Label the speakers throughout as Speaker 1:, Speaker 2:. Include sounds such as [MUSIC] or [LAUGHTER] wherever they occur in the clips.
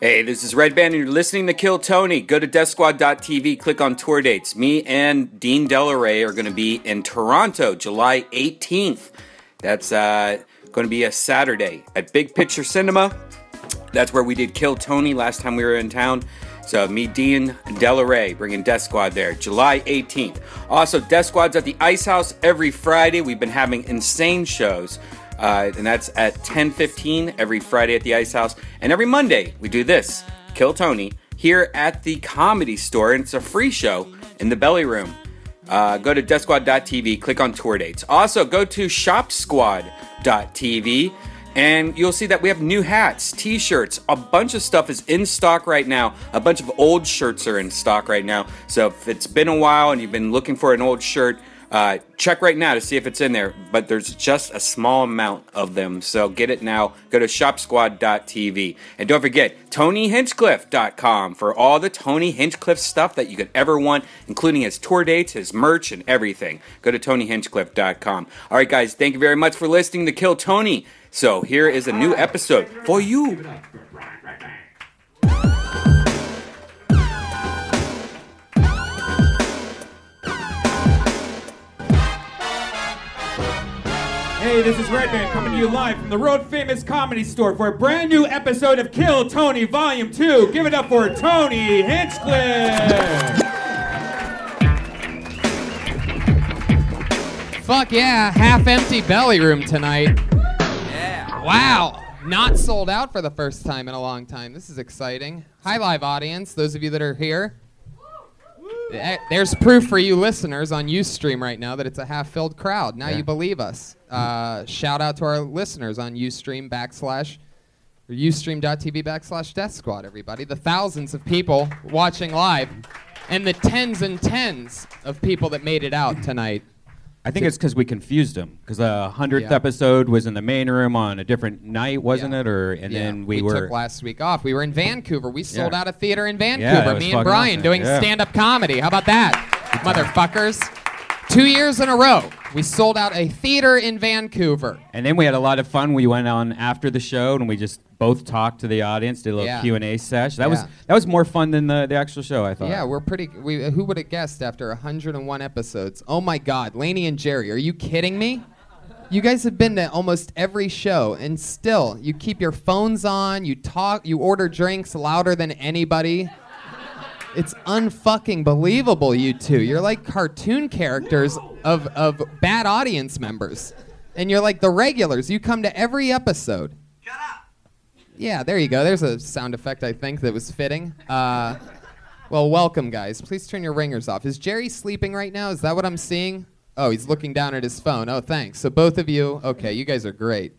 Speaker 1: Hey, this is Red Band, and you're listening to Kill Tony. Go to DeathSquad.tv, click on tour dates. Me and Dean Delaray are going to be in Toronto, July 18th. That's uh, going to be a Saturday at Big Picture Cinema. That's where we did Kill Tony last time we were in town. So me, Dean Delaray, bringing Death Squad there, July 18th. Also, Death Squad's at the Ice House every Friday. We've been having insane shows, uh, and that's at 10:15 every Friday at the Ice House, and every Monday we do this, Kill Tony, here at the Comedy Store, and it's a free show in the Belly Room. Uh, go to deathsquad.tv, click on tour dates. Also, go to shopsquad.tv and you'll see that we have new hats, t shirts, a bunch of stuff is in stock right now. A bunch of old shirts are in stock right now. So if it's been a while and you've been looking for an old shirt, uh, check right now to see if it's in there. But there's just a small amount of them. So get it now. Go to shopsquad.tv. And don't forget, TonyHinchcliffe.com for all the Tony Hinchcliffe stuff that you could ever want, including his tour dates, his merch, and everything. Go to TonyHinchcliffe.com. All right, guys, thank you very much for listening to Kill Tony. So here is a new episode for you.
Speaker 2: Hey, this is Redman coming to you live from the world famous comedy store for a brand new episode of Kill Tony Volume 2. Give it up for Tony Hinchcliffe.
Speaker 3: Fuck yeah, half empty belly room tonight. Yeah. Wow. Not sold out for the first time in a long time. This is exciting. Hi, live audience. Those of you that are here. Eh, There's proof for you listeners on Ustream right now that it's a half filled crowd. Now you believe us. Uh, shout out to our listeners on Ustream backslash or Ustream.tv backslash Death Squad, everybody. The thousands of people watching live and the tens and tens of people that made it out tonight.
Speaker 4: I think it's because we confused them. Because the hundredth
Speaker 3: Yeah.
Speaker 4: episode was in the main room on a different night, wasn't it? Or and
Speaker 3: Yeah,
Speaker 4: then we, were
Speaker 3: took last week off. We were in Vancouver. We sold
Speaker 4: Yeah.
Speaker 3: out a theater in
Speaker 4: it
Speaker 3: Vancouver.
Speaker 4: was
Speaker 3: Me
Speaker 4: fucking
Speaker 3: and Brian
Speaker 4: awesome.
Speaker 3: doing
Speaker 4: Yeah.
Speaker 3: stand-up comedy. How about that, motherfuckers? Two years in a row, we sold out a theater in Vancouver.
Speaker 4: and then we had a lot of fun. We went on after the show and we just both talked to the audience, did a little
Speaker 3: Yeah.
Speaker 4: Q and A sesh. That was
Speaker 3: Yeah.
Speaker 4: that was more fun than the, the actual show. I thought.
Speaker 3: Yeah, we're pretty. We, who would have guessed after 101 episodes? Oh my God, Laney and Jerry, are you kidding me? You guys have been to almost every show, and still you keep your phones on. You talk. You order drinks louder than anybody. It's unfucking believable, you two. You're like cartoon characters of, of bad audience members. And you're like the regulars. You come to every episode. Shut up. Yeah, there you go. There's a sound effect I think that was fitting. Uh, well, welcome, guys. Please turn your ringers off. Is Jerry sleeping right now? Is that what I'm seeing? Oh, he's looking down at his phone. Oh, thanks. So, both of you, okay, you guys are great.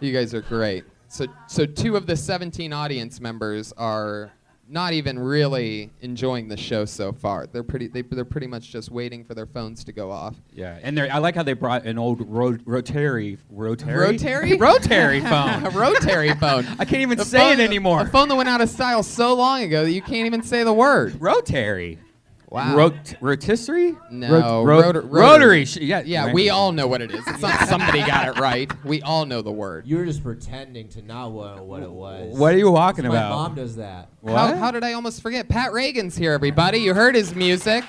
Speaker 3: You guys are great. So, so two of the 17 audience members are not even really enjoying the show so far. They're pretty, they, they're pretty much just waiting for their phones to go off.
Speaker 4: Yeah, and there, I like how they brought an old ro- Rotary Rotary
Speaker 1: [LAUGHS]
Speaker 4: [LAUGHS]
Speaker 3: Rotary?
Speaker 4: Rotary phone.
Speaker 3: [LAUGHS] A Rotary phone.
Speaker 4: I can't even
Speaker 3: A
Speaker 4: say it
Speaker 3: phone-
Speaker 4: anymore.
Speaker 3: A phone that went out of style so long ago that you can't even say the word.
Speaker 4: Rotary.
Speaker 3: Wow.
Speaker 4: Rot- rotisserie?
Speaker 3: No,
Speaker 4: Rot- ro-
Speaker 3: rotor-
Speaker 4: rotary.
Speaker 3: rotary.
Speaker 4: Sh- Yeah,
Speaker 3: Yeah,
Speaker 4: right.
Speaker 3: we all know what it is. It's
Speaker 5: [LAUGHS]
Speaker 3: not somebody got it right. We all know the word.
Speaker 5: You were just pretending to not know what it was.
Speaker 4: What are you talking
Speaker 5: My
Speaker 4: about?
Speaker 5: mom does that.
Speaker 4: What?
Speaker 3: How, how did I almost forget? Pat Reagan's here, everybody. You heard his music.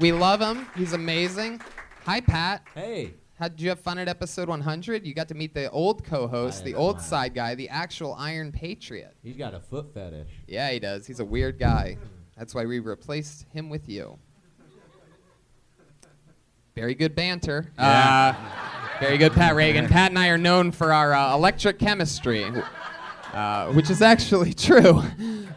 Speaker 3: We love him. He's amazing. Hi, Pat.
Speaker 5: Hey,
Speaker 3: How did you have fun at episode 100? You got to meet the old co-host, the old side guy, the actual Iron Patriot.
Speaker 5: he's got a foot fetish.
Speaker 3: Yeah, he does. He's a weird guy. That's why we replaced him with you. Very good banter. Uh, very good, Pat Reagan. Pat and I are known for our uh, electric chemistry, uh, which is actually [LAUGHS] true.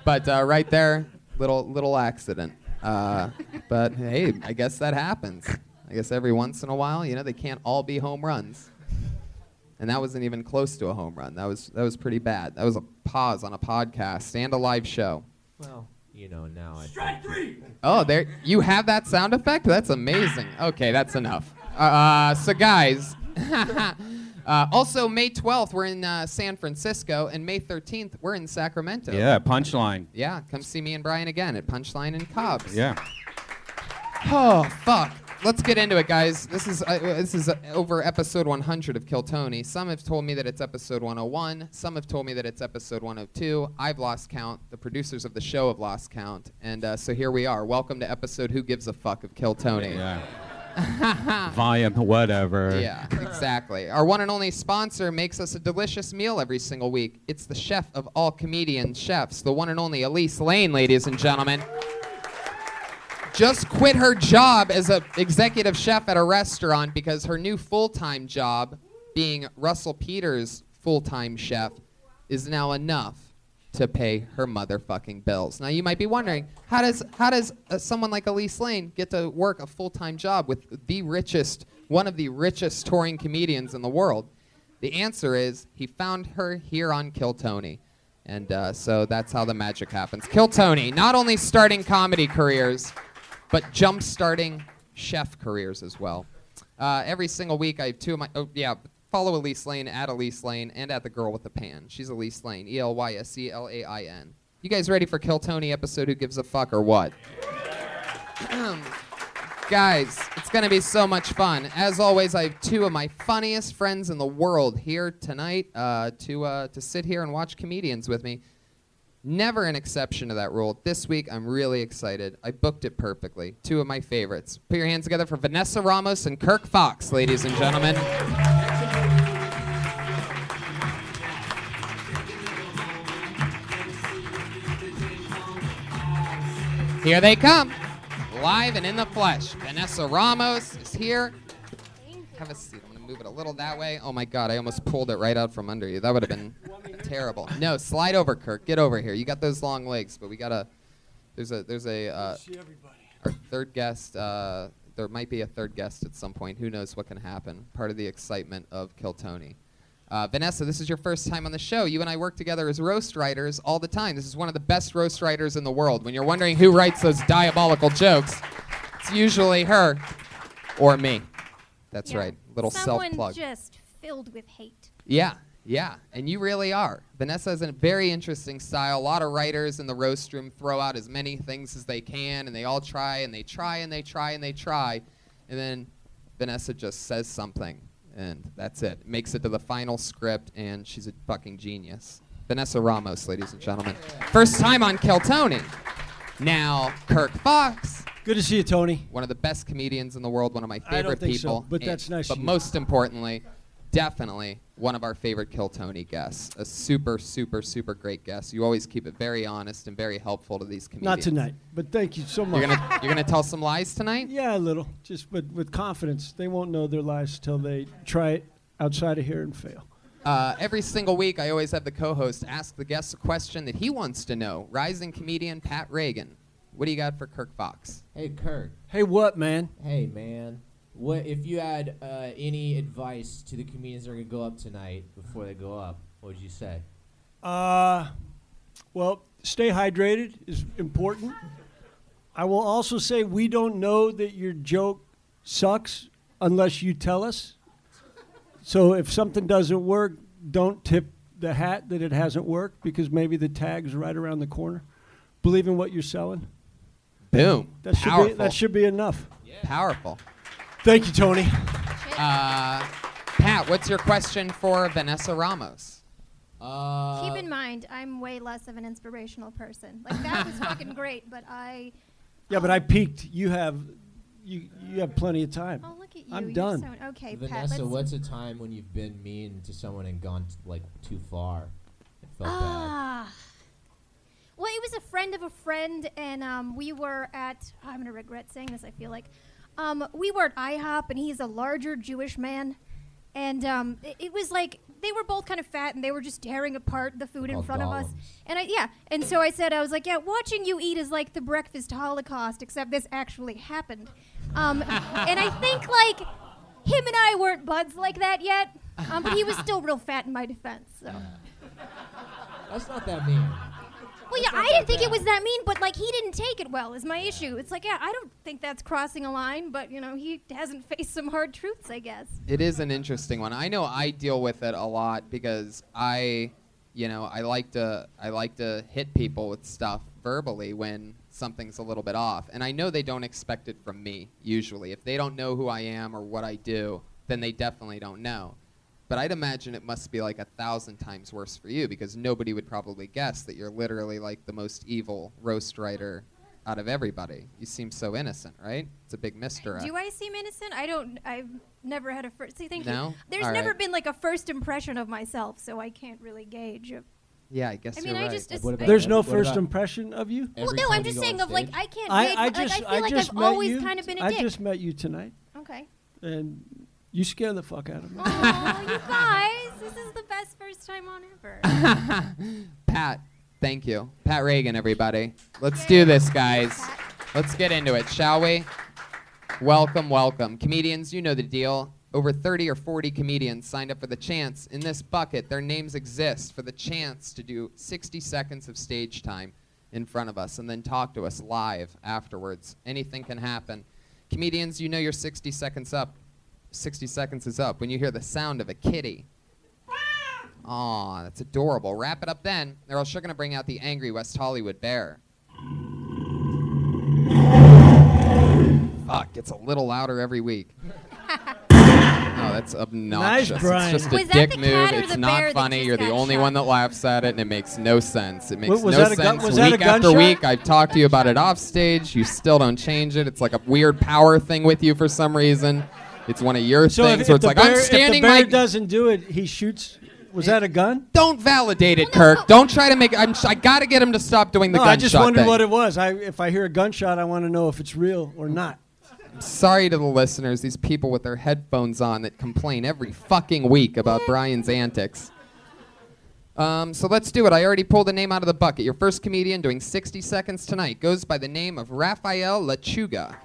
Speaker 3: But uh, right there, little little accident. Uh, but hey, I guess that happens. I guess every once in a while, you know, they can't all be home runs. and that wasn't even close to a home run. That was that was pretty bad. That was a pause on a podcast and a live show.
Speaker 5: Well, you know now. I
Speaker 3: Oh, there you have that sound effect. That's amazing. Okay, that's enough. Uh, so guys, [LAUGHS] uh, also May 12th we're in uh, San Francisco, and May 13th we're in Sacramento.
Speaker 1: Yeah, punchline.
Speaker 3: Yeah, come see me and Brian again at Punchline and Cobb's.
Speaker 1: Yeah.
Speaker 3: Oh fuck. Let's get into it, guys. This is uh, this is uh, over episode 100 of Kill Tony. Some have told me that it's episode 101. Some have told me that it's episode 102. I've lost count. The producers of the show have lost count, and uh, so here we are. Welcome to episode Who Gives a Fuck of Kill Tony.
Speaker 1: Yeah.
Speaker 3: [LAUGHS]
Speaker 1: Volume, whatever.
Speaker 3: Yeah, [LAUGHS] exactly. Our one and only sponsor makes us a delicious meal every single week. It's the chef of all comedian chefs, the one and only Elise Lane, ladies and gentlemen. Just quit her job as a executive chef at a restaurant because her new full-time job, being Russell Peters' full-time chef, is now enough to pay her motherfucking bills. Now you might be wondering, how does how does uh, someone like Elise Lane get to work a full-time job with the richest, one of the richest touring comedians in the world? The answer is he found her here on Kill Tony. And uh, so that's how the magic happens. Kill Tony, not only starting comedy careers, but jump starting chef careers as well. Uh, every single week, I have two of my. Oh, yeah. Follow Elise Lane at Elise Lane and at the girl with the pan. She's Elise Lane, E L Y S E L A I N. You guys ready for Kill Tony episode Who Gives a Fuck or what? Guys, it's going to be so much fun. As always, I have two of my funniest friends in the world here tonight uh, to, uh, to sit here and watch comedians with me. Never an exception to that rule. This week, I'm really excited. I booked it perfectly. Two of my favorites. Put your hands together for Vanessa Ramos and Kirk Fox, ladies and gentlemen. Here they come, live and in the flesh. Vanessa Ramos is here. Have a seat. I'm going to move it a little that way. Oh my God, I almost pulled it right out from under you. That would have been terrible. No, slide over, Kirk. Get over here. You got those long legs, but we got to. There's a. There's a. Uh, our third guest. Uh, there might be a third guest at some point. Who knows what can happen? Part of the excitement of Kill Tony. Uh, Vanessa, this is your first time on the show. You and I work together as roast writers all the time. This is one of the best roast writers in the world. When you're wondering who writes those diabolical jokes, it's usually her or me. That's
Speaker 6: Yeah.
Speaker 3: right. Little
Speaker 6: Someone
Speaker 3: self plug.
Speaker 6: just filled with hate.
Speaker 3: Yeah, yeah, and you really are. Vanessa has a very interesting style. A lot of writers in the roast room throw out as many things as they can, and they all try and they try and they try and they try, and then Vanessa just says something, and that's it. Makes it to the final script, and she's a fucking genius. Vanessa Ramos, ladies and gentlemen, first time on Keltoni. Now Kirk Fox,
Speaker 7: Good to see you, Tony.
Speaker 3: one of the best comedians in the world, one of my favorite
Speaker 7: I don't think so,
Speaker 3: people.
Speaker 7: but
Speaker 3: and-
Speaker 7: that's nice
Speaker 3: But
Speaker 7: of you.
Speaker 3: most importantly, definitely one of our favorite Kill Tony guests. A super, super, super great guest. You always keep it very honest and very helpful to these comedians.
Speaker 7: Not tonight, but thank you so much.
Speaker 3: You're gonna you're gonna tell some lies tonight.
Speaker 7: [LAUGHS] yeah, a little, just but with confidence. They won't know their lies till they try it outside of here and fail.
Speaker 3: Uh, every single week, I always have the co-host ask the guest a question that he wants to know. Rising comedian Pat Reagan, what do you got for Kirk Fox?
Speaker 5: [CLEARS THROAT] hey, Kirk.
Speaker 7: Hey, what, man?
Speaker 5: Hey, man. What if you had uh, any advice to the comedians that are gonna go up tonight before they go up? What would you say?
Speaker 7: Uh, well, stay hydrated is important. I will also say we don't know that your joke sucks unless you tell us. So if something doesn't work, don't tip the hat that it hasn't worked because maybe the tag's right around the corner. Believe in what you're selling.
Speaker 3: Boom.
Speaker 7: That should
Speaker 3: Powerful.
Speaker 7: be that should be enough.
Speaker 3: Powerful.
Speaker 7: Thank you, Tony.
Speaker 3: Uh, Pat, what's your question for Vanessa Ramos?
Speaker 5: Uh,
Speaker 6: Keep in mind, I'm way less of an inspirational person. Like that was fucking great, but I.
Speaker 7: Yeah, but I peaked. You have you you have plenty of time.
Speaker 6: Oh look at you.
Speaker 7: I'm
Speaker 6: you're
Speaker 7: done.
Speaker 6: So, okay, Pat.
Speaker 5: Vanessa,
Speaker 6: Let's,
Speaker 5: what's a time when you've been mean to someone and gone t- like too far? It felt bad.
Speaker 6: Ah. Well, it was a friend of a friend, and um, we were at. I'm gonna regret saying this. I feel like um, we were at IHOP, and he's a larger Jewish man, and um, it, it was like they were both kind of fat, and they were just tearing apart the food in
Speaker 5: Called
Speaker 6: front of us.
Speaker 5: golems.
Speaker 6: And I yeah, and so I said I was like, yeah, watching you eat is like the breakfast Holocaust, except this actually happened. Um, and I think like him and I weren't buds like that yet. Um, but he was still real fat in my defense. So.
Speaker 5: That's not that mean.
Speaker 6: Well, yeah, I didn't think it was that mean, but like he didn't take it well is my issue. It's like, yeah, I don't think that's crossing a line, but you know, he hasn't [LAUGHS] faced some hard truths, I guess.
Speaker 3: It is an interesting one. I know I deal with it a lot because I, you know, I like to I like to hit people with stuff verbally when something's a little bit off, and I know they don't expect it from me usually. If they don't know who I am or what I do, then they definitely don't know. But I'd imagine it must be like a thousand times worse for you because nobody would probably guess that you're literally like the most evil roast writer out of everybody. You seem so innocent, right? It's a big misdirect.
Speaker 6: Do I seem innocent? I don't. I've never had a first. See, thank
Speaker 3: No?
Speaker 6: you. There's
Speaker 3: All
Speaker 6: never
Speaker 3: right.
Speaker 6: been like a first impression of myself, so I can't really gauge. If,
Speaker 3: yeah, I guess
Speaker 6: I mean,
Speaker 3: you're
Speaker 6: I
Speaker 3: right.
Speaker 6: just.
Speaker 5: What about-
Speaker 7: There's no
Speaker 5: What
Speaker 7: first
Speaker 5: about-
Speaker 7: impression of you.
Speaker 6: well,
Speaker 5: Every
Speaker 6: no,
Speaker 5: time
Speaker 6: I'm
Speaker 5: you
Speaker 6: just
Speaker 5: go on
Speaker 6: saying of like
Speaker 5: stage?
Speaker 6: I can't.
Speaker 7: I,
Speaker 6: gauge,
Speaker 7: I
Speaker 6: like,
Speaker 7: just
Speaker 6: I feel like
Speaker 7: just
Speaker 6: I've
Speaker 7: met
Speaker 6: always
Speaker 7: you.
Speaker 6: kind of been a
Speaker 7: I
Speaker 6: dick.
Speaker 7: just met you tonight,
Speaker 6: okay.
Speaker 7: and you scare the fuck out of me. [LAUGHS]
Speaker 3: [LAUGHS]
Speaker 6: Oh, you guys, this is the best first time on ever.
Speaker 3: [LAUGHS] Pat, thank you. Pat Reagan, everybody. Let's do this, guys. Let's get into it, shall we? Welcome, welcome. Comedians, you know the deal. Over 30 or 40 comedians signed up for the chance. In this bucket, their names exist for the chance to do 60 seconds of stage time in front of us and then talk to us live afterwards. Anything can happen. Comedians, you know your 60 seconds up. 60 seconds is up when you hear the sound of a kitty Aw, that's adorable. Wrap it up then, or else you're gonna bring out the angry West Hollywood bear. Fuck, it's a little louder every week. no, that's obnoxious.
Speaker 7: Brian.
Speaker 3: It's just a
Speaker 6: Was that
Speaker 3: dick
Speaker 6: the cat
Speaker 3: move.
Speaker 6: or
Speaker 3: It's
Speaker 6: the bear
Speaker 3: not
Speaker 6: that
Speaker 3: funny.
Speaker 6: just
Speaker 3: You're the
Speaker 6: got
Speaker 3: only
Speaker 6: shot?
Speaker 3: one that laughs at it, and it makes no sense. It makes
Speaker 7: was
Speaker 3: no
Speaker 7: that a gun-
Speaker 3: sense.
Speaker 7: was that a
Speaker 3: week after
Speaker 7: gunshot?
Speaker 3: week, I've talked to you about it off stage. You still don't change it. It's like a weird power thing with you for some reason. It's one of your
Speaker 7: So
Speaker 3: things
Speaker 7: if,
Speaker 3: where
Speaker 7: if
Speaker 3: it's
Speaker 7: the
Speaker 3: like
Speaker 7: bear,
Speaker 3: I'm standing
Speaker 7: if the bear
Speaker 3: like
Speaker 7: doesn't do it, he shoots. Was that a gun?
Speaker 3: Don't validate it,
Speaker 6: Well, no,
Speaker 3: Kirk.
Speaker 6: but-
Speaker 3: Don't try to make. I'm. I gotta get him to stop doing the
Speaker 7: no,
Speaker 3: gunshot
Speaker 7: I just wondered
Speaker 3: thing.
Speaker 7: what it was. I, if I hear a gunshot, I want to know if it's real or not.
Speaker 3: Sorry to the listeners, these people with their headphones on that complain every fucking week about Brian's antics. Um, so let's do it. I already pulled a name out of the bucket. Your first comedian doing 60 seconds tonight goes by the name of Raphael Lechuga.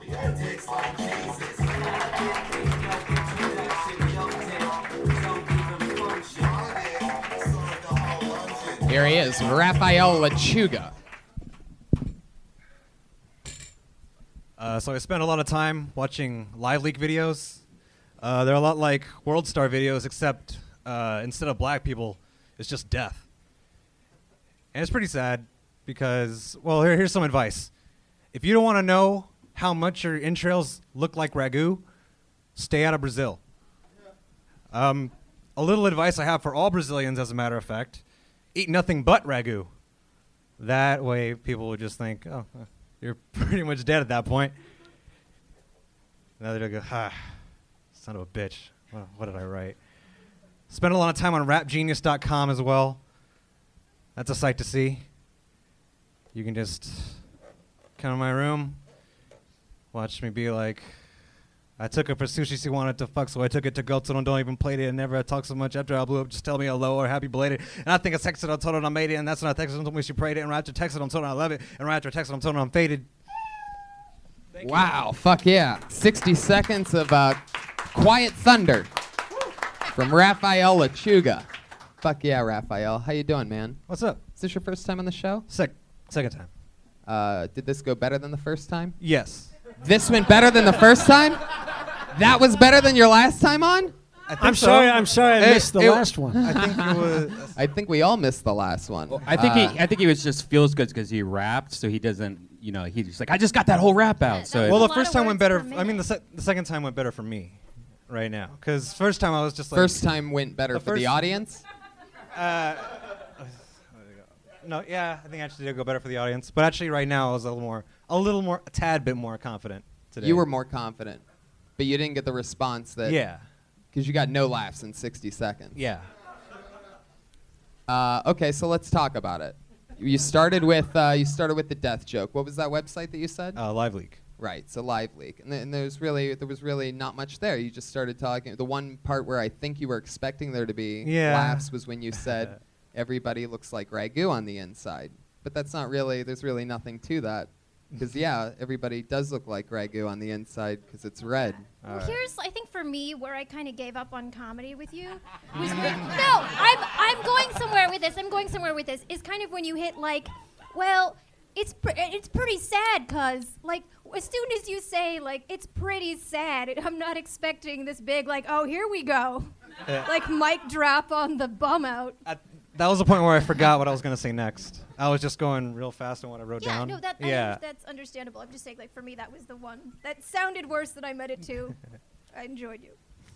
Speaker 3: Here he is, Raphael Lechuga.
Speaker 8: Uh, so I spent a lot of time watching live leak videos. Uh, they're a lot like World Star videos, except uh, instead of black people, it's just death. And it's pretty sad because, well, here, here's some advice. If you don't want to know how much your entrails look like ragu, stay out of Brazil. Um, a little advice I have for all Brazilians, as a matter of fact eat nothing but ragu. That way, people would just think, oh, uh, you're [LAUGHS] pretty much dead at that point. Now they're gonna go, ah, son of a bitch. What, what did I write? Spent a lot of time on rapgenius.com as well. That's a sight to see. You can just come to my room, watch me be like, I took it for sushi she wanted to fuck, so I took it to Gotsu and don't even play it and never talk so much after I blew up. Just tell me hello or happy belated. And I think I texted on told her I made it, and that's when I texted on told me she prayed it, and right after texted on told her I love it, and right after I texted on told her I'm faded.
Speaker 3: Wow, fuck yeah. 60 seconds of uh, quiet thunder from Raphael Lechuga. Fuck yeah, Raphael. How you doing, man?
Speaker 8: What's up?
Speaker 3: Is this your first time on the show?
Speaker 8: Sec- second time.
Speaker 3: Uh, did this go better than the first time?
Speaker 8: Yes.
Speaker 3: This went better than the first time? That was better than your last time on?
Speaker 8: I think
Speaker 7: I'm
Speaker 8: so.
Speaker 7: sorry. I'm sorry. I
Speaker 8: It-
Speaker 7: missed the
Speaker 8: it-
Speaker 7: last one.
Speaker 8: I think it was.
Speaker 3: [LAUGHS] I think we all missed the last one.
Speaker 1: I think
Speaker 3: Uh,
Speaker 1: he, I think he was just feels good because he rapped, so he doesn't, you know, he's just like, I just got that whole rap out. So
Speaker 6: that
Speaker 1: it-
Speaker 8: Well, the
Speaker 6: was- lot
Speaker 8: first
Speaker 6: of
Speaker 8: time went
Speaker 6: words per
Speaker 8: better. I mean, the, se- the second time went better for me right now. Because first time I was just like.
Speaker 3: First time went better
Speaker 8: The
Speaker 3: for the
Speaker 8: first- [LAUGHS] Uh,
Speaker 3: audience.
Speaker 8: No, yeah, I think I actually did go better for the audience, but actually right now I was a little more, a little more, a tad bit more confident today.
Speaker 3: You were more confident, but you didn't get the response that.
Speaker 8: Yeah,
Speaker 3: Because you got no laughs in 60 seconds.
Speaker 8: yeah.
Speaker 3: Uh, okay, so let's talk about it. You started with uh, you started with the death joke. What was that website that you said?
Speaker 8: Uh, live leak.
Speaker 3: Right, so live leak, and, th- and there was really there was really not much there. You just started talking. The one part where I think you were expecting there to be
Speaker 8: Yeah.
Speaker 3: laughs was
Speaker 8: [LAUGHS]
Speaker 3: when you said everybody looks like ragu on the inside, but that's not really there's really nothing to that. Because yeah, everybody does look like ragu on the inside because it's red.
Speaker 6: Well, here's I think for me where I kind of gave up on comedy
Speaker 8: [LAUGHS]
Speaker 6: with you was when, no, I'm I'm going somewhere with this. I'm going somewhere with this. Is kind of when you hit like, well, it's pr- it's pretty sad, cause like as soon as you say like it's pretty sad, [LAUGHS] I'm not expecting this big like oh here we go,
Speaker 8: Yeah.
Speaker 6: like mic drop on the bum out.
Speaker 8: That was the point where I forgot what I was gonna say next. I was just going real fast on what I wrote
Speaker 6: Yeah,
Speaker 8: down.
Speaker 6: no, that I
Speaker 8: yeah.
Speaker 6: think that's understandable. I'm just saying like for me that was the one that sounded worse than I meant
Speaker 8: [LAUGHS]
Speaker 6: it to. I enjoyed you.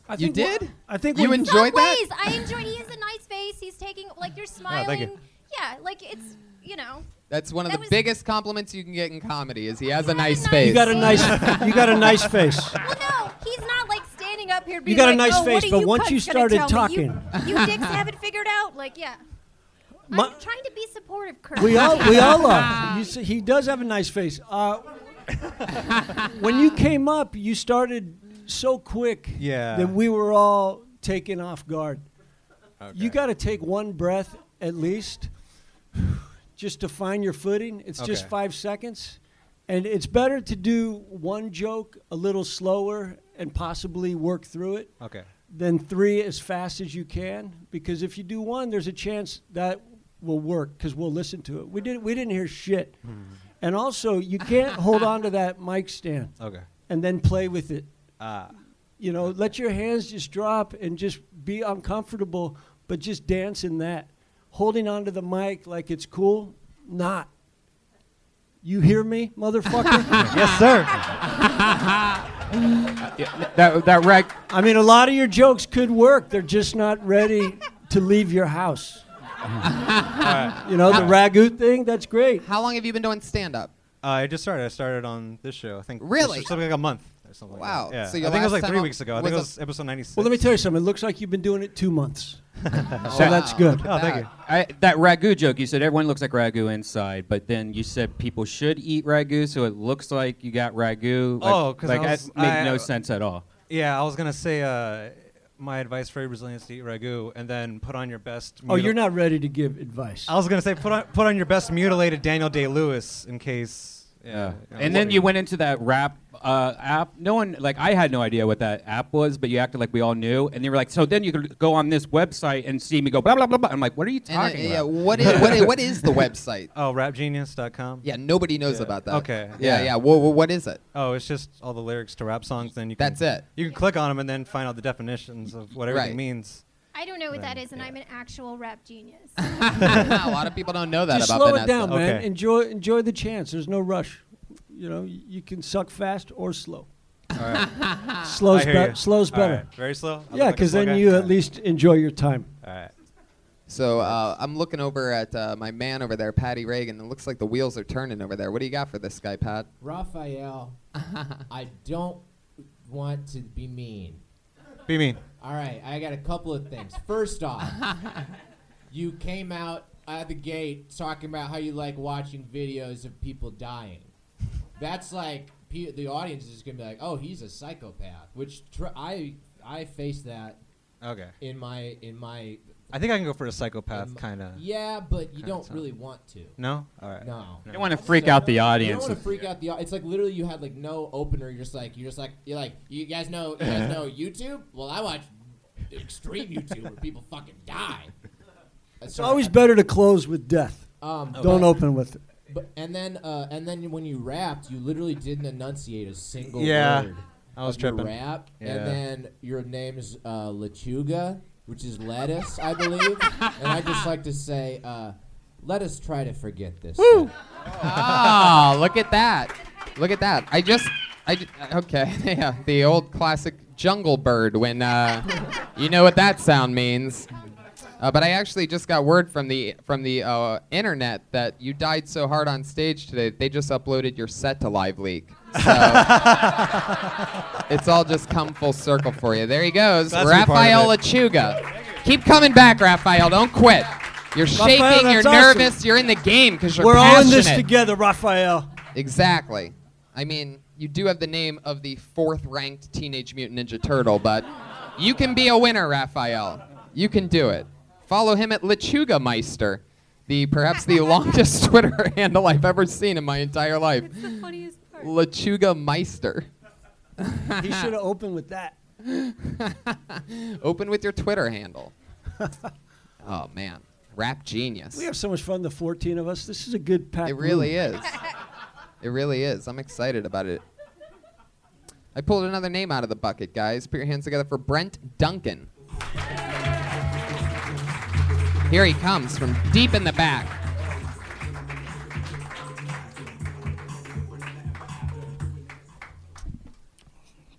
Speaker 7: I
Speaker 3: You
Speaker 7: think wha-
Speaker 3: did?
Speaker 7: I think
Speaker 3: You
Speaker 7: we-
Speaker 3: enjoyed
Speaker 6: Some
Speaker 3: that?
Speaker 8: [LAUGHS]
Speaker 6: ways. I enjoyed. He has a nice face. He's taking like you're smiling.
Speaker 8: Oh, thank you.
Speaker 6: Yeah, like it's you know.
Speaker 3: That's one of
Speaker 6: That
Speaker 3: the
Speaker 6: was-
Speaker 3: biggest compliments you can get in comedy is he has
Speaker 6: I
Speaker 3: a
Speaker 6: had a
Speaker 3: nice
Speaker 6: nice-
Speaker 3: face.
Speaker 7: you got a nice you got a
Speaker 6: [LAUGHS]
Speaker 7: nice face.
Speaker 6: Well, no, he's not like standing up here. Being
Speaker 7: got a
Speaker 6: like,
Speaker 7: nice
Speaker 6: "Oh, what
Speaker 7: face,
Speaker 6: are
Speaker 7: but
Speaker 6: you
Speaker 7: once
Speaker 6: cunts
Speaker 7: you
Speaker 6: gonna
Speaker 7: started
Speaker 6: tell me?
Speaker 7: [LAUGHS]
Speaker 6: you, you dicks have it figured out. Like yeah.
Speaker 7: My-
Speaker 6: I'm trying to be supportive, Kurt.
Speaker 7: We all we all
Speaker 6: [LAUGHS]
Speaker 7: are. You see, he does have a nice face. Uh, when you came up, you started so quick
Speaker 8: Yeah.
Speaker 7: that we were all taken off guard. You got to take one breath at least, just to find your footing. It's just
Speaker 8: Okay.
Speaker 7: five seconds, and it's better to do one joke a little slower and possibly work through it
Speaker 8: okay.
Speaker 7: then three as fast as you can because if you do one there's a chance that will work because we'll listen to it we didn't we didn't hear shit and also you can't hold on to that
Speaker 1: [LAUGHS]
Speaker 7: mic stand
Speaker 8: Okay.
Speaker 7: and then play with it
Speaker 8: Ah.
Speaker 7: you know let your hands just drop and just be uncomfortable but just dance in that holding on to the mic like it's cool not you hear me motherfucker
Speaker 8: [LAUGHS] yes, sir.
Speaker 1: [LAUGHS] That that rec.
Speaker 7: i mean a lot of your jokes could work they're just not ready to leave your house [LAUGHS] You know,
Speaker 1: Ah.
Speaker 7: the ragu thing, that's great.
Speaker 3: How long have you been doing stand up?
Speaker 8: Uh, I just started. I started on this show. I think this
Speaker 3: Really?
Speaker 8: was something like a month or something.
Speaker 3: Wow.
Speaker 8: Like that. Yeah.
Speaker 3: So your
Speaker 8: I think it
Speaker 3: last
Speaker 8: was like
Speaker 3: time
Speaker 8: three
Speaker 3: on-
Speaker 8: weeks ago. I
Speaker 3: was
Speaker 8: think it
Speaker 3: a-
Speaker 8: was episode ninety six.
Speaker 7: Well, let me tell you something. It looks like you've been doing it two months.
Speaker 8: [LAUGHS]
Speaker 3: Oh,
Speaker 7: that's good.
Speaker 8: Oh, thank you.
Speaker 1: I, that ragu joke you said everyone looks like ragu inside, but then you said people should eat ragu, so it looks like you got ragu. Like-
Speaker 8: Oh, 'cause I
Speaker 1: like that
Speaker 8: was-
Speaker 1: made
Speaker 8: I-
Speaker 1: no sense at all.
Speaker 8: Yeah, I was gonna say uh, my advice for Brazilians to eat ragu and then put on your best.
Speaker 7: Oh,
Speaker 8: mutil-
Speaker 7: you're not ready to give advice.
Speaker 8: I was gonna say put on put on your best mutilated Daniel Day Lewis in case. Yeah.
Speaker 1: And then you went into that rap uh, app. No one, like, I had no idea what that app was, but you acted like we all knew. And you were like, so then you could go on this website and see me go blah, blah, blah, blah. I'm like, what are you
Speaker 3: And, uh,
Speaker 1: talking
Speaker 3: yeah,
Speaker 1: about?
Speaker 3: what is, what, is, what is the website?
Speaker 8: [LAUGHS] Oh, rapgenius.com.
Speaker 3: Yeah, nobody knows about that.
Speaker 8: Okay.
Speaker 3: Yeah,
Speaker 8: Yeah.
Speaker 3: yeah. Wha- wha- what is it?
Speaker 8: Oh, it's just all the lyrics to rap songs. Then you. Can,
Speaker 3: That's it.
Speaker 8: You can click on them and then find out the definitions of what everything
Speaker 3: Right.
Speaker 8: means.
Speaker 6: I don't know what that is, and
Speaker 8: yeah.
Speaker 6: I'm an actual
Speaker 3: [LAUGHS]
Speaker 6: rap genius.
Speaker 3: a lot of people don't know that
Speaker 7: Just
Speaker 3: about
Speaker 7: slow
Speaker 3: Vanessa.
Speaker 7: it down, man.
Speaker 8: Okay.
Speaker 7: Enjoy, enjoy the chance. There's no rush. You know, y- you can suck fast or slow.
Speaker 3: [LAUGHS]
Speaker 7: slow's,
Speaker 8: I hear
Speaker 7: bet-
Speaker 8: you.
Speaker 7: slow's
Speaker 8: All
Speaker 7: better.
Speaker 8: right. Very slow. I look
Speaker 7: Yeah,
Speaker 8: like a
Speaker 7: because
Speaker 8: slow
Speaker 7: then
Speaker 8: guy?
Speaker 7: you
Speaker 8: All
Speaker 7: at
Speaker 8: right.
Speaker 7: least enjoy your time.
Speaker 8: All right.
Speaker 3: So uh, I'm looking over at uh, my man over there, Patty Reagan. It looks like the wheels are turning over there. What do you got for this guy, Pat?
Speaker 8: [LAUGHS]
Speaker 5: Raphael, I don't want to be mean.
Speaker 8: Be mean.
Speaker 5: All right, I got a couple of things. First
Speaker 8: [LAUGHS]
Speaker 5: off, you came out out of the gate talking about how you like watching videos of people dying. That's like pe- the audience is gonna be like, "Oh, he's a psychopath," which tr- I I faced that
Speaker 8: Okay.
Speaker 5: in my in
Speaker 8: [LAUGHS]
Speaker 5: my
Speaker 8: I think I can go for a psychopath
Speaker 5: in my-
Speaker 8: kind of.
Speaker 5: yeah, but you
Speaker 8: kinda
Speaker 5: don't
Speaker 8: tough.
Speaker 5: really want to.
Speaker 8: No. All right.
Speaker 5: No.
Speaker 1: You want to freak out the
Speaker 5: You don't
Speaker 1: audience.
Speaker 5: want to freak out the. au- It's like literally you had like no opener. You're just like you're just like you're like you guys know you guys
Speaker 8: [LAUGHS]
Speaker 5: know YouTube. Well, I watch extreme YouTube where people fucking die.
Speaker 7: It's always better to close with death.
Speaker 5: um.
Speaker 7: Don't open with it.
Speaker 5: But, and then uh, and then when you rapped, you literally didn't enunciate a single
Speaker 8: Yeah.
Speaker 5: word.
Speaker 8: I was
Speaker 5: of your
Speaker 8: tripping.
Speaker 5: Rap,
Speaker 8: Yeah.
Speaker 5: and then your name is uh, lechuga, which is lettuce, I believe. and I just like to say, uh, let us try to forget this. Woo!
Speaker 3: Ah, look at that. Look at that. I just, I ju- okay, [LAUGHS] yeah, the old classic jungle bird when, uh, you know what that sound means. Uh, but I actually just got word from the from the uh, internet that you died so hard on stage today that they just uploaded your set to Live Leak.
Speaker 8: [LAUGHS]
Speaker 3: So it's all just come full circle for you. There he goes,
Speaker 8: That's gonna be part
Speaker 3: Raphael
Speaker 8: of it.
Speaker 3: Lechuga. Keep coming back, Raphael. Don't quit. You're shaking.
Speaker 7: Raphael,
Speaker 3: you're
Speaker 7: that's awesome.
Speaker 3: nervous. You're in the game because you're
Speaker 7: We're all in
Speaker 3: passionate.
Speaker 7: this together, Raphael.
Speaker 3: Exactly. I mean, you do have the name of the fourth ranked Teenage Mutant Ninja Turtle, but you can be a winner, Raphael. You can do it. Follow him at Lechuga Meister. the perhaps
Speaker 6: [LAUGHS]
Speaker 3: the longest Twitter handle I've ever seen in my entire life.
Speaker 6: It's the funniest part.
Speaker 3: Lechuga Meister. [LAUGHS]
Speaker 7: he should have opened with that.
Speaker 3: Open with your Twitter handle. [LAUGHS] oh man, rap genius.
Speaker 7: We have so much fun, the 14 of us. This is a good pack.
Speaker 3: It really
Speaker 7: move.
Speaker 3: is. It really is. I'm excited about it. I pulled another name out of the bucket, guys. Put your hands together for Brent Duncan. Here he comes from deep in the back.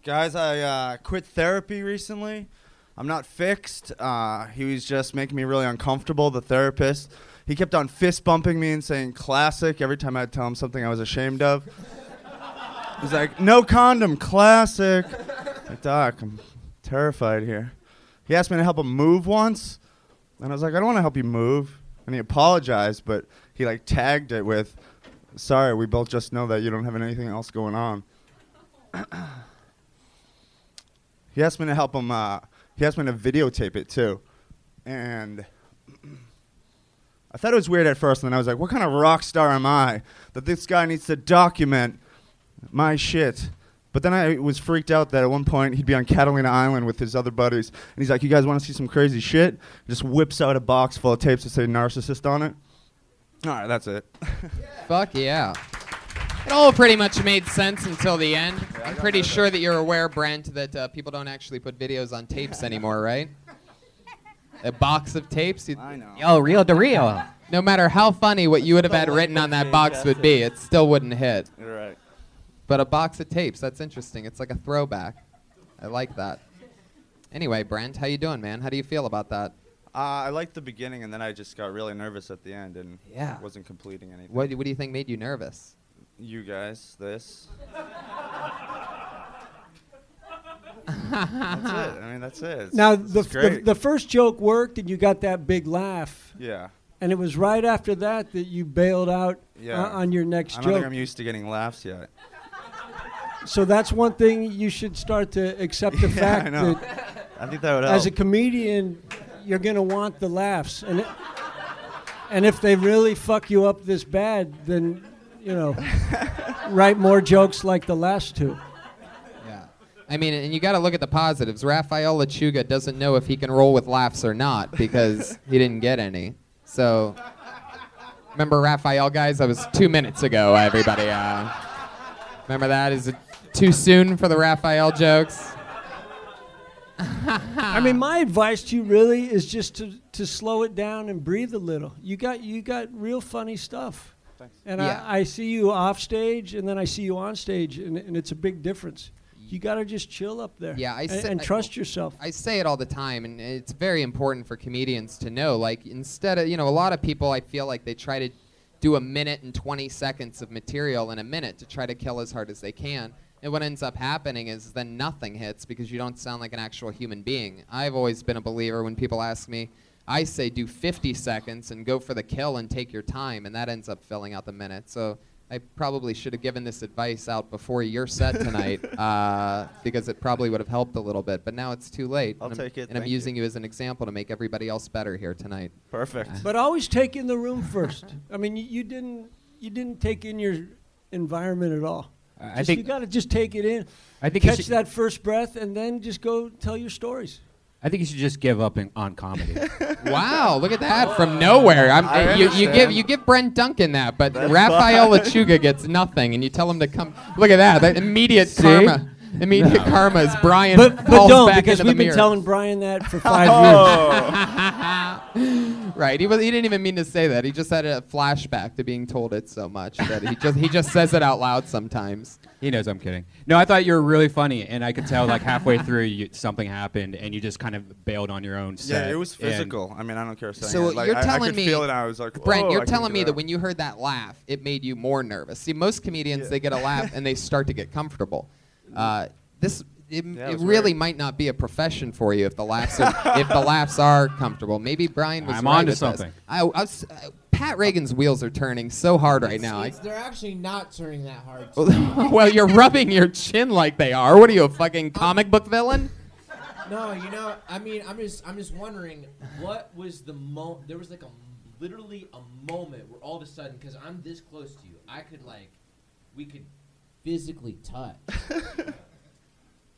Speaker 9: Guys, I uh, quit therapy recently. I'm not fixed. Uh, he was just making me really uncomfortable, the therapist. He kept on fist bumping me and saying classic every time I'd tell him something I was ashamed of. He's like, no condom, classic. Like, Doc, I'm terrified here. He asked me to help him move once, and I was like, I don't want to help you move. And he apologized, but he like tagged it with, sorry, we both just know that you don't have anything else going on. he asked me to help him. Uh, he asked me to videotape it too, and [CLEARS THROAT] I thought it was weird at first. And then I was like, "What kind of rock star am I that this guy needs to document my shit?" But then I was freaked out that at one point he'd be on Catalina Island with his other buddies, and he's like, "You guys want to see some crazy shit?" Just whips out a box full of tapes that say "narcissist" on it. All right, that's it. [LAUGHS] Uh,
Speaker 3: Fuck yeah. It all pretty much made sense until the end. I'm pretty sure that you're aware, Brent, that uh, people don't actually put videos on tapes anymore, [LAUGHS] right? A box of tapes. I know.
Speaker 1: Oh,
Speaker 10: Yo, Rio de Rio.
Speaker 3: No matter how funny what you would have had written on that box would be, it still wouldn't hit.
Speaker 9: You're right.
Speaker 3: But a box of tapes, that's interesting. It's like a throwback. I like that. Anyway, Brent, how you doing, man? How do you feel about that?
Speaker 9: Uh, I liked the beginning, and then I just got really nervous at the end and
Speaker 3: Yeah.
Speaker 9: wasn't completing anything.
Speaker 3: What, what do you think made you nervous?
Speaker 9: You guys, this. [LAUGHS] that's it. I mean, that's it. It's-
Speaker 7: Now,
Speaker 9: this
Speaker 7: the,
Speaker 9: is
Speaker 7: f- the,
Speaker 9: great.
Speaker 7: the first joke worked, and you got that big laugh.
Speaker 9: yeah.
Speaker 7: And it was right after that that you bailed out
Speaker 9: Yeah.
Speaker 7: o- on your next
Speaker 9: I don't
Speaker 7: joke.
Speaker 9: think I'm used to getting laughs yet.
Speaker 7: [LAUGHS] so that's one thing you should start to accept the
Speaker 9: [LAUGHS] Yeah, I
Speaker 7: fact
Speaker 9: know.
Speaker 7: that
Speaker 9: [LAUGHS] I think that would help.
Speaker 7: as a comedian, you're gonna want the laughs, and it, and if they really fuck you up this bad, then you
Speaker 9: [LAUGHS]
Speaker 7: know, write more jokes like the last two.
Speaker 3: Yeah. I mean, and you got to look at the positives. Raphael Lechuga doesn't know if he can roll with laughs or not because he didn't get any. So, remember Raphael, guys? That was two minutes ago, everybody. Uh, remember that? Is it too soon for the Raphael jokes?
Speaker 7: [LAUGHS] I mean, my advice to you really is just to, to slow it down and breathe a little. You got you got real funny stuff, and
Speaker 3: Yeah.
Speaker 7: I, I see you off stage, and then I see you on stage, and, and it's a big difference. You got to just chill up there.
Speaker 3: Yeah, I
Speaker 7: and,
Speaker 3: said-
Speaker 7: and
Speaker 3: I-
Speaker 7: trust yourself.
Speaker 3: I say it all the time, and it's very important for comedians to know. Like, instead of, you know, a lot of people, I feel like they try to do a minute and 20 seconds of material in a minute to try to kill as hard as they can. And what ends up happening is then nothing hits because you don't sound like an actual human being. I've always been a believer when people ask me, I say do 50 seconds and go for the kill and take your time, and that ends up filling out the minute. So I probably should have given this advice out before your set
Speaker 9: [LAUGHS]
Speaker 3: tonight uh, because it probably would have helped a little bit. But now it's too late.
Speaker 9: I'll
Speaker 3: and
Speaker 9: take
Speaker 3: I'm,
Speaker 9: it,
Speaker 3: And I'm
Speaker 9: thank you.
Speaker 3: using you. as an example to make everybody else better here tonight. Uh,
Speaker 9: Perfect.
Speaker 7: But always take in the room
Speaker 1: [LAUGHS]
Speaker 7: first. I mean, you, you didn't you didn't take in your environment at all.
Speaker 1: I
Speaker 7: Just-
Speaker 1: think-
Speaker 7: you got to just take it in.
Speaker 1: I think you
Speaker 7: catch
Speaker 1: should-
Speaker 7: that first breath, and then just go tell your stories.
Speaker 1: I think you should just give up in, on [LAUGHS] comedy.
Speaker 3: Wow, look at that from nowhere. I'm,
Speaker 9: I
Speaker 3: you, you give
Speaker 9: understand.
Speaker 3: you give Brent Duncan that, but
Speaker 9: That's
Speaker 3: Raphael Lechuga gets nothing, and you tell him to come. Look at that, that immediate
Speaker 10: See?
Speaker 3: karma. Immediate karma is Brian
Speaker 7: But but
Speaker 3: falls
Speaker 7: don't
Speaker 3: back
Speaker 7: because
Speaker 3: into the
Speaker 7: we've been
Speaker 3: mirror.
Speaker 7: telling Brian that for five years.
Speaker 9: oh,
Speaker 7: [LAUGHS]
Speaker 3: Right. He was. He didn't even mean to say that. He just had a flashback to being told it so much that he just he just says it out loud sometimes.
Speaker 1: he knows I'm kidding. No, I thought you were really funny, and I could tell like halfway through you, something happened, and you just kind of bailed on your own set.
Speaker 9: yeah, it was
Speaker 1: and-
Speaker 9: physical. I mean, I don't care. Saying
Speaker 3: So
Speaker 9: it. Like,
Speaker 3: you're
Speaker 9: I,
Speaker 3: telling
Speaker 9: I could
Speaker 3: me-
Speaker 9: feel it. and I was like,
Speaker 3: Brent,
Speaker 9: "Whoa, I
Speaker 3: you're
Speaker 9: can
Speaker 3: telling
Speaker 9: do
Speaker 3: me that when you heard that laugh, it made you more nervous. See, most comedians they get a
Speaker 9: [LAUGHS]
Speaker 3: laugh and they start to get comfortable. Uh, this it,
Speaker 9: Yeah,
Speaker 3: it
Speaker 9: it was
Speaker 3: really
Speaker 9: weird.
Speaker 3: might not be a profession for you if the laughs are, if the laughs are comfortable. Maybe Brian was
Speaker 1: I'm
Speaker 3: right
Speaker 1: onto
Speaker 3: with
Speaker 1: something.
Speaker 3: This. I, I was, uh, Pat Reagan's wheels are turning so hard right now. I,
Speaker 5: It's- they're actually not turning that hard.
Speaker 3: [LAUGHS] well, you're rubbing your chin like they are. What are you, a fucking comic book villain?
Speaker 5: No, you know, I mean, I'm just, I'm just wondering, what was the mo? There was like a
Speaker 10: literally a moment where all of a sudden, because I'm this close to you, I could like, we could physically touch.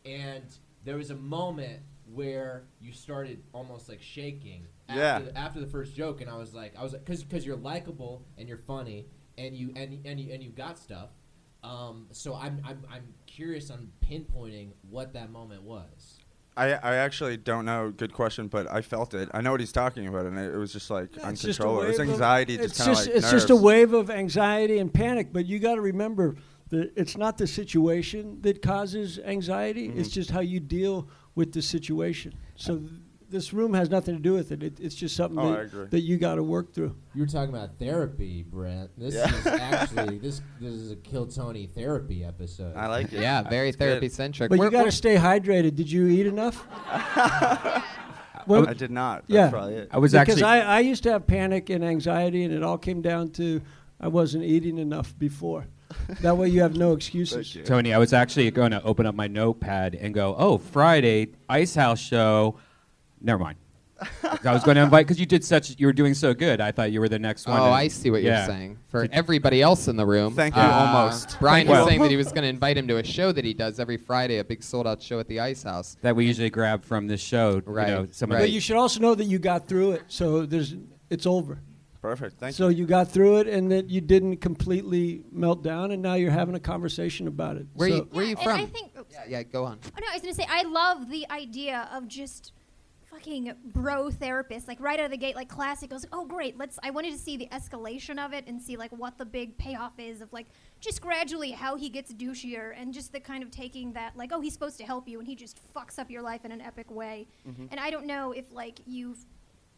Speaker 10: and there was a moment where you started almost like shaking after,
Speaker 9: Yeah.
Speaker 10: the, after the first joke, and I was like, I was because because you're likable and you're funny and you and and you and you've got stuff. Um, so I'm, I'm I'm curious on pinpointing what that moment was.
Speaker 9: I, I actually don't know. Good question, but I felt it. I know what he's talking about, and it, it was just like
Speaker 7: It's just a
Speaker 9: uncontrollable. It was
Speaker 7: wave of-
Speaker 9: Oh, anxiety,
Speaker 7: it's
Speaker 9: just kind of like
Speaker 7: it's just a
Speaker 9: nerves.
Speaker 7: wave of anxiety and panic. But you got to remember that it's not the situation that causes anxiety. It's
Speaker 9: Mhm.
Speaker 7: just how you deal with the situation. So th- this room has nothing to do with it. it it's just something
Speaker 5: Oh,
Speaker 7: that,
Speaker 5: I agree.
Speaker 7: that you got to work through.
Speaker 5: You were talking about therapy, Brent. This
Speaker 7: Yeah.
Speaker 9: [LAUGHS]
Speaker 5: is actually this this is a Kill Tony therapy episode.
Speaker 9: I like it.
Speaker 3: Yeah, very
Speaker 5: It's good.
Speaker 3: therapy centric.
Speaker 7: But you got to stay hydrated. Did you eat
Speaker 9: [LAUGHS]
Speaker 7: enough? Well-
Speaker 9: I did not. That's
Speaker 7: yeah,
Speaker 9: probably it.
Speaker 7: because I, I used to have panic and anxiety, and it all came down to I wasn't eating enough before. that way, you have no excuses.
Speaker 1: Tony, I was actually going to open up my notepad and go, oh, Friday, Ice House show. Never mind. 'Cause I was going to invite because you did such. You were doing so good. I thought you were the next one.
Speaker 3: Oh,
Speaker 1: and-
Speaker 3: I see what
Speaker 1: yeah.
Speaker 3: you're saying. For everybody else in the room, uh,
Speaker 1: Thank you, almost.
Speaker 3: Brian
Speaker 1: Thank
Speaker 3: was
Speaker 1: you.
Speaker 3: saying that he was going to invite him to a show that he does every Friday, a big sold out show at the Ice House.
Speaker 1: that we usually grab from this show.
Speaker 3: Right,
Speaker 1: You know, some
Speaker 7: But
Speaker 1: of the,
Speaker 7: you should also know that you got through it, so there's it's over.
Speaker 9: Perfect. Thank
Speaker 7: so you. got through it, and that you didn't completely melt down, and now you're having a conversation about it.
Speaker 3: Where
Speaker 7: so
Speaker 3: you Where you
Speaker 6: And I
Speaker 3: from?
Speaker 6: think. oops.
Speaker 3: Yeah, yeah, go on.
Speaker 6: Oh no, I was gonna say I love the idea of just fucking bro therapist, like right out of the gate, like classic. I was like, oh great, let's. I wanted to see the escalation of it and see like what the big payoff is of like just gradually how he gets douchier and just the kind of taking that like oh he's supposed to help you and he just fucks up your life in an epic way.
Speaker 11: Mhm.
Speaker 6: And I don't know if like you've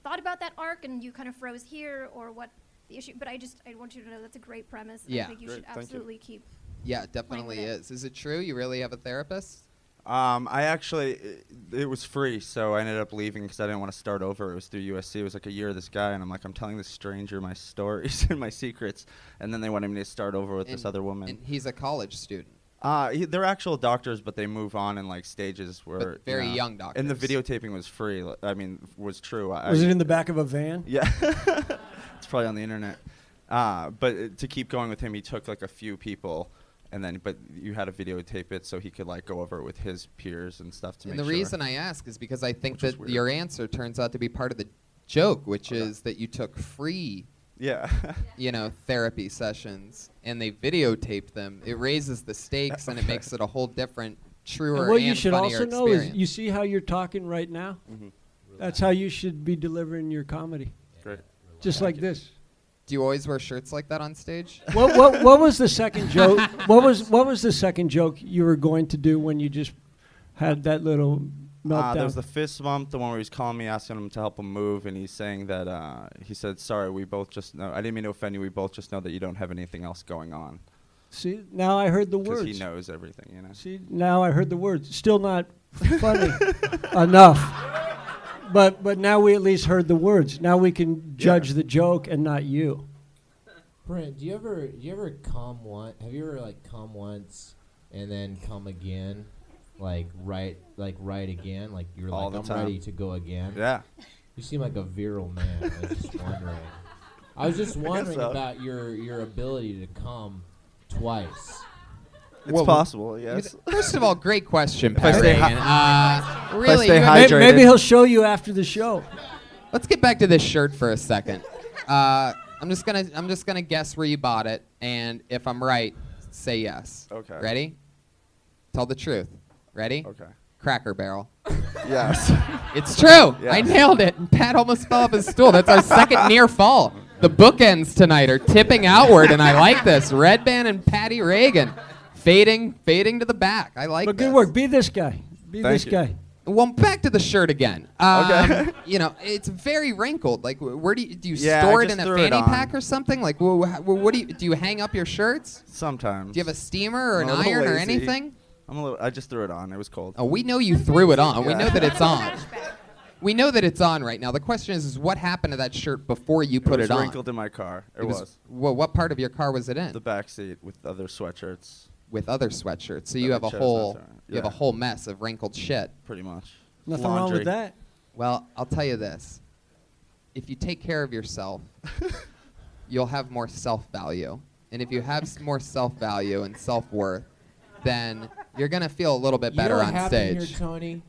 Speaker 6: thought about that arc and you kind of froze here or what the issue, but I just I want you to know that's a great premise. and
Speaker 3: Yeah.
Speaker 6: I think you
Speaker 3: Great,
Speaker 6: should
Speaker 3: thank you.
Speaker 6: absolutely keep.
Speaker 3: Yeah, it definitely is. Is it true? You really have a therapist?
Speaker 9: Um, I actually, it, it was free, so I ended up leaving because I didn't want to start over. It was through USC. It was like a year of this guy, and I'm like, I'm telling this stranger my stories [LAUGHS] and my secrets, and then they wanted me to start over with this
Speaker 3: And-
Speaker 9: other woman.
Speaker 3: And he's a college student.
Speaker 9: Uh, he, they're actual doctors, but they move on in like stages where you
Speaker 3: very
Speaker 9: know-
Speaker 3: young
Speaker 9: And the videotaping was free. li- I mean, was true. I,
Speaker 7: was
Speaker 9: I-
Speaker 7: it in the back of a van?
Speaker 9: Yeah, [LAUGHS] it's probably on the internet. Uh, but uh, to keep going with him, he took like a few people, and then but you had to videotape it so he could like go over it with his peers and stuff to
Speaker 3: And
Speaker 9: make
Speaker 3: the
Speaker 9: sure.
Speaker 3: reason I ask is because I think
Speaker 9: Which is
Speaker 3: that
Speaker 9: weird.
Speaker 3: your answer turns out to be part of the joke, which is that you took free,
Speaker 9: [LAUGHS] yeah,
Speaker 3: you know, therapy sessions and they videotaped them. It raises the stakes and it
Speaker 9: Okay. [LAUGHS]
Speaker 3: makes it a whole different, truer,
Speaker 7: And what
Speaker 3: and
Speaker 7: you should
Speaker 3: funnier
Speaker 7: also know
Speaker 3: experience.
Speaker 7: is you see how you're talking right now.
Speaker 9: Mm-hmm.
Speaker 7: That's how you should be delivering your comedy.
Speaker 9: Great.
Speaker 7: Just like this.
Speaker 3: Do you always wear shirts like that on stage?
Speaker 7: what, what, what was
Speaker 3: [LAUGHS]
Speaker 7: the second joke? What was what was the second joke you were going to do when you just had that little meltdown?
Speaker 9: Uh, there was the fist bump, the one where he's calling me, asking him to help him move, and he's saying that uh, he said, "Sorry, we both just know. I didn't mean to offend you. We both just know that you don't have anything else going on."
Speaker 7: See, now I heard the
Speaker 9: 'Cause
Speaker 7: words.
Speaker 9: he knows everything, you know.
Speaker 7: See, now I heard the words. Still not funny [LAUGHS] enough. But but now we at least heard the words. Now we can judge the joke and not you.
Speaker 5: Brent, do you ever do you ever come once? Have you ever like come once and then come again, like right like right again? Like you're
Speaker 9: All
Speaker 5: like
Speaker 9: the
Speaker 5: I'm
Speaker 9: time.
Speaker 5: ready to go again.
Speaker 9: Yeah.
Speaker 5: You seem like a virile man. I was just wondering. I was just
Speaker 9: [LAUGHS] I guess
Speaker 5: wondering
Speaker 9: so.
Speaker 5: about your your ability to come twice.
Speaker 9: It's possible, yes.
Speaker 3: First of all, great question,
Speaker 9: If I stay
Speaker 3: Perry.
Speaker 9: hy-
Speaker 3: uh,
Speaker 9: If I
Speaker 3: really,
Speaker 9: stay
Speaker 3: you-
Speaker 9: hydrated. Maybe he'll
Speaker 7: show you after the show.
Speaker 3: Let's get back to this shirt for a second. Uh, I'm just gonna I'm just gonna guess where you bought it, and if I'm right, say yes.
Speaker 9: Okay.
Speaker 3: Ready? Tell the truth. Ready?
Speaker 9: Okay.
Speaker 3: Cracker Barrel.
Speaker 9: [LAUGHS] Yes.
Speaker 3: It's true. I
Speaker 9: Yes.
Speaker 3: nailed it. And Pat almost fell off his stool. That's our
Speaker 9: [LAUGHS]
Speaker 3: second near fall. The bookends tonight are tipping outward, and I like this. Red Band and Patty Reagan, fading, fading to the back. I like. But good work.
Speaker 7: Be this guy. Be Thank this you. guy.
Speaker 3: Well, back to the shirt again. Um,
Speaker 7: Okay.
Speaker 3: [LAUGHS] you know, it's very wrinkled. Like, wh- where do you do you
Speaker 9: Yeah, I
Speaker 3: store it in
Speaker 9: just
Speaker 3: a
Speaker 9: threw it
Speaker 3: fanny
Speaker 9: on.
Speaker 3: pack or something? Like, wh- wh- what do you do? You hang up your shirts?
Speaker 9: Sometimes.
Speaker 3: Do you have a steamer or
Speaker 9: I'm
Speaker 3: an
Speaker 9: a little
Speaker 3: iron or
Speaker 9: lazy.
Speaker 3: anything?
Speaker 9: I'm a little. I just threw it on. It was cold.
Speaker 3: Oh, we know you threw it on. We
Speaker 9: Yeah.
Speaker 3: know that
Speaker 9: [LAUGHS]
Speaker 3: it's on. We know that it's on right now. The question is, is what happened to that shirt before you put
Speaker 9: it was
Speaker 3: it, on?
Speaker 9: wrinkled in my car. It was.
Speaker 3: Well, what part of your car was it in?
Speaker 9: The back seat with other sweatshirts.
Speaker 3: With other sweatshirts. So
Speaker 9: That
Speaker 3: you
Speaker 9: we
Speaker 3: have a
Speaker 9: chose,
Speaker 3: whole
Speaker 9: that's all right.
Speaker 3: you have a
Speaker 9: Yeah.
Speaker 3: whole mess of wrinkled shit.
Speaker 9: Pretty much.
Speaker 7: Nothing wrong with Laundry. that.
Speaker 3: Well, I'll tell you this. if you take care of
Speaker 5: [LAUGHS]
Speaker 3: yourself, you'll have more self value. And if you have s- more self value and self worth, then you're gonna feel a little bit better
Speaker 5: you know
Speaker 3: on
Speaker 5: what happened
Speaker 3: stage.
Speaker 5: here, Tony?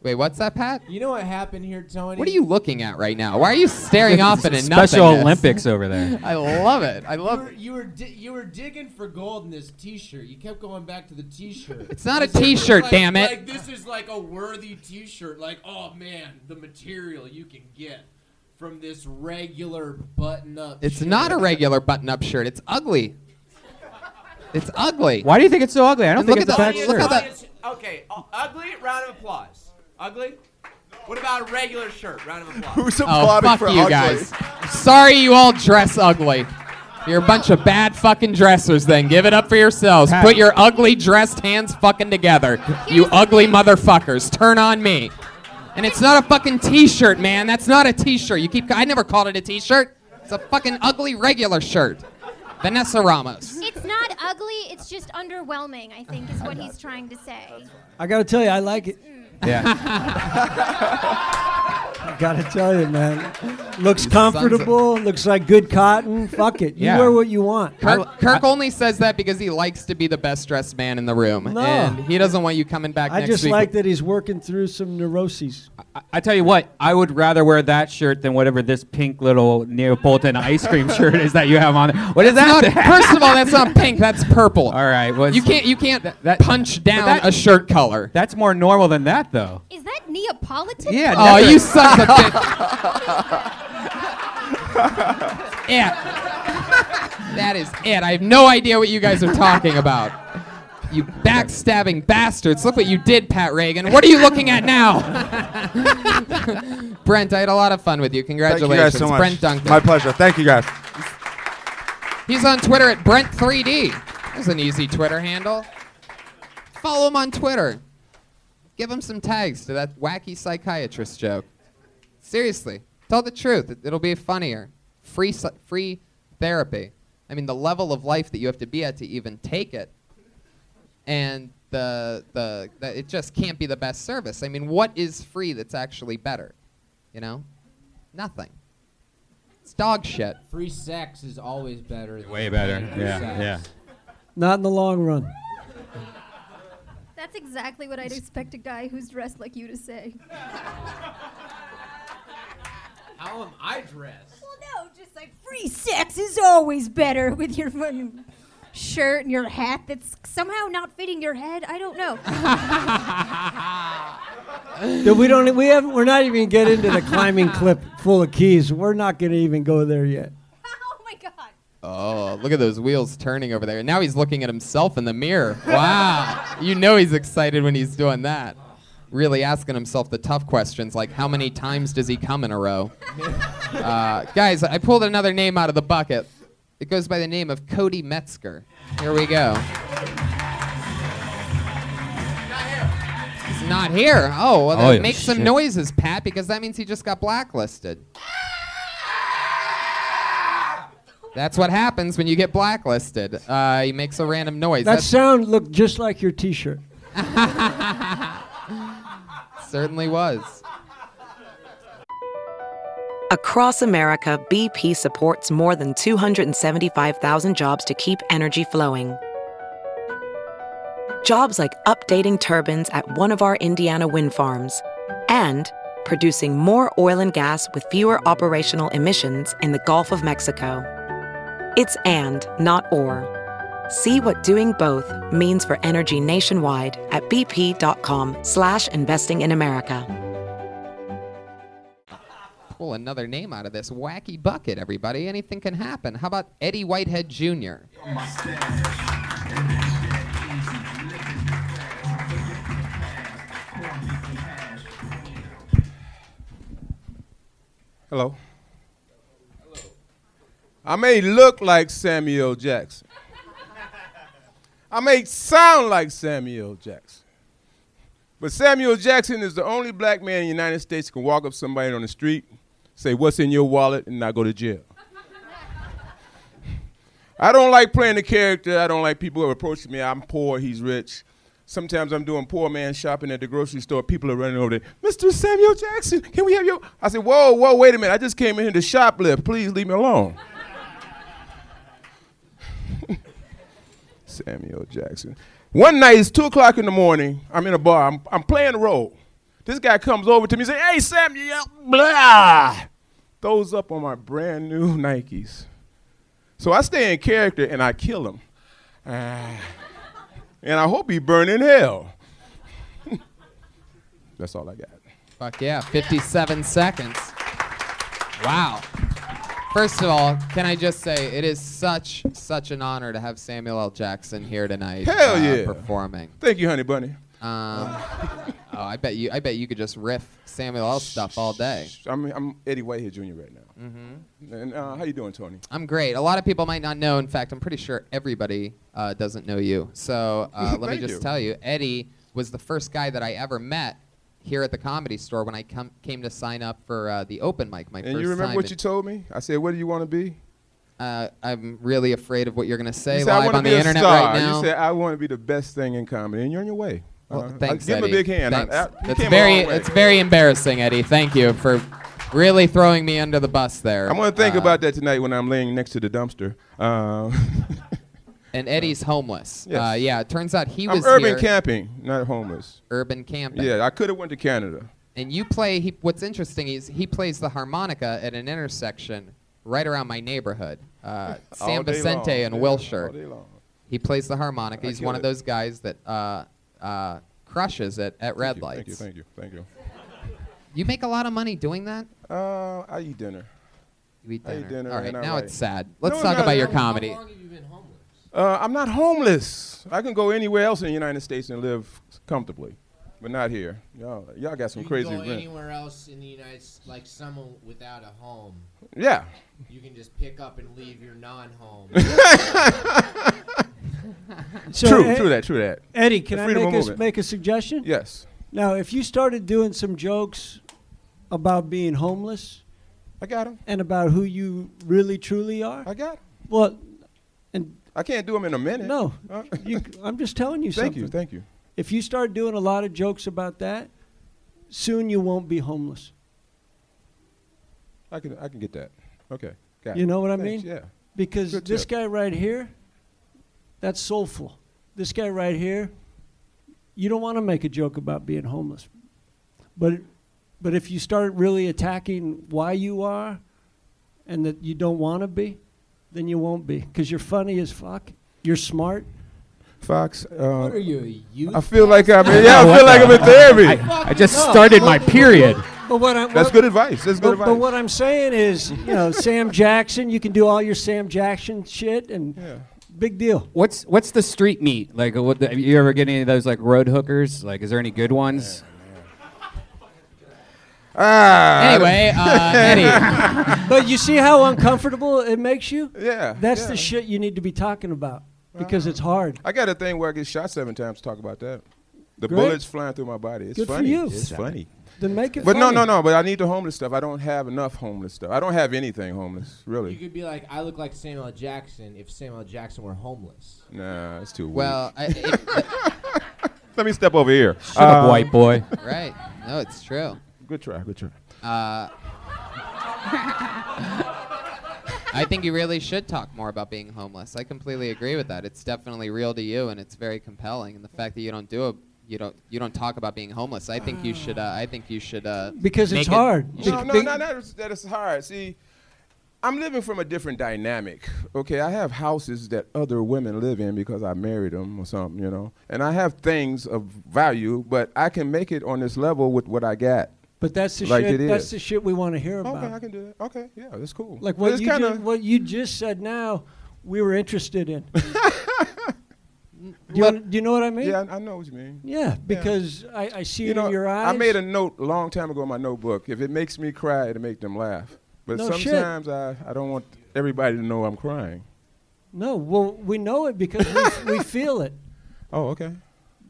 Speaker 3: Wait, what's that, Pat?
Speaker 5: You know what happened here, Tony?
Speaker 3: What are you looking at right now? Why are you staring off at a
Speaker 1: [LAUGHS] Special
Speaker 3: nothingness?
Speaker 1: Olympics over there.
Speaker 3: [LAUGHS] I love it. I love.
Speaker 5: You were you were, di- you were digging for gold in this T-shirt. You kept going back to the T-shirt.
Speaker 3: It's not a
Speaker 5: This is
Speaker 3: t-shirt,
Speaker 5: like-
Speaker 3: damn it.
Speaker 5: Like this is like a worthy T-shirt. Like oh man, the material you can get from this regular button-up.
Speaker 3: It's
Speaker 5: shirt.
Speaker 3: not a regular button-up shirt. It's ugly. It's ugly.
Speaker 1: Why do you think it's so ugly? I don't
Speaker 3: And
Speaker 1: think
Speaker 3: look
Speaker 1: it's a
Speaker 3: at
Speaker 1: bad
Speaker 3: the- look
Speaker 1: shirt.
Speaker 3: how that-
Speaker 11: Okay, uh, ugly. Round of applause. Ugly. What about a regular shirt? Round
Speaker 3: [LAUGHS]
Speaker 11: of applause.
Speaker 9: Who's
Speaker 3: Oh,
Speaker 9: applauding
Speaker 3: fuck
Speaker 9: for
Speaker 3: you
Speaker 9: ugly?
Speaker 3: guys. Sorry you all dress ugly. You're a bunch of bad fucking dressers then. Give it up for yourselves.
Speaker 1: Pat.
Speaker 3: Put your ugly dressed hands fucking together. You ugly motherfuckers. Turn on me. And it's not a fucking t-shirt, man. That's not a t-shirt. You keep I never called it a t-shirt. It's a fucking ugly regular shirt. Vanessa Ramos.
Speaker 6: It's not ugly, it's just underwhelming, I think, is what he's trying to say.
Speaker 7: I gotta tell you, I like it.
Speaker 1: Yeah.
Speaker 7: [LAUGHS] I gotta tell you, man. Looks
Speaker 3: sons of-
Speaker 7: comfortable. Looks like good cotton. Fuck it. You
Speaker 1: Yeah.
Speaker 7: wear what you want.
Speaker 3: Kirk, Kirk only says that because he likes to be the best dressed man in the room.
Speaker 7: No.
Speaker 3: And he doesn't want you coming back
Speaker 7: I
Speaker 3: next
Speaker 7: just
Speaker 3: week.
Speaker 7: like that he's working through some neuroses.
Speaker 1: I, I tell you what, I would rather wear that shirt than whatever this pink little Neapolitan
Speaker 3: [LAUGHS]
Speaker 1: ice cream shirt is that you have on. What is
Speaker 3: Not-
Speaker 1: that?
Speaker 3: first of all, that's not pink. That's purple.
Speaker 1: all right. Well,
Speaker 3: You can't you can't
Speaker 1: that-
Speaker 3: punch down
Speaker 1: that-
Speaker 3: a shirt color.
Speaker 1: That's more normal than that, though.
Speaker 6: Is that [LAUGHS] Neapolitan?
Speaker 1: Yeah.
Speaker 3: Oh,
Speaker 1: never-
Speaker 3: you son of a bitch. [LAUGHS] yeah. That is it. I have no idea what you guys are talking about. You backstabbing bastards. Look what you did, Pat Reagan. What are you looking at
Speaker 9: [LAUGHS]
Speaker 3: now? Brent, I had a lot of fun with you.
Speaker 9: Thank you
Speaker 3: Congratulations.
Speaker 9: guys so much.
Speaker 3: Brent Duncan.
Speaker 9: My pleasure. Thank you guys.
Speaker 3: He's on Twitter at Brent3D. That's an easy Twitter handle. Follow him on Twitter. Give him some tags to that wacky psychiatrist joke. Seriously, tell the truth. It- It'll be funnier. Free, psy- free therapy. I mean, the level of life that you have to be at to even take it, and the the, the it just can't be the best service. I mean, what is free that's actually better? You know, nothing. It's dog shit.
Speaker 5: Free sex is always better. Than
Speaker 1: Way better.
Speaker 5: free
Speaker 1: Yeah.
Speaker 5: sex.
Speaker 1: Yeah.
Speaker 7: Not in the long run.
Speaker 6: That's exactly what I'd expect a guy who's dressed like you to say.
Speaker 5: How am I dressed?
Speaker 6: Well, no, just like free
Speaker 5: [LAUGHS]
Speaker 6: sex is always better with your fucking shirt and your hat that's somehow not fitting your head. I don't know.
Speaker 7: Dude, we don't. We haven't. We're not even get into the climbing clip full of keys. We're not gonna even go there yet.
Speaker 6: oh my god.
Speaker 3: Oh, look at those wheels turning over there. Now he's looking at himself in the mirror. Wow. you know he's excited when he's doing that. Really asking himself the tough questions like how many times does he come in a row? uh, guys, I pulled another name out of the bucket. It goes by the name of Cody Metzger. Here we go. He's not here. Oh, well,
Speaker 1: Oh,
Speaker 3: then
Speaker 1: yeah,
Speaker 3: make some
Speaker 1: shit.
Speaker 3: noises, Pat, because that means he just got blacklisted. That's what happens when you get blacklisted. Uh, he makes a random noise.
Speaker 7: That sound looked just like your T-shirt.
Speaker 3: certainly was.
Speaker 12: Across America, BP supports more than 275,000 jobs to keep energy flowing. Jobs like updating turbines at one of our Indiana wind farms and producing more oil and gas with fewer operational emissions in the Gulf of Mexico. It's and, not or. See what doing both means for energy nationwide at bp.com slash investing in America.
Speaker 3: Pull another name out of this wacky bucket, everybody. Anything can happen. How about Eddie Whitehead Jr.?
Speaker 13: Hello. I may look like Samuel Jackson. I may sound like Samuel Jackson. But Samuel Jackson is the only black man in the United States who can walk up to somebody on the street, say, What's in your wallet, and not go to jail. I don't like playing the character. I don't like people who approach me. I'm poor, he's rich. Sometimes I'm doing poor man shopping at the grocery store. People are running over there. Mr. Samuel Jackson, can we have your? I said, whoa, whoa, wait a minute. I just came in here to shoplift. Please leave me alone. [LAUGHS] Samuel Jackson. One night, it's two o'clock in the morning. I'm in a bar. I'm, I'm playing the role. This guy comes over to me and says, Hey, Samuel, blah. Throws up on my brand new Nikes. So I stay in character and I kill him. [SIGHS] Ah. and I hope he burn in hell. [LAUGHS] That's all I got.
Speaker 3: Fuck yeah, 57 seconds. Wow. First of all, can I just say it is such such an honor to have Samuel L. Jackson here tonight.
Speaker 13: Hell
Speaker 3: uh,
Speaker 13: yeah.
Speaker 3: performing.
Speaker 13: Thank you, honey bunny.
Speaker 3: Um, [LAUGHS] oh, I bet you I bet you could just riff Samuel L. stuff all day.
Speaker 13: I'm, I'm Eddie Whitehead Jr. right now. Mm-hmm. And uh, how you doing, Tony?
Speaker 3: I'm great. A lot of people might not know. In fact, I'm pretty sure everybody uh, doesn't know you. So
Speaker 13: [LAUGHS]
Speaker 3: uh, let me
Speaker 13: Thank
Speaker 3: just
Speaker 13: you.
Speaker 3: tell you, Eddie was the first guy that I ever met here at the comedy store when I come, came to sign up for uh, the open mic. My
Speaker 13: and
Speaker 3: first
Speaker 13: you remember
Speaker 3: time
Speaker 13: what
Speaker 3: in-
Speaker 13: you told me? I said, what do you want to be?
Speaker 3: Uh, I'm really afraid of what you're going to say
Speaker 13: you said, I
Speaker 3: live
Speaker 13: wanna
Speaker 3: on
Speaker 13: be
Speaker 3: the
Speaker 13: a
Speaker 3: internet
Speaker 13: star.
Speaker 3: right now.
Speaker 13: You said, I want to be the best thing in comedy. And you're on your way.
Speaker 3: Well,
Speaker 13: Uh,
Speaker 3: thanks,
Speaker 13: Give him a
Speaker 3: Eddie.
Speaker 13: big hand. I-
Speaker 3: Thanks.
Speaker 13: I- you
Speaker 3: That's
Speaker 13: came a
Speaker 3: very,
Speaker 13: long way.
Speaker 3: it's very embarrassing, Eddie. Thank you for really throwing me under the bus there.
Speaker 13: I'm going to think
Speaker 3: Uh,
Speaker 13: about that tonight when I'm laying next to the dumpster. Uh, [LAUGHS]
Speaker 3: And Eddie's homeless.
Speaker 13: Yes.
Speaker 3: Uh, yeah, it turns out he
Speaker 13: I'm
Speaker 3: was
Speaker 13: urban
Speaker 3: here-
Speaker 13: camping, not homeless.
Speaker 3: Urban camping.
Speaker 13: Yeah, I could have went to Canada.
Speaker 3: And you play. He, what's interesting is he plays the harmonica at an intersection right around my neighborhood, uh,
Speaker 13: [LAUGHS] All
Speaker 3: San
Speaker 13: day long,
Speaker 3: Vicente in
Speaker 13: yeah,
Speaker 3: Wilshire.
Speaker 13: all day long.
Speaker 3: He plays the harmonica.
Speaker 13: I
Speaker 3: He's
Speaker 13: kill
Speaker 3: one of
Speaker 13: it.
Speaker 3: those guys that uh, uh, crushes it at red lights.
Speaker 13: Thank you, thank you, thank you.
Speaker 3: You make a lot of money doing that.
Speaker 13: Uh, I eat dinner.
Speaker 3: You eat
Speaker 13: I
Speaker 3: dinner.
Speaker 13: eat dinner.
Speaker 3: All right,
Speaker 13: and I
Speaker 3: now
Speaker 13: write.
Speaker 3: it's sad. Let's
Speaker 13: No,
Speaker 3: talk
Speaker 13: no,
Speaker 3: about your
Speaker 13: no.
Speaker 3: comedy.
Speaker 13: Uh, I'm not homeless. I can go anywhere else in the United States and live comfortably, but not here. Y'all, y'all got some
Speaker 5: you
Speaker 13: crazy
Speaker 5: can go
Speaker 13: rent.
Speaker 5: anywhere else in the United S- like someone without a home.
Speaker 13: Yeah.
Speaker 5: You can just pick up and leave your
Speaker 13: [LAUGHS]
Speaker 5: non-home.
Speaker 13: True,
Speaker 7: Ed-
Speaker 13: true that, true that.
Speaker 7: eh, Eddie, can
Speaker 13: The
Speaker 7: I
Speaker 13: freedom
Speaker 7: make
Speaker 13: of
Speaker 7: a, s-
Speaker 13: movement.
Speaker 7: make a suggestion?
Speaker 13: Yes.
Speaker 7: Now, if you started doing some jokes about being homeless,
Speaker 13: I got them,
Speaker 7: and about who you really truly are,
Speaker 13: I got them.
Speaker 7: Well, and
Speaker 13: I can't do them in a minute.
Speaker 7: No,
Speaker 13: Uh,
Speaker 7: you, I'm just telling you
Speaker 13: [LAUGHS] Thank
Speaker 7: something.
Speaker 13: you, thank you.
Speaker 7: If you start doing a lot of jokes about that, soon you won't be homeless.
Speaker 13: I can, I can get that. Okay, got
Speaker 7: You
Speaker 13: it.
Speaker 7: know what I
Speaker 13: Thanks,
Speaker 7: mean?
Speaker 13: Yeah.
Speaker 7: Because
Speaker 13: Good
Speaker 7: this
Speaker 13: tip.
Speaker 7: guy right here, that's soulful. This guy right here, you don't want to make a joke about being homeless. But but if you start really attacking why you are and that you don't want to be, then you won't be cuz you're funny as fuck. You're smart.
Speaker 13: Fox. Uh,
Speaker 5: what are you, a youth?
Speaker 13: I feel like I'm in, yeah,
Speaker 1: know
Speaker 13: I
Speaker 1: what
Speaker 13: feel
Speaker 1: the-
Speaker 13: like I'm in therapy.
Speaker 1: I- I just started my period.
Speaker 7: But what I,
Speaker 13: That's good advice. That's
Speaker 7: but,
Speaker 13: good
Speaker 7: but
Speaker 13: advice.
Speaker 7: what I'm saying is, you know, Sam Jackson, you can do all your Sam Jackson shit and big deal.
Speaker 1: What's what's the street meat like? uh, What the, have you ever get any of those like road hookers? Like, is there any good ones?
Speaker 13: Ah.
Speaker 3: Anyway, uh, Eddie.
Speaker 13: [LAUGHS]
Speaker 7: But you see how uncomfortable it makes you?
Speaker 13: Yeah,
Speaker 7: That's
Speaker 13: yeah. Uh-huh.
Speaker 7: the shit you need to be talking about because it's hard.
Speaker 13: I got a thing where I get shot seven times. Talk about that. The
Speaker 7: Great.
Speaker 13: bullets flying through my body. It's
Speaker 7: Good for
Speaker 13: funny.
Speaker 7: you.
Speaker 13: It's
Speaker 7: Seven.
Speaker 13: funny.
Speaker 7: Then make it
Speaker 13: But no,
Speaker 7: funny.
Speaker 13: no, no. But I need the homeless stuff. I don't have enough homeless stuff. I don't have anything homeless,
Speaker 5: You
Speaker 13: really.
Speaker 5: could be like, I look like Samuel L. Jackson if Samuel L. Jackson were homeless.
Speaker 13: Nah, it's too
Speaker 3: Well, I,
Speaker 13: [LAUGHS] Let me step over here. Um,
Speaker 1: Shut up, white boy.
Speaker 3: right. No, it's true.
Speaker 13: Good try. Good try.
Speaker 3: Uh, [LAUGHS] I think you really should talk more about being homeless. I completely agree with that. It's definitely real to you, and it's very compelling. And the fact that you don't do a you don't you don't talk about being homeless. I think you should. Uh, I think you should. Uh,
Speaker 7: Because it's
Speaker 3: make it-
Speaker 7: hard.
Speaker 3: you should
Speaker 13: No, no,
Speaker 7: think-
Speaker 13: no, that is, that is hard. See, I'm living from a different dynamic. Okay, I have houses that other women live in because I married them or something, you know. And I have things of value, but I can make it on this level with what I got.
Speaker 7: But that's the
Speaker 13: Like
Speaker 7: shit.
Speaker 13: it
Speaker 7: That's
Speaker 13: is.
Speaker 7: the shit we want to hear about.
Speaker 13: Okay, I can do that. Okay, yeah, that's cool.
Speaker 7: Like
Speaker 13: But
Speaker 7: what
Speaker 13: it's
Speaker 7: you
Speaker 13: kinda-
Speaker 7: ju- what you just said now, we were interested
Speaker 13: [LAUGHS]
Speaker 7: in. do, you,
Speaker 13: Let-
Speaker 7: un- do you know what I mean?
Speaker 13: Yeah, I, I know what you mean.
Speaker 7: Yeah, because I, I see
Speaker 13: You
Speaker 7: it
Speaker 13: know,
Speaker 7: in your eyes.
Speaker 13: I made a note a long time ago in my notebook. If it makes me cry, it'll make them laugh. But
Speaker 7: No shit.
Speaker 13: sometimes I, I don't want everybody to know I'm crying.
Speaker 7: no. Well, we know it because
Speaker 13: [LAUGHS]
Speaker 7: we, we feel it
Speaker 13: Oh, okay.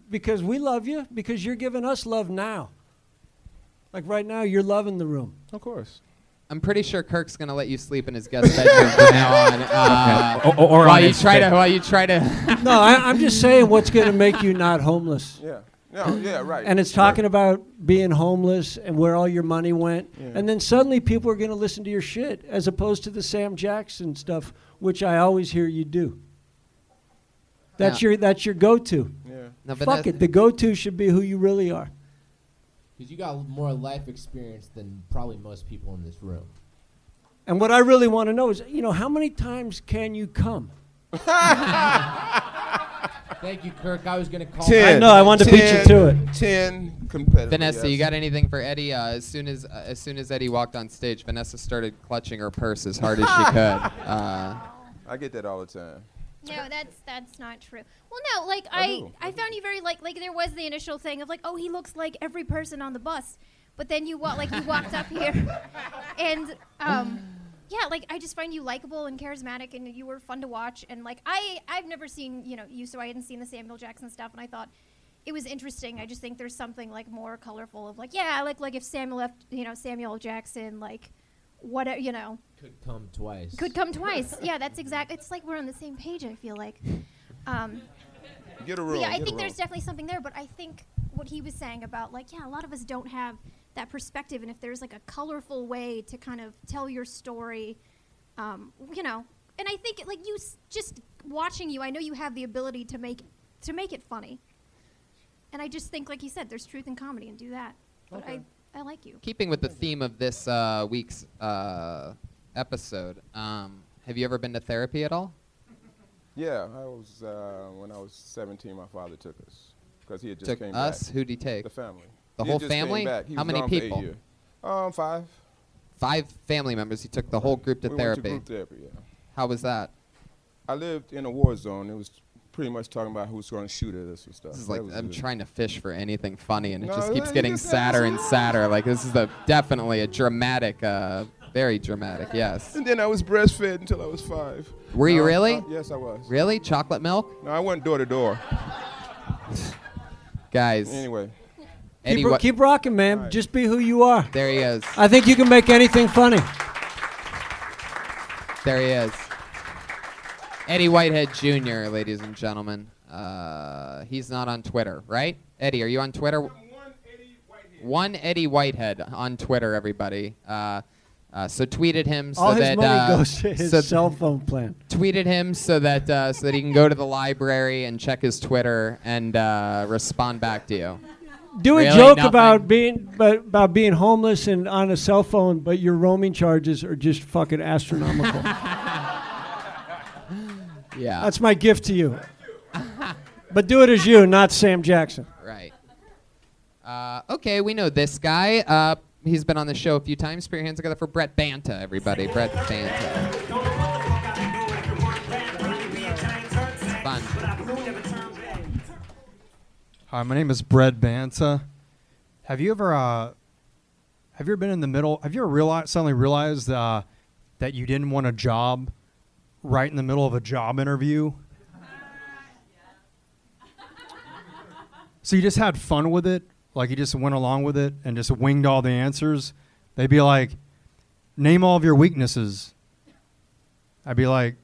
Speaker 7: because we love you because you're giving us love now. Like right now, you're loving the room.
Speaker 13: Of course.
Speaker 3: I'm pretty sure Kirk's gonna let you sleep in his guest bedroom from now on. Uh,
Speaker 14: [LAUGHS] Okay. O- or on
Speaker 3: while you
Speaker 14: his
Speaker 3: try
Speaker 14: bed.
Speaker 3: to, while you try to.
Speaker 7: [LAUGHS] no, I,
Speaker 3: [LAUGHS]
Speaker 7: I'm just saying what's going to make you not homeless.
Speaker 13: Yeah. No, yeah, right.
Speaker 7: And it's talking about being homeless and where all your money went.
Speaker 13: Yeah.
Speaker 7: And then suddenly people are going to listen to your shit as opposed to the Sam Jackson stuff, which I always hear you do. That's
Speaker 3: Yeah.
Speaker 7: your that's your go-to.
Speaker 13: Yeah.
Speaker 3: No, but
Speaker 7: Fuck
Speaker 3: that-
Speaker 7: it. The go-to should be who you really are.
Speaker 5: Because you got more life experience than probably most people in this room.
Speaker 7: And what I really want to know is, you know, how many times can you
Speaker 13: [LAUGHS]
Speaker 7: come?
Speaker 5: Thank you, Kirk. I was gonna call.
Speaker 7: Ten. I know, I wanted to beat you to it.
Speaker 13: Ten competitive.
Speaker 3: Vanessa, you
Speaker 13: yes.
Speaker 3: got anything for Eddie? Uh, as soon as uh, as soon as Eddie walked on stage, Vanessa started clutching her purse as hard as
Speaker 13: [LAUGHS]
Speaker 3: she could. Uh,
Speaker 13: I get that all the time.
Speaker 6: No, that's that's not true. Well, no, like I I, found you very like like there was the initial thing of like oh he looks like every person on the bus, but then you wa- like you walked up [LAUGHS] here, and um yeah like I just find you likable and charismatic and you were fun to watch and like I I've never seen you know you so I hadn't seen the Samuel Jackson stuff and I thought. It was interesting. I just think there's something like more colorful of like, yeah, like like if Samuel, F, you know, Samuel Jackson, like, what, you know,
Speaker 5: Could come twice.
Speaker 6: could come twice. Yeah, that's exact. It's like we're on the same page. I feel like. Um,
Speaker 13: Get a
Speaker 6: but
Speaker 13: room.
Speaker 6: yeah, I
Speaker 13: get a
Speaker 6: think there's
Speaker 13: room.
Speaker 6: definitely something there, but I think what he was saying about like, yeah, a lot of us don't have that perspective, and if there's like a colorful way to kind of tell your story, um, you know, and I think like you s- just watching you, I know you have the ability to make to make it funny, and I just think like he said, there's truth in comedy, and do that. But I I like you.
Speaker 3: keeping with the theme of this uh, week's uh, episode, um, have you ever been to therapy at all?
Speaker 13: Yeah, I was uh, when I was 17. My father took us because he had just
Speaker 3: Took
Speaker 13: came
Speaker 3: us?
Speaker 13: back.
Speaker 3: Who'd he take?
Speaker 13: The family.
Speaker 3: The
Speaker 13: He
Speaker 3: whole
Speaker 13: just came
Speaker 3: family?
Speaker 13: back. He
Speaker 3: How
Speaker 13: was
Speaker 3: many
Speaker 13: gone for eight
Speaker 3: people?
Speaker 13: years. Um, five.
Speaker 3: Five family members. You took the whole group to
Speaker 13: we
Speaker 3: therapy.
Speaker 13: Went to group therapy. Yeah.
Speaker 3: How was that?
Speaker 13: I lived in a war zone. It was pretty much talking about who's going to shoot at us and stuff.
Speaker 3: This is
Speaker 13: That
Speaker 3: like
Speaker 13: was
Speaker 3: I'm
Speaker 13: good.
Speaker 3: trying to fish for anything funny, and it
Speaker 13: No,
Speaker 3: just keeps
Speaker 13: you
Speaker 3: getting
Speaker 13: just-
Speaker 3: sadder and sadder. Like this is a definitely a dramatic, uh, very dramatic. Yes.
Speaker 13: And then I was breastfed until I was five.
Speaker 3: Were you
Speaker 13: Uh,
Speaker 3: really?
Speaker 13: uh, yes, I was.
Speaker 3: Really? Chocolate milk?
Speaker 13: No, I went door to door.
Speaker 3: Guys.
Speaker 13: Anyway,
Speaker 3: Eddie,
Speaker 7: keep, ro-
Speaker 3: what-
Speaker 7: keep rocking, man. Just be who you are.
Speaker 3: there he is.
Speaker 7: I think you can make anything funny.
Speaker 3: There he is. Eddie Whitehead Jr., ladies and gentlemen. Uh, he's not on Twitter, right? Eddie, are you on Twitter? one Eddie Whitehead on Twitter, everybody. Uh, uh, so tweeted him so
Speaker 7: All his
Speaker 3: that
Speaker 7: money
Speaker 3: uh,
Speaker 7: goes to his
Speaker 3: so
Speaker 7: cell phone plan.
Speaker 3: tweeted him so that uh, so that he can go to the library and check his Twitter and uh, respond back to you.
Speaker 7: Do a
Speaker 3: Really?
Speaker 7: joke
Speaker 3: Nothing?
Speaker 7: about being but about being homeless and on a cell phone, but your roaming charges are just fucking astronomical.
Speaker 3: [LAUGHS] Yeah.
Speaker 7: That's my gift to you. But do it as you, not Sam Jackson.
Speaker 3: Right. Uh, okay, we know this guy. Uh, he's been on the show a few times. Put your hands together for Brett Banta, everybody. Brett Banta. Fun.
Speaker 15: Hi, my name is Brad Banta. Have you ever, uh, have you ever been in the middle? Have you ever realized suddenly realized uh, that you didn't want a job, right in the middle of a job interview? so you just had fun with it, like you just went along with it and just winged all the answers. They'd be like, "Name all of your weaknesses." I'd be like,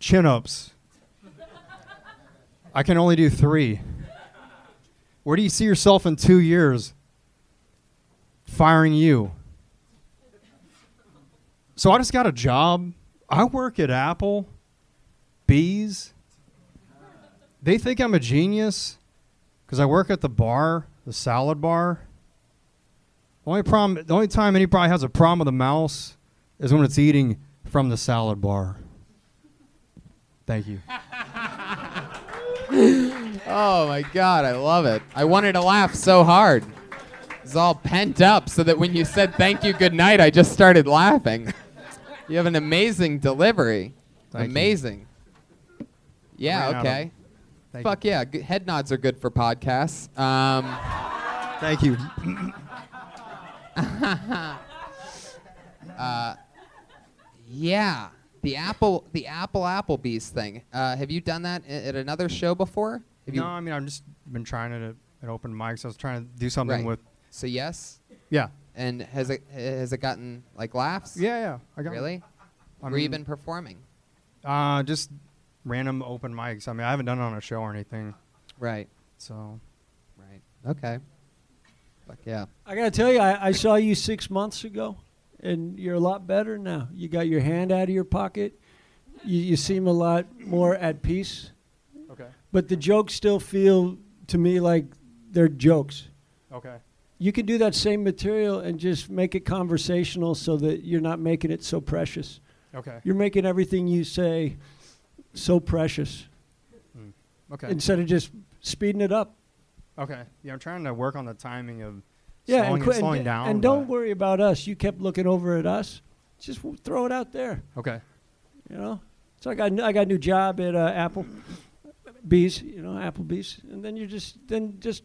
Speaker 15: "Chin ups." I can only do three. Where do you see yourself in two years? Firing you. So I just got a job. I work at Apple. Bees. They think I'm a genius because I work at the bar, the salad bar. The only problem, the only time anybody has a problem with a mouse is when it's eating from the salad bar. Thank you.
Speaker 3: Oh my God, I love it. I wanted to laugh so hard. It's all pent up so that when you said thank you, good night, I just started laughing. You have an amazing delivery.
Speaker 15: Thank you.
Speaker 3: amazing.
Speaker 15: I ran
Speaker 3: Yeah,
Speaker 15: out of-
Speaker 3: okay.
Speaker 15: Thank
Speaker 3: Fuck yeah. G- head nods are good for podcasts. Um, [LAUGHS]
Speaker 15: Thank you.
Speaker 3: Uh, yeah. The Apple, the Apple Applebee's thing. Uh, have you done that a- at another show before? Have
Speaker 15: No,
Speaker 3: you,
Speaker 15: I mean I've just been trying it at, at open mics. I was trying to do something
Speaker 3: Right.
Speaker 15: with
Speaker 3: So yes.
Speaker 15: yeah,
Speaker 3: And has it has it gotten like laughs?
Speaker 15: Yeah, yeah, I got-
Speaker 3: really.
Speaker 15: I
Speaker 3: Where you
Speaker 15: mean-
Speaker 3: been performing?
Speaker 15: Uh, just random open mics. I mean, I haven't done it on a show or anything.
Speaker 3: Right.
Speaker 15: So.
Speaker 3: Right. Okay. Fuck yeah.
Speaker 7: I gotta tell you, I, I saw you six months ago, and you're a lot better now. You got your hand out of your pocket. You, you seem a lot more at peace.
Speaker 15: Okay.
Speaker 7: But the jokes still feel to me like they're jokes.
Speaker 15: Okay.
Speaker 7: You can do that same material and just make it conversational so that you're not making it so precious.
Speaker 15: Okay.
Speaker 7: You're making everything you say so precious.
Speaker 15: Hmm. Okay.
Speaker 7: Instead of just speeding it up.
Speaker 15: Okay. Yeah, I'm trying to work on the timing of
Speaker 7: Yeah,
Speaker 15: slowing,
Speaker 7: and, quit,
Speaker 15: slowing
Speaker 7: and,
Speaker 15: down.
Speaker 7: and don't worry about us. You kept looking over at us. Just w- throw it out there.
Speaker 15: but- Okay.
Speaker 7: You know. So I got a new- I got a new job at uh, Apple, Bees. You know, Applebee's, and then you just then just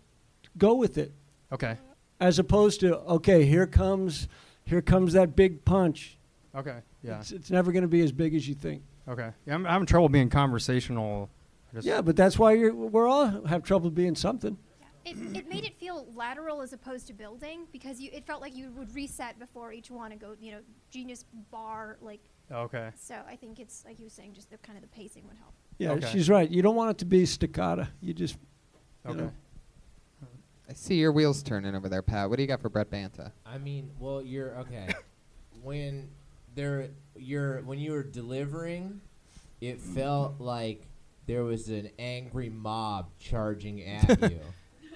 Speaker 7: go with it.
Speaker 15: Okay.
Speaker 7: As opposed to okay, here comes here comes that big punch.
Speaker 15: Okay. Yeah.
Speaker 7: It's, it's never going to be as big as you think.
Speaker 15: Okay. Yeah, I'm I'm having trouble being conversational. I just-
Speaker 7: Yeah, but that's why you're we're all have trouble being something.
Speaker 6: It, it made it feel lateral as opposed to building because you it felt like you would reset before each one and go you know genius bar like.
Speaker 15: Okay.
Speaker 6: So I think it's like you were saying, just the kind of the pacing would help.
Speaker 7: Yeah,
Speaker 15: Okay.
Speaker 7: she's right. You don't want it to be staccato. You just you know.
Speaker 3: I see your wheels turning over there, Pat. What do you got for Brett Banta?
Speaker 5: I mean, well, you're okay. when there, you're when you were delivering, it felt like there was an angry mob charging at you.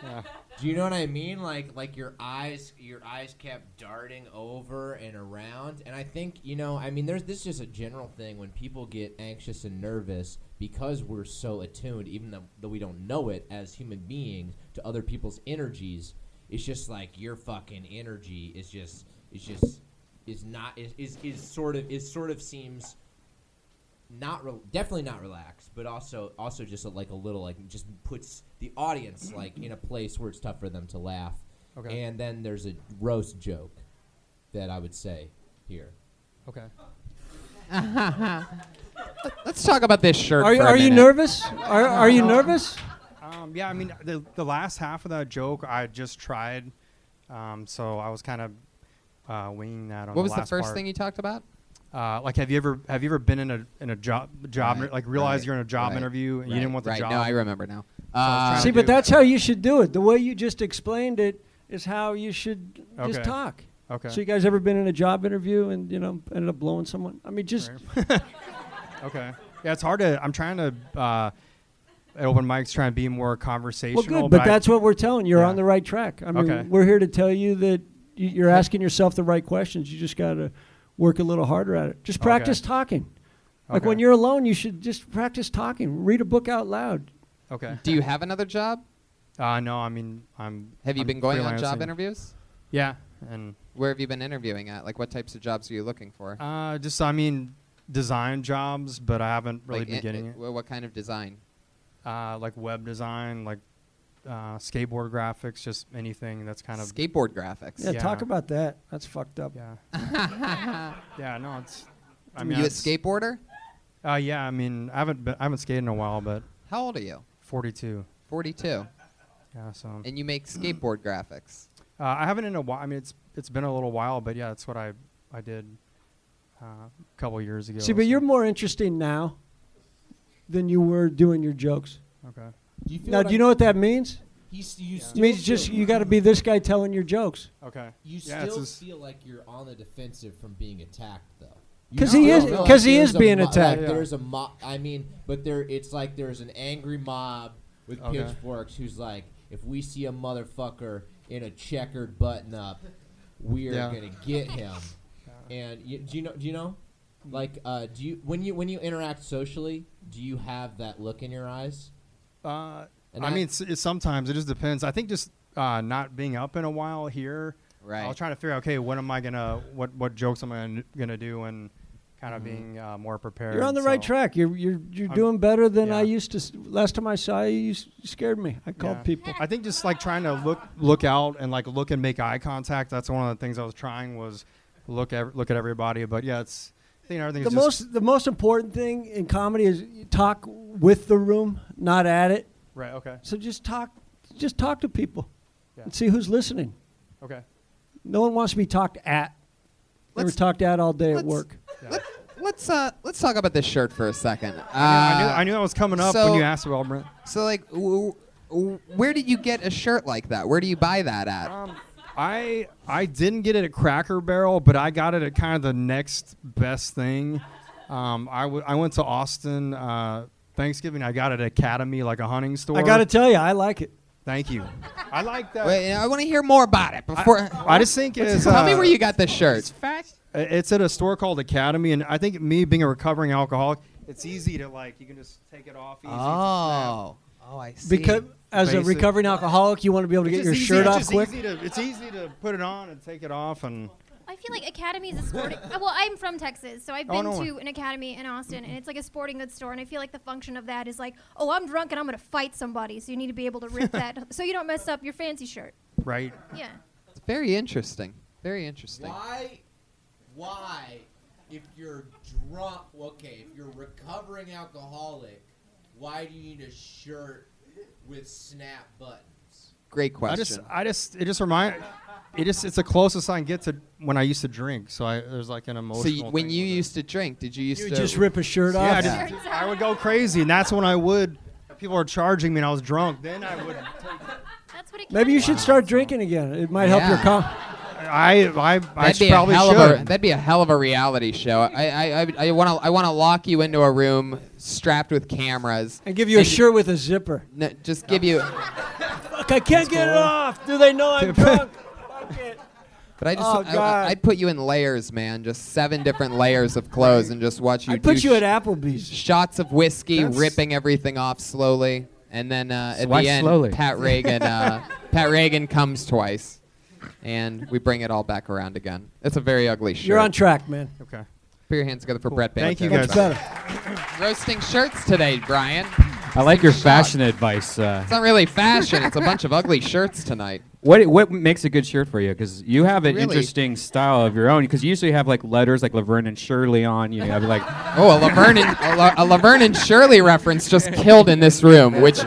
Speaker 15: Yeah.
Speaker 5: Do you know what I mean? Like, like your eyes, your eyes kept darting over and around. And I think you know, I mean, there's this is just a general thing when people get anxious and nervous because we're so attuned, even though, though we don't know it as human beings, to other people's energies. It's just like your fucking energy is just, is just, is not, is is, is sort of, is sort of seems not re- definitely not relaxed, but also also just a, like a little like just puts the audience like in a place where it's tough for them to laugh.
Speaker 15: Okay.
Speaker 5: And then there's a roast joke that I would say here.
Speaker 15: Okay.
Speaker 3: Let's talk about this shirt.
Speaker 7: Are you
Speaker 3: for a
Speaker 7: are you
Speaker 3: minute.
Speaker 7: nervous? Are are you nervous?
Speaker 15: Um, yeah, I mean, the, the last half of that joke I just tried, um, so I was kind of uh, winging that on.
Speaker 3: What was the
Speaker 15: last
Speaker 3: first
Speaker 15: part.
Speaker 3: thing you talked about?
Speaker 15: Uh, like, have you ever have you ever been in a in a job job
Speaker 3: Right,
Speaker 15: like realize
Speaker 3: right,
Speaker 15: you're in a job
Speaker 3: right,
Speaker 15: interview and you
Speaker 3: right,
Speaker 15: didn't want the
Speaker 3: right.
Speaker 15: job?
Speaker 3: No, I remember now.
Speaker 15: So I was trying to
Speaker 7: See, but
Speaker 15: do-
Speaker 7: that's how you should do it. The way you just explained it is how you should
Speaker 15: Okay.
Speaker 7: just talk.
Speaker 15: Okay.
Speaker 7: So you guys ever been in a job interview and you know ended up blowing someone? I mean, just
Speaker 15: [LAUGHS] Okay. Yeah, it's hard to. I'm trying to. Uh, at open mics, trying to be more conversational.
Speaker 7: well, good. But
Speaker 15: I-
Speaker 7: that's what we're telling you. You're
Speaker 15: Yeah.
Speaker 7: on the right track. I mean,
Speaker 15: Okay.
Speaker 7: we're here to tell you that y- you're asking yourself the right questions. You just got to work a little harder at it. Just
Speaker 15: Okay.
Speaker 7: practice talking. Like
Speaker 15: Okay.
Speaker 7: when you're alone, you should just practice talking. Read a book out loud.
Speaker 15: Okay.
Speaker 3: Do you have another job?
Speaker 15: Uh, no, I mean, I'm.
Speaker 3: Have you
Speaker 15: I'm
Speaker 3: been going on job
Speaker 15: freelancing.
Speaker 3: interviews?
Speaker 15: Yeah, and
Speaker 3: Where have you been interviewing at? Like, what types of jobs are you looking for?
Speaker 15: uh, just I mean, design jobs, but I haven't really
Speaker 3: Like,
Speaker 15: been
Speaker 3: i-
Speaker 15: getting
Speaker 3: i-
Speaker 15: it.
Speaker 3: wh- What kind of design?
Speaker 15: Uh, like web design, like uh, skateboard graphics, just anything that's kind of
Speaker 3: skateboard graphics.
Speaker 7: Yeah, talk about that. That's fucked up.
Speaker 15: Yeah. [LAUGHS] yeah, no, it's. I
Speaker 3: You
Speaker 15: mean,
Speaker 3: a
Speaker 15: it's-
Speaker 3: skateboarder?
Speaker 15: Uh, yeah, I mean, I haven't been, I haven't skated in a while, but
Speaker 3: How old are you?
Speaker 15: 42.
Speaker 3: 42.
Speaker 15: Yeah, so.
Speaker 3: And you make skateboard graphics.
Speaker 15: Uh, I haven't in a while. I mean, it's it's been a little while, but yeah, that's what I I did uh, a couple years ago.
Speaker 7: See, but you're more interesting now than you were doing your jokes.
Speaker 15: okay.
Speaker 5: Do you feel
Speaker 7: Now,
Speaker 5: what
Speaker 7: do you
Speaker 5: I-
Speaker 7: know what that means?
Speaker 5: He's you
Speaker 7: It
Speaker 5: still
Speaker 7: means just
Speaker 5: feel-
Speaker 7: you got to be this guy telling your jokes.
Speaker 15: Okay.
Speaker 5: You
Speaker 15: Yeah, it's
Speaker 5: still
Speaker 15: just-
Speaker 5: feel like you're on the defensive from being attacked, though.
Speaker 7: 'Cause
Speaker 5: You
Speaker 7: he
Speaker 5: still
Speaker 7: is-
Speaker 5: feel
Speaker 7: 'cause he
Speaker 5: there's
Speaker 7: is
Speaker 5: a
Speaker 7: being
Speaker 5: mo-
Speaker 7: attacked.
Speaker 5: like
Speaker 7: Yeah.
Speaker 5: There's a mob. I mean, but there, it's like there's an angry mob with
Speaker 15: Okay.
Speaker 5: pitchforks who's like, if we see a motherfucker in a checkered button up, we are
Speaker 15: Yeah.
Speaker 5: gonna get
Speaker 7: [LAUGHS]
Speaker 5: him. And you, do you know? Do you know? Like, uh, do you when you when you interact socially, do you have that look in your eyes?
Speaker 15: Uh,
Speaker 5: And
Speaker 15: I,
Speaker 5: I-
Speaker 15: mean, it's, it's sometimes it just depends. I think just uh, not being up in a while here.
Speaker 3: Right.
Speaker 15: I'll try to figure out okay, what am I gonna what what jokes am I gonna, gonna do and
Speaker 3: Mm-hmm.
Speaker 15: kind of being uh, more prepared.
Speaker 7: You're on the right
Speaker 15: so-
Speaker 7: track. You're you're you're
Speaker 15: I'm-
Speaker 7: doing better than I
Speaker 15: yeah.
Speaker 7: used to. s- Last time I saw you, you s- you scared me. I called
Speaker 15: Yeah.
Speaker 7: people.
Speaker 15: I think just like trying to look look out and like look and make eye contact. That's one of the things I was trying was look ev- look at everybody. But yeah, it's I think everything
Speaker 7: The
Speaker 15: is just
Speaker 7: most the most important thing in comedy is you talk with the room, not at it.
Speaker 15: right. Okay.
Speaker 7: So just talk, just talk to people,
Speaker 15: Yeah.
Speaker 7: and see who's listening.
Speaker 15: Okay.
Speaker 7: No one wants to be talked at. They were talked at all day at work.
Speaker 3: Let's uh, let's talk about this shirt for a second. Uh,
Speaker 7: I knew- I knew that was coming up when you
Speaker 15: asked about Brent.
Speaker 3: So like, w- w- where did you get a shirt like that? Where do you buy that at?
Speaker 15: Um, I I didn't get it at Cracker Barrel, but I got it at kind of the next best thing. Um, I, w- I went to Austin uh, Thanksgiving. I got it at Academy, like a hunting store.
Speaker 7: I got to tell you, I like it.
Speaker 15: Thank you. I like that.
Speaker 3: Wait, I want to hear more about it before.
Speaker 15: I just think it is.
Speaker 3: Tell me
Speaker 15: uh,
Speaker 3: where you got this shirt.
Speaker 15: It's at a store called Academy, and I think me being a recovering alcoholic, it's easy to like. You can just take it off. Easy.
Speaker 3: Oh, oh, I see.
Speaker 7: Because as a
Speaker 15: Basic.
Speaker 7: recovering alcoholic, you want to be able to
Speaker 15: It's
Speaker 7: get your
Speaker 15: just easy-
Speaker 7: shirt
Speaker 15: it's
Speaker 7: off
Speaker 15: just
Speaker 7: quick.
Speaker 15: easy to- it's easy to put it on and take it off, and
Speaker 6: I feel like Academy is a sporting.
Speaker 15: [LAUGHS]
Speaker 6: uh, well, I'm from Texas, so I've
Speaker 15: Oh,
Speaker 6: been
Speaker 15: no.
Speaker 6: to an Academy in Austin, and it's like a sporting goods store. And I feel like the function of that is like, oh, I'm drunk and I'm gonna fight somebody, so you need to be able to rip
Speaker 15: [LAUGHS]
Speaker 6: that, so you don't mess up your fancy shirt.
Speaker 15: right.
Speaker 6: Yeah.
Speaker 3: It's very interesting. Very interesting.
Speaker 10: Why? Why? If you're drunk, well, okay. If you're a recovering alcoholic, why do you need a shirt with snap buttons?
Speaker 3: Great
Speaker 15: I
Speaker 3: question.
Speaker 15: just, I just, it just remind, it just, it's the closest I can get to when I used to drink. So I, there's like an emotional.
Speaker 3: so you, when you used to drink, did you used
Speaker 15: You
Speaker 3: to
Speaker 15: just rip
Speaker 7: a shirt
Speaker 15: yeah, I, just, I would go crazy, and that's when I would. People are charging me, and I was drunk. Then I would.
Speaker 7: Maybe you should start drinking again. Uh, It might help your
Speaker 3: Yeah.
Speaker 7: con.
Speaker 15: I, I, I
Speaker 3: That'd be,
Speaker 15: probably
Speaker 3: a hell
Speaker 15: should.
Speaker 3: of a, that'd be a hell of a reality show. I I, I, I want to I want to lock you into a room strapped with cameras
Speaker 7: And give you a shirt with a zipper.
Speaker 3: n- just give you.
Speaker 7: Fuck, I can't get it off. Do they know
Speaker 15: [LAUGHS]
Speaker 7: I'm drunk? Fuck it.
Speaker 3: But I just
Speaker 7: Oh,
Speaker 3: I- I,
Speaker 7: God.
Speaker 3: I'd put you in layers, man. Just seven different layers of clothes and just watch you.
Speaker 7: I'd put
Speaker 3: do
Speaker 7: you
Speaker 3: sh-
Speaker 7: at Applebee's.
Speaker 3: Shots of whiskey,
Speaker 7: That's-
Speaker 3: ripping everything off slowly, and then uh, at
Speaker 1: Why
Speaker 3: the end,
Speaker 1: slowly?
Speaker 3: Pat Reagan.
Speaker 15: [LAUGHS]
Speaker 3: Uh, Pat Reagan comes twice, and we bring it all back around again. It's a very ugly shirt.
Speaker 7: You're on track, man.
Speaker 15: Okay.
Speaker 3: Put your hands together for Brett Band.
Speaker 15: Thank you
Speaker 3: everybody.
Speaker 15: guys. That's
Speaker 3: Roasting shirts today, Brian.
Speaker 1: I like your fashion advice. Uh,
Speaker 3: It's not really fashion. it's a bunch of ugly shirts tonight.
Speaker 1: What what makes a good shirt for you? Because you have an
Speaker 3: Really?
Speaker 1: interesting style of your own. Because you usually have like letters like Laverne and Shirley on. You have like
Speaker 3: [LAUGHS] Oh, a Laverne and, a, La- a Laverne and Shirley reference just killed in this room. Which,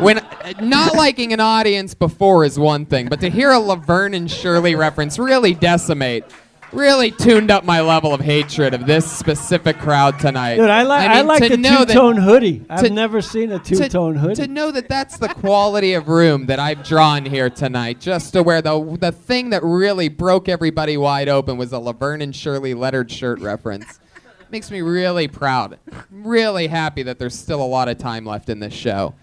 Speaker 3: when not liking an audience before is one thing, but to hear a Laverne and Shirley reference really decimate, really tuned up my level of hatred of this specific crowd tonight.
Speaker 7: Dude, I like I,
Speaker 3: mean,
Speaker 7: like
Speaker 3: to
Speaker 7: the
Speaker 3: know that-
Speaker 7: two-tone hoodie. I've
Speaker 3: to-
Speaker 7: never seen a two-tone hoodie.
Speaker 3: to know that that's the quality of room that I've drawn here tonight, just to where the the thing that really broke everybody wide open was a Laverne and Shirley lettered shirt reference. Makes me really proud, really happy that there's still a lot of time left in this show.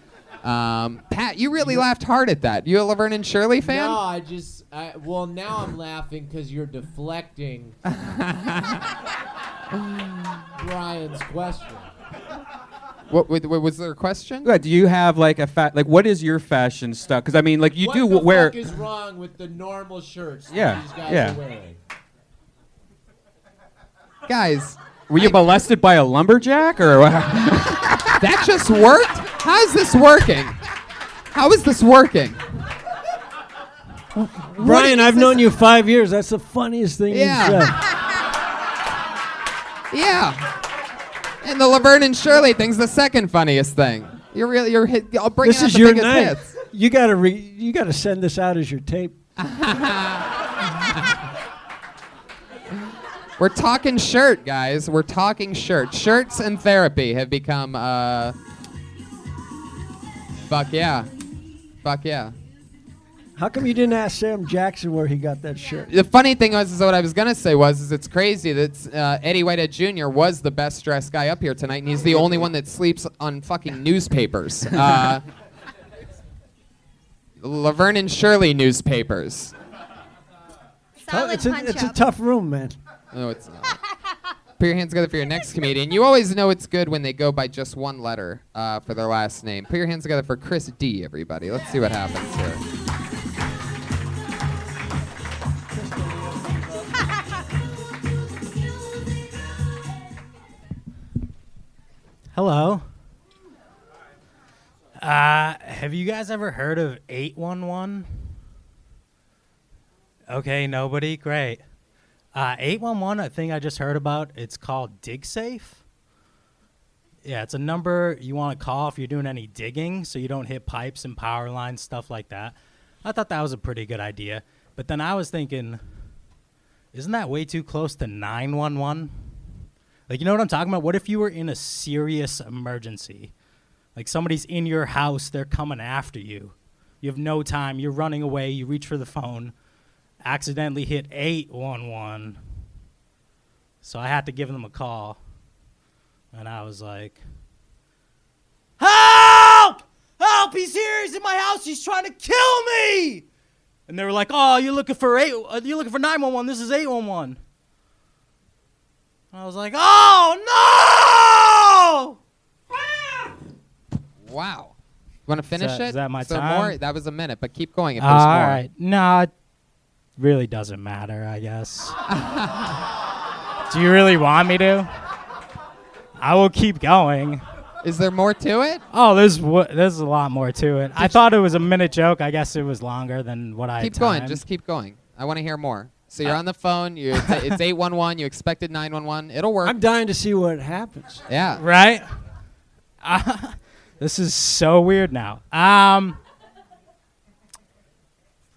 Speaker 3: Um, Pat, you really laughed hard at that. You a Laverne and Shirley fan?
Speaker 10: No, I just. I, well, now I'm laughing because you're
Speaker 1: [LAUGHS]
Speaker 10: deflecting Brian's question.
Speaker 3: What, what, what was there a question?
Speaker 1: Yeah, do you have like a fat like what is your fashion style? Because I mean, like you
Speaker 10: what
Speaker 1: do
Speaker 10: the
Speaker 1: wear.
Speaker 10: Fuck is wrong with the normal shirts? that
Speaker 1: Yeah,
Speaker 10: These guys
Speaker 1: yeah.
Speaker 10: Are wearing?
Speaker 3: Guys,
Speaker 1: were you molested by a lumberjack or? what?
Speaker 3: [LAUGHS] That just worked? How's this working? How is this working?
Speaker 7: Brian, I've known you five years. That's the funniest thing
Speaker 3: Yeah.
Speaker 7: you've said.
Speaker 3: Yeah. And the Laverne and [LAUGHS] Shirley thing's the second funniest thing. You're really you're hit, I'll bring
Speaker 7: This
Speaker 3: out
Speaker 7: is
Speaker 3: the
Speaker 7: your
Speaker 3: biggest
Speaker 7: night.
Speaker 3: hits.
Speaker 7: You gotta re- you gotta send this out as
Speaker 3: [LAUGHS]
Speaker 7: your tape.
Speaker 1: [LAUGHS]
Speaker 3: We're talking shirt, guys. We're talking shirt. Shirts and therapy have become uh Fuck yeah. Fuck yeah.
Speaker 7: How come you didn't ask Sam Jackson where he got that shirt?
Speaker 3: The funny thing was, is what I was gonna say was, is it's crazy that uh, Eddie Whitehead Jr. was the best dressed guy up here tonight, and he's the only one that sleeps on fucking newspapers. Uh, Laverne and Shirley newspapers.
Speaker 7: Solid it's, a, it's a tough room, man.
Speaker 3: No, it's not. Put your hands together for your next comedian. You always know it's good when they go by just one letter uh, for their last name. Put your hands together for Chris D, everybody. Let's see what happens here.
Speaker 16: Hello. Uh, have you guys ever heard of 811? Okay, nobody? Great. Uh, 811, I think I just heard about, it's called DigSafe. Yeah, it's a number you want to call if you're doing any digging so you don't hit pipes and power lines, stuff like that. I thought that was a pretty good idea. But then I was thinking, isn't that way too close to 911? Like, you know what I'm talking about? What if you were in a serious emergency? Like, somebody's in your house, they're coming after you. You have no time, you're running away, you reach for the phone, accidentally hit 811. So I had to give them a call. And I was like,
Speaker 17: Help! Help! He's here. He's in my house. He's trying to kill me.
Speaker 16: and they were like, oh, you're looking for, eight, uh, you're looking for 911, this is 811. And I was like, oh,
Speaker 3: Wow. You want to finish
Speaker 16: that-
Speaker 3: it?
Speaker 16: is that my
Speaker 3: so
Speaker 16: time?
Speaker 3: More, that was a minute, but keep going. If
Speaker 16: no!
Speaker 3: there's
Speaker 16: All
Speaker 3: more.
Speaker 16: right. No, it really doesn't matter, I guess. Do you really want me to? I will keep going.
Speaker 3: Is there more to it?
Speaker 16: Oh, there's wa- there's a lot more to it. I thought it was a minute joke. I guess it was longer than what I
Speaker 3: Keep
Speaker 16: had
Speaker 3: going.
Speaker 16: timed.
Speaker 3: Just keep going. I want to hear more. So you're on the phone. You it's, it's 811. You expected 911. It'll work.
Speaker 7: I'm dying to see what happens.
Speaker 3: Yeah.
Speaker 16: Right? [LAUGHS] this is so weird now. Um,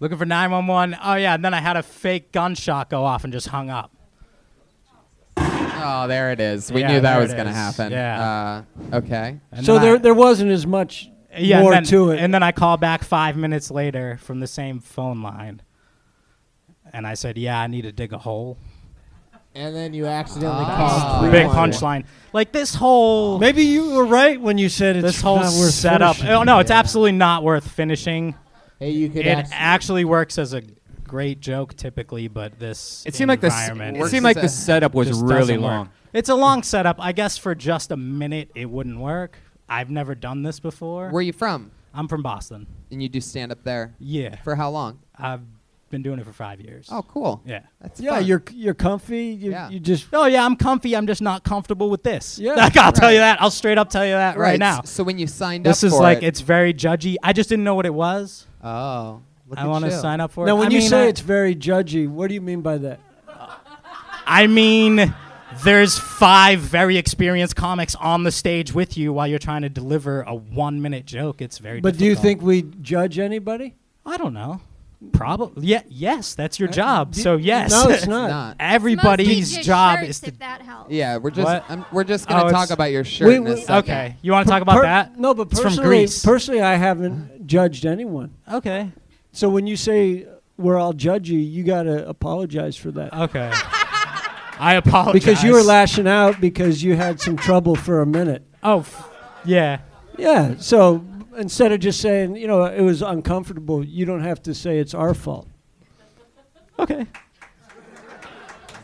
Speaker 16: looking for 911. Oh, yeah. And then I had a fake gunshot go off and just hung up.
Speaker 3: Oh, there it is. We
Speaker 16: Yeah,
Speaker 3: knew that
Speaker 16: there
Speaker 3: was
Speaker 16: it
Speaker 3: going to
Speaker 16: is.
Speaker 3: happen.
Speaker 16: Yeah.
Speaker 3: Uh, okay.
Speaker 16: And
Speaker 7: so
Speaker 16: then
Speaker 7: there,
Speaker 16: I-
Speaker 7: there wasn't as much
Speaker 16: Yeah,
Speaker 7: more
Speaker 16: and then,
Speaker 7: to it.
Speaker 16: And then I call back five minutes later from the same phone line. And I said, Yeah, I need to dig a hole.
Speaker 5: And then you accidentally
Speaker 16: Ah.
Speaker 5: caused three
Speaker 16: Big
Speaker 5: hundred.
Speaker 16: punchline. Like this whole.
Speaker 7: Maybe you were right when you said it's
Speaker 16: this whole
Speaker 7: not worth
Speaker 16: setup.
Speaker 7: finishing.
Speaker 16: Oh no, it's absolutely not worth finishing.
Speaker 5: Hey, you could
Speaker 16: It
Speaker 5: act-
Speaker 16: actually works as a great joke typically, but this
Speaker 1: It seemed like the s-
Speaker 16: environment
Speaker 1: it
Speaker 16: is-
Speaker 1: seemed like the setup was
Speaker 16: just
Speaker 1: really
Speaker 16: doesn't work.
Speaker 1: long.
Speaker 16: It's a long setup, I guess. For just a minute, it wouldn't work. I've never done this before.
Speaker 3: Where you from?
Speaker 16: I'm from Boston.
Speaker 3: And you do stand up there.
Speaker 16: Yeah.
Speaker 3: For
Speaker 16: [LAUGHS]
Speaker 3: how long?
Speaker 16: I've been doing it for five years.
Speaker 3: Oh, cool.
Speaker 16: Yeah.
Speaker 3: That's
Speaker 7: yeah,
Speaker 3: fun.
Speaker 7: you're you're comfy. You,
Speaker 3: Yeah.
Speaker 7: you just
Speaker 16: Oh yeah, I'm comfy. I'm just not comfortable with this. [LAUGHS]
Speaker 7: Yeah.
Speaker 16: [LAUGHS] Like, I'll tell you
Speaker 3: Right.
Speaker 16: that. I'll straight up tell you that right,
Speaker 3: Right,
Speaker 16: now.
Speaker 3: s- so when you signed
Speaker 16: this
Speaker 3: up
Speaker 16: is
Speaker 3: for
Speaker 16: like
Speaker 3: it-
Speaker 16: it's very judgy. I just didn't know what it was.
Speaker 3: Oh. Look
Speaker 16: I
Speaker 3: at
Speaker 16: wanna
Speaker 3: you.
Speaker 16: sign up for it.
Speaker 7: now when
Speaker 16: I
Speaker 7: you
Speaker 16: mean,
Speaker 7: say
Speaker 16: I-
Speaker 7: it's very judgy, what do you mean by that?
Speaker 16: I mean, there's five very experienced comics on the stage with you while you're trying to deliver a one minute joke. It's very.
Speaker 7: But do you
Speaker 16: difficult.
Speaker 7: think we judge anybody?
Speaker 16: I don't know. Probably. Yeah. Yes, that's
Speaker 3: Uh,
Speaker 16: your job.
Speaker 7: d-
Speaker 16: so yes. [LAUGHS]
Speaker 7: no, it's not. It's not.
Speaker 16: Everybody's
Speaker 3: Mostly
Speaker 16: job
Speaker 3: shirts,
Speaker 16: is to.
Speaker 3: Yeah, we're
Speaker 16: What?
Speaker 3: just I'm, we're just gonna
Speaker 16: Oh,
Speaker 3: talk
Speaker 16: it's-
Speaker 3: about your shirt. in a second.
Speaker 16: okay. You want to talk about
Speaker 7: Per-
Speaker 16: that?
Speaker 7: No, but
Speaker 16: It's from
Speaker 7: personally,
Speaker 16: Greece.
Speaker 7: personally, I haven't judged anyone.
Speaker 16: Okay.
Speaker 7: So when you say we're all judgy, you gotta apologize for that.
Speaker 16: Okay. I apologize.
Speaker 7: Because you were lashing out because you had some
Speaker 3: [LAUGHS]
Speaker 7: trouble for a minute.
Speaker 16: Oh, f- yeah.
Speaker 7: Yeah. So instead of just saying, you know, it was uncomfortable, you don't have to say it's our fault.
Speaker 16: Okay.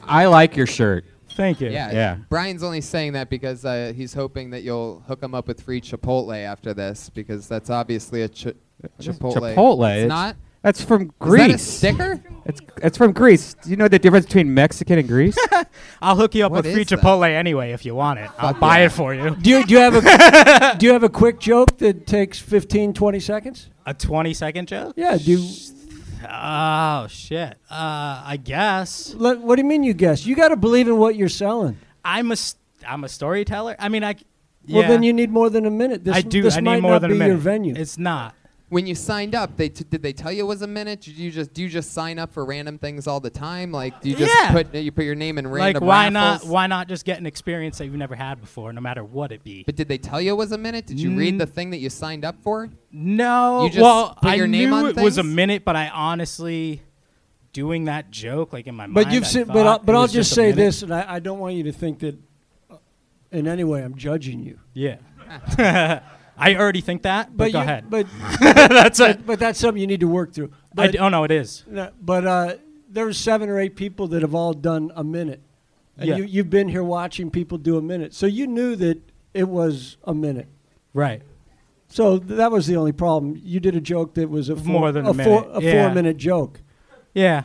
Speaker 1: I like your shirt.
Speaker 16: Thank you.
Speaker 3: Yeah, Brian's only saying that because uh, he's hoping that you'll hook him up with free Chipotle after this, because that's obviously a chi- Chipotle.
Speaker 1: Chipotle.
Speaker 3: It's not.
Speaker 1: That's from
Speaker 3: Is that a
Speaker 1: Greece.
Speaker 3: sticker?
Speaker 1: It's it's from Greece. Do you know the difference between Mexican and Greece?
Speaker 16: I'll hook you up
Speaker 3: What
Speaker 16: with free
Speaker 3: is that?
Speaker 16: Chipotle anyway if you want it. I'll buy
Speaker 1: yeah.
Speaker 16: it for you.
Speaker 7: Do you, do you
Speaker 16: [LAUGHS]
Speaker 7: have a do you have a quick joke that takes 15, 20 seconds?
Speaker 16: A 20 second joke?
Speaker 7: Yeah. Do you,
Speaker 16: Oh shit. Uh, I guess
Speaker 7: let, what do you mean you guess? You got to believe in what you're selling.
Speaker 16: I'm a s- I'm a storyteller. I mean, I. c-
Speaker 7: Well, then
Speaker 16: yeah.
Speaker 7: you need more than a minute. This,
Speaker 16: I do.
Speaker 7: This
Speaker 16: I
Speaker 7: might
Speaker 16: need more
Speaker 7: not
Speaker 16: than
Speaker 7: be
Speaker 16: a minute.
Speaker 7: your venue.
Speaker 16: It's not.
Speaker 3: When you signed up, they t- did they tell you it was a minute? Did you just do you just sign up for random things all the time? Like do you just
Speaker 16: Yeah.
Speaker 3: put you put your name in
Speaker 16: Like
Speaker 3: random
Speaker 16: why not?
Speaker 3: raffles?
Speaker 16: Why not just get an experience that you've never had before, no matter what it be?
Speaker 3: But did they tell you it was a minute? Did you read the thing that you signed up for?
Speaker 16: No.
Speaker 3: You just
Speaker 16: well,
Speaker 3: put
Speaker 16: I
Speaker 3: your
Speaker 16: knew
Speaker 3: name on
Speaker 16: it was a
Speaker 3: things?
Speaker 16: minute, but I honestly doing that joke like in my mind.
Speaker 7: But you've
Speaker 16: I
Speaker 7: said,
Speaker 16: thought
Speaker 7: but I'll, but
Speaker 16: it
Speaker 7: I'll
Speaker 16: was
Speaker 7: just
Speaker 16: a
Speaker 7: say
Speaker 16: minute.
Speaker 7: this, and I, I don't want you to think that uh, in any way I'm judging you.
Speaker 16: Yeah. [LAUGHS]
Speaker 7: [LAUGHS]
Speaker 16: I already think that, but, go
Speaker 7: you-
Speaker 16: ahead.
Speaker 7: But
Speaker 16: [LAUGHS] That's
Speaker 7: but,
Speaker 16: it.
Speaker 7: But that's something you need to work through.
Speaker 16: I
Speaker 7: But,
Speaker 16: d- oh no, it is.
Speaker 7: no, but uh, there's seven or eight people that have all done a minute, and
Speaker 16: Yeah.
Speaker 7: you, you've been here watching people do a minute, so you knew that it was a minute.
Speaker 16: Right.
Speaker 7: So th- that was the only problem. You did a joke that was a four,
Speaker 16: More than a
Speaker 7: four,
Speaker 16: minute,
Speaker 7: a
Speaker 16: yeah.
Speaker 7: four minute joke.
Speaker 16: Yeah.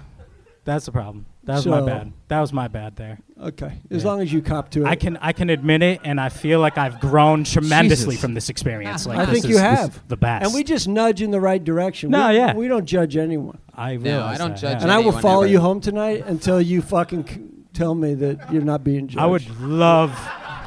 Speaker 16: That's the problem. That was my
Speaker 7: So-
Speaker 16: bad. That was my bad there.
Speaker 7: Okay, as
Speaker 16: Yeah.
Speaker 7: long as you cop to it.
Speaker 16: I can I can admit it, and I feel like I've grown tremendously
Speaker 1: Jesus.
Speaker 16: from this experience. Like
Speaker 7: I
Speaker 16: this
Speaker 7: think
Speaker 16: is-
Speaker 7: you
Speaker 16: this is
Speaker 7: have
Speaker 16: the best.
Speaker 7: and we just nudge in the right direction.
Speaker 16: No,
Speaker 7: we,
Speaker 16: yeah.
Speaker 7: we don't judge anyone.
Speaker 16: I
Speaker 3: No, I
Speaker 16: realize
Speaker 3: don't
Speaker 16: that,
Speaker 3: judge
Speaker 16: yeah.
Speaker 7: And I will
Speaker 3: anyone
Speaker 7: follow
Speaker 3: ever.
Speaker 7: you home tonight until you fucking c- tell me that you're not being judged.
Speaker 16: I would love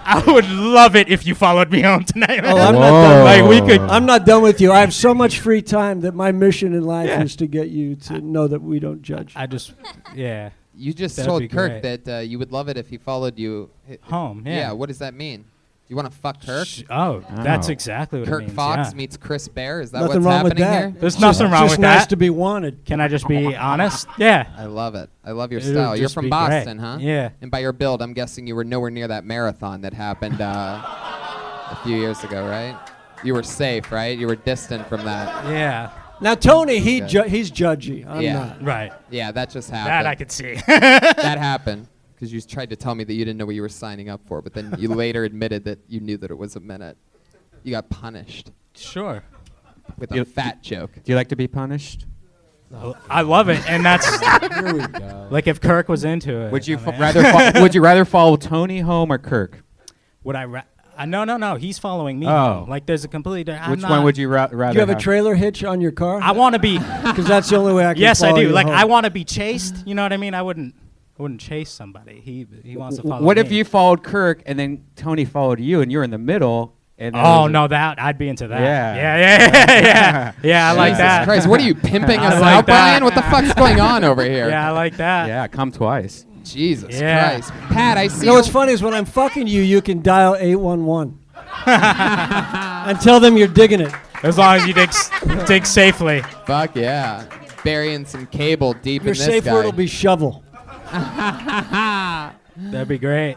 Speaker 16: I would [LAUGHS] love it if you followed me home tonight.
Speaker 7: Oh, I'm not done. I'm not done with you. I have so much free time that my mission in life
Speaker 16: Yeah.
Speaker 7: is to get you to know that we don't judge.
Speaker 16: I just, yeah.
Speaker 3: You just
Speaker 16: That'd be
Speaker 3: told Kirk
Speaker 16: great.
Speaker 3: that uh, you would love it if he followed you hi-
Speaker 16: Home, yeah.
Speaker 3: What does that mean? You want to fuck Kirk?
Speaker 16: oh, that's Oh. exactly what it
Speaker 3: Kirk
Speaker 16: means,
Speaker 3: Fox
Speaker 16: yeah.
Speaker 3: meets Chris Bear. Is that what's
Speaker 7: Nothing wrong with
Speaker 3: happening
Speaker 7: that.
Speaker 3: here?
Speaker 16: There's nothing wrong with that.
Speaker 7: wanted.
Speaker 16: Can I
Speaker 3: [LAUGHS]
Speaker 16: just be honest? Yeah.
Speaker 3: I love it. I love your
Speaker 16: It would
Speaker 3: style. You're
Speaker 16: just
Speaker 3: from
Speaker 16: be great.
Speaker 3: Boston, huh?
Speaker 16: Yeah.
Speaker 3: And by your build, I'm guessing you were nowhere near that marathon that happened uh, a few years ago, right? You were safe, right? You were distant from that.
Speaker 16: Yeah.
Speaker 7: Now Tony, he
Speaker 3: Okay.
Speaker 7: ju- he's judgy. I'm
Speaker 3: yeah.
Speaker 7: not.
Speaker 16: Right.
Speaker 3: Yeah, that just
Speaker 16: That
Speaker 3: happened.
Speaker 16: I could
Speaker 7: [LAUGHS]
Speaker 16: see.
Speaker 3: [LAUGHS]
Speaker 16: [LAUGHS]
Speaker 3: that happened because you tried to tell me that you didn't know what you were signing up for, but then
Speaker 16: [LAUGHS]
Speaker 3: you later admitted that you knew that it was a minute. You got punished.
Speaker 16: Sure.
Speaker 3: With
Speaker 1: You-
Speaker 3: a fat [LAUGHS] joke.
Speaker 1: Do you like to be punished?
Speaker 16: I love it, and that's
Speaker 3: [LAUGHS] Here we go.
Speaker 16: like if Kirk was into it.
Speaker 1: Would you
Speaker 16: I
Speaker 1: fo-
Speaker 16: mean-
Speaker 1: rather
Speaker 16: [LAUGHS]
Speaker 1: fo- [LAUGHS] would you rather follow Tony home or Kirk?
Speaker 16: Would I? Ra- uh, no, no, no. He's following me.
Speaker 1: Oh.
Speaker 16: home. Like there's a completely. di- I'm
Speaker 1: Which
Speaker 16: not-
Speaker 1: one would you ra- rather?
Speaker 7: Do you have a trailer hitch on your car?
Speaker 16: I want to
Speaker 7: [LAUGHS]
Speaker 16: be.
Speaker 7: Because that's the
Speaker 16: [LAUGHS]
Speaker 7: only way I can.
Speaker 16: yes, I
Speaker 7: follow
Speaker 16: do.
Speaker 7: you
Speaker 16: Like
Speaker 7: home.
Speaker 16: I want to be chased. You know what I mean? I wouldn't. I wouldn't chase somebody. He he wants to follow.
Speaker 1: what
Speaker 16: me.
Speaker 1: if you followed Kirk and then Tony followed you and you're in the middle? And then
Speaker 16: Oh
Speaker 1: there's a-
Speaker 16: no, that I'd be into that.
Speaker 1: Yeah.
Speaker 16: yeah, yeah, [LAUGHS]
Speaker 1: [LAUGHS]
Speaker 16: yeah, yeah. Yeah, I like
Speaker 1: Jesus
Speaker 16: that.
Speaker 1: Christ, what are you,
Speaker 16: [LAUGHS]
Speaker 3: pimping
Speaker 16: I
Speaker 3: us
Speaker 16: like
Speaker 3: out,
Speaker 16: that.
Speaker 3: Brian? What the fuck's going on over here?
Speaker 16: [LAUGHS] Yeah, I like that.
Speaker 1: Yeah, come twice.
Speaker 3: Jesus
Speaker 16: Yeah.
Speaker 3: Christ. Pat, I see.
Speaker 7: You know
Speaker 3: you-
Speaker 7: what's funny is when I'm fucking you, you can dial eight one one, [LAUGHS] and tell them you're digging it.
Speaker 16: As long as you dig dig safely.
Speaker 3: Fuck yeah. Burying some cable deep
Speaker 7: Your
Speaker 3: in this
Speaker 7: safe
Speaker 3: guy.
Speaker 7: word will be shovel.
Speaker 3: [LAUGHS]
Speaker 16: That'd be great.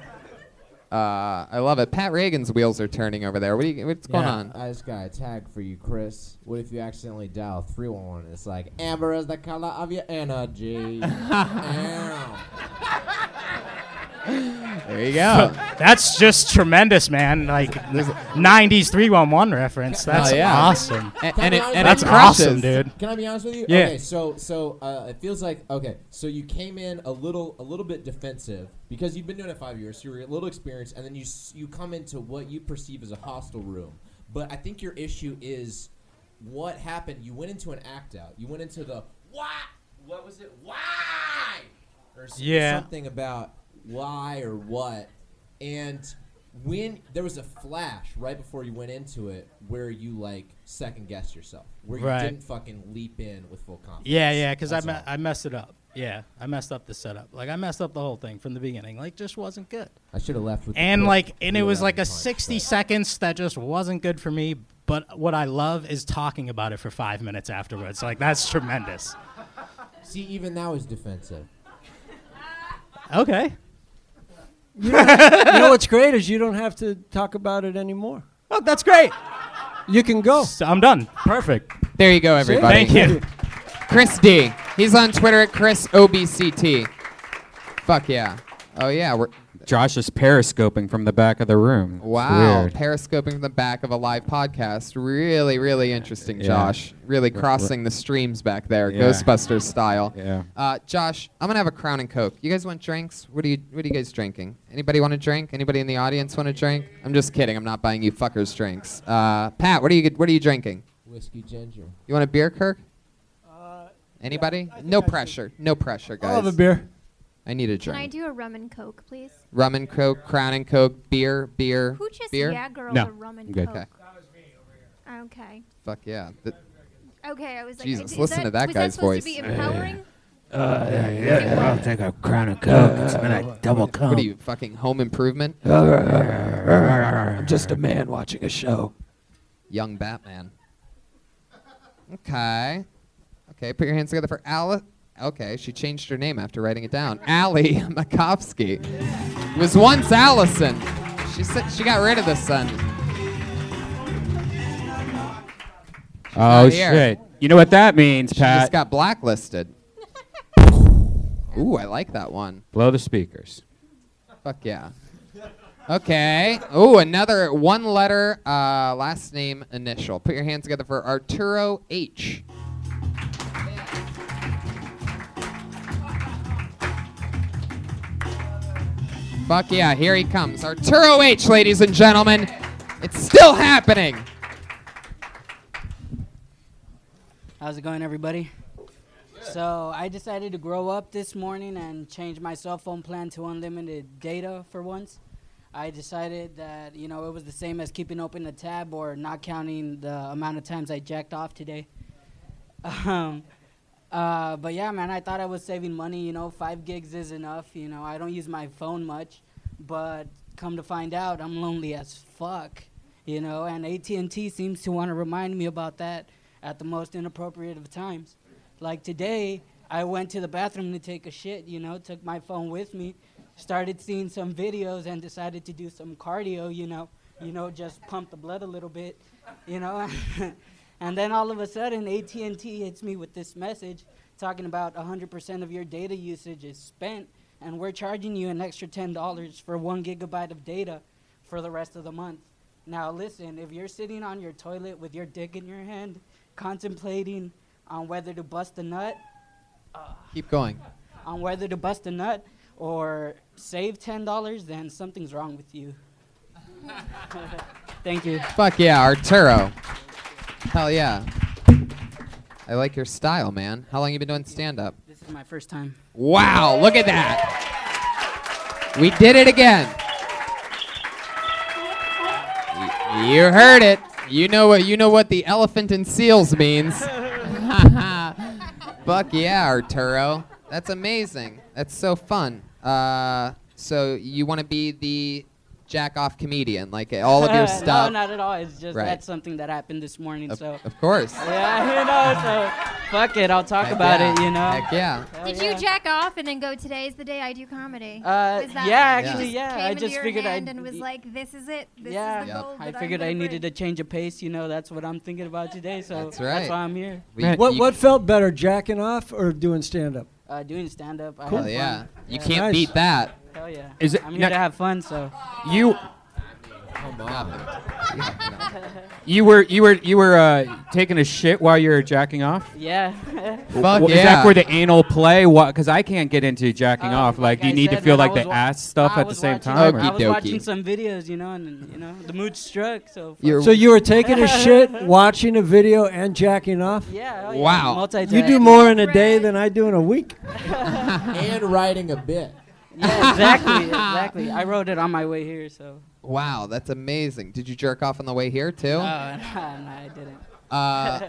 Speaker 3: Uh, I love it. Pat Reagan's wheels are turning over there. What are you, what's going on?
Speaker 5: I just got a tag for you, Chris. What if you accidentally dial 311 and it's like, Amber is the color of your
Speaker 3: [LAUGHS]
Speaker 5: energy. Ow.
Speaker 3: There you go.
Speaker 16: [LAUGHS] That's just tremendous, man. Like 90s 311 reference. That's
Speaker 3: Oh, yeah.
Speaker 16: awesome.
Speaker 3: And-
Speaker 5: Can I be honest
Speaker 16: That's
Speaker 5: with you?
Speaker 16: awesome, dude.
Speaker 5: Can I be honest with you?
Speaker 16: Yeah.
Speaker 5: Okay, so so uh, it feels like okay, so you came in a little a little bit defensive because you've been doing it five years, so you're a little experienced, and then you s- you come into what you perceive as a hostile room. But I think your issue is what happened. You went into an act out. You went into the why? What was it? Why? Or s-
Speaker 16: Yeah.
Speaker 5: something about why or what, and when there was a flash right before you went into it where you like second guessed yourself where you
Speaker 16: Right.
Speaker 5: didn't fucking leap in with full confidence
Speaker 16: Yeah, yeah, because I,
Speaker 5: That's
Speaker 16: me-
Speaker 5: all.
Speaker 16: I messed it up. Yeah, I messed up the setup. Like I messed up the whole thing from the beginning. Like just wasn't good.
Speaker 5: I should have left with the
Speaker 16: And
Speaker 5: clip.
Speaker 16: like, and it
Speaker 5: Yeah,
Speaker 16: was
Speaker 5: that
Speaker 16: like a
Speaker 5: was fine,
Speaker 16: 60 seconds that just wasn't good for me. But what I love is talking about it for five minutes afterwards. Like that's tremendous.
Speaker 5: see even now is defensive
Speaker 16: [LAUGHS] Okay.
Speaker 7: You know, you know what's great is you don't have to talk about it anymore.
Speaker 16: Oh, that's great.
Speaker 7: You can go.
Speaker 16: I'm done. Perfect.
Speaker 3: There you go, everybody.
Speaker 16: Oh. Thank you.
Speaker 3: Chris D. He's on Twitter at Chris OBCT. Fuck yeah. Oh yeah. We're,
Speaker 1: Josh is periscoping from the back of the room. It's
Speaker 3: wow.
Speaker 1: weird.
Speaker 3: Periscoping from the back of a live podcast. Really, really interesting,
Speaker 1: Yeah.
Speaker 3: Josh. Really
Speaker 1: We're-
Speaker 3: crossing the streams back there,
Speaker 1: Yeah.
Speaker 3: Ghostbusters style.
Speaker 1: Yeah.
Speaker 3: Uh, Josh, I'm gonna have a Crown and Coke. You guys want drinks? What are you What are you guys drinking? Anybody want a drink? Anybody in the audience want a drink? I'm just kidding. I'm not buying you fuckers drinks. Uh, Pat, what are you What are you drinking?
Speaker 5: whiskey ginger
Speaker 16: [LAUGHS]
Speaker 3: You want a beer, Kirk? Anybody? no pressure. No pressure, guys.
Speaker 7: I'll have a beer.
Speaker 3: I need a
Speaker 6: Can I
Speaker 3: drink.
Speaker 6: do a rum and coke, please?
Speaker 3: Rum and Coke, Crown and Coke, beer, beer.
Speaker 6: Who just
Speaker 3: beer?
Speaker 6: yeah girl a rum and coke?
Speaker 3: Okay.
Speaker 6: Okay.
Speaker 3: Fuck yeah. Th-
Speaker 6: Okay, I was like,
Speaker 3: Jesus,
Speaker 6: is- is
Speaker 3: listen
Speaker 6: that-
Speaker 3: to that
Speaker 6: was
Speaker 3: guy's
Speaker 6: supposed
Speaker 3: voice.
Speaker 6: to be empowering?
Speaker 18: Uh, yeah, yeah, I'll take a crown of coke and some of that double coke.
Speaker 3: What are you, fucking home improvement?
Speaker 18: I'm just a man watching a show.
Speaker 3: Young Batman. Okay. Okay, put your hands together for Alice. Okay, she changed her name after writing it down. Allie [LAUGHS] Makovsky. Was once Allison. She said she got rid of the son.
Speaker 1: Oh
Speaker 3: not here.
Speaker 1: shit! You know what that means,
Speaker 3: She
Speaker 1: Pat?
Speaker 3: just got blacklisted. [LAUGHS] Ooh, I like that one.
Speaker 1: Blow the speakers.
Speaker 3: Fuck yeah. Okay. Ooh, another one letter uh, last name initial. Put your hands together for Arturo H. Fuck yeah, here he comes. Arturo H, ladies and gentlemen. It's still happening.
Speaker 19: How's it going, everybody? So I decided to grow up this morning and change my cell phone plan to unlimited data for once. I decided that you know it was the same as keeping open a tab or not counting the amount of times I jacked off today. [LAUGHS] Um, uh, but yeah, man, I thought I was saving money. You know, five gigs is enough. You know, I don't use my phone much, but come to find out, I'm lonely as fuck. You know, and AT&T seems to want to remind me about that at the most inappropriate of times. Like today, I went to the bathroom to take a shit. You know, took my phone with me, started seeing some videos, and decided to do some cardio. You know, you know, just pump the blood a little bit. You know. [LAUGHS] And then all of a sudden, AT&T hits me with this message talking about 100% of your data usage is spent, and we're charging you an extra $10 for one gigabyte of data for the rest of the month. Now, listen, if you're sitting on your toilet with your dick in your hand, contemplating on whether to bust a nut, uh,
Speaker 3: Keep going.
Speaker 19: on whether to bust a nut or save $10, then something's wrong with you. [LAUGHS] Thank you.
Speaker 3: Fuck yeah, Arturo. Hell yeah. I like your style, man. How long you been doing stand up?
Speaker 19: This is my first time.
Speaker 3: Wow, look at that. We did it again. Y- You heard it. You know what you know what the elephant in seals means. Fuck yeah, Arturo. That's amazing. That's so fun. Uh, so you want to be the jack off comedian, like all of your stuff.
Speaker 19: [LAUGHS] No, not at all. It's just
Speaker 3: Right.
Speaker 19: that's something that happened this morning.
Speaker 3: Of-
Speaker 19: so
Speaker 3: of course.
Speaker 19: [LAUGHS] Yeah, you know. So fuck it. I'll talk
Speaker 3: Heck
Speaker 19: about
Speaker 3: yeah.
Speaker 19: it. You know.
Speaker 3: Heck yeah.
Speaker 19: Hell
Speaker 6: Did
Speaker 19: yeah.
Speaker 6: you jack off and then go? Today is the day I do comedy.
Speaker 19: Uh,
Speaker 6: Was that-
Speaker 19: yeah,
Speaker 6: you
Speaker 19: actually, yeah,
Speaker 6: Came
Speaker 19: I
Speaker 6: into
Speaker 19: just
Speaker 6: your
Speaker 19: figured
Speaker 6: hand
Speaker 19: I'd-
Speaker 6: and was like, "This is it. This
Speaker 19: yeah,
Speaker 6: is the goal."
Speaker 19: I
Speaker 6: that I'm
Speaker 19: figured I
Speaker 6: gonna
Speaker 19: needed a change of pace. You know, that's what I'm thinking about today. So
Speaker 3: that's right.
Speaker 19: why I'm here.
Speaker 7: what what felt better, jacking off or doing stand up?
Speaker 19: Uh, doing stand up.
Speaker 7: Cool. Hell yeah. You can't Nice. beat
Speaker 3: that.
Speaker 19: Hell yeah.
Speaker 1: Is it-
Speaker 19: I'm here
Speaker 1: now-
Speaker 19: to have fun. So
Speaker 1: You
Speaker 19: come
Speaker 3: on.
Speaker 1: you were you were you were uh, taking a shit while you were jacking off.
Speaker 19: yeah.
Speaker 1: Wha- Is that for the anal play? Because I can't get into jacking
Speaker 19: Oh,
Speaker 1: off. Like,
Speaker 19: I
Speaker 1: you need
Speaker 19: said,
Speaker 1: to feel
Speaker 19: man, I
Speaker 1: like the
Speaker 19: was wa-
Speaker 1: ass stuff
Speaker 19: I
Speaker 1: at the
Speaker 19: was
Speaker 1: same
Speaker 19: watching-
Speaker 1: time. or-
Speaker 19: I was watching some videos, you know, and you know the mood struck. So fuck
Speaker 7: so you were taking
Speaker 19: [LAUGHS]
Speaker 7: a [LAUGHS] shit, watching a video, and jacking off.
Speaker 19: Yeah. Wow. Multitasking.
Speaker 7: You do more in a day than I do in a week.
Speaker 19: and writing a bit. Yeah, exactly, exactly. I wrote it on my way here, so.
Speaker 3: Wow, that's amazing. Did you jerk off on the way here
Speaker 19: No, [LAUGHS]
Speaker 3: too?
Speaker 19: no, no, I didn't.
Speaker 3: Uh,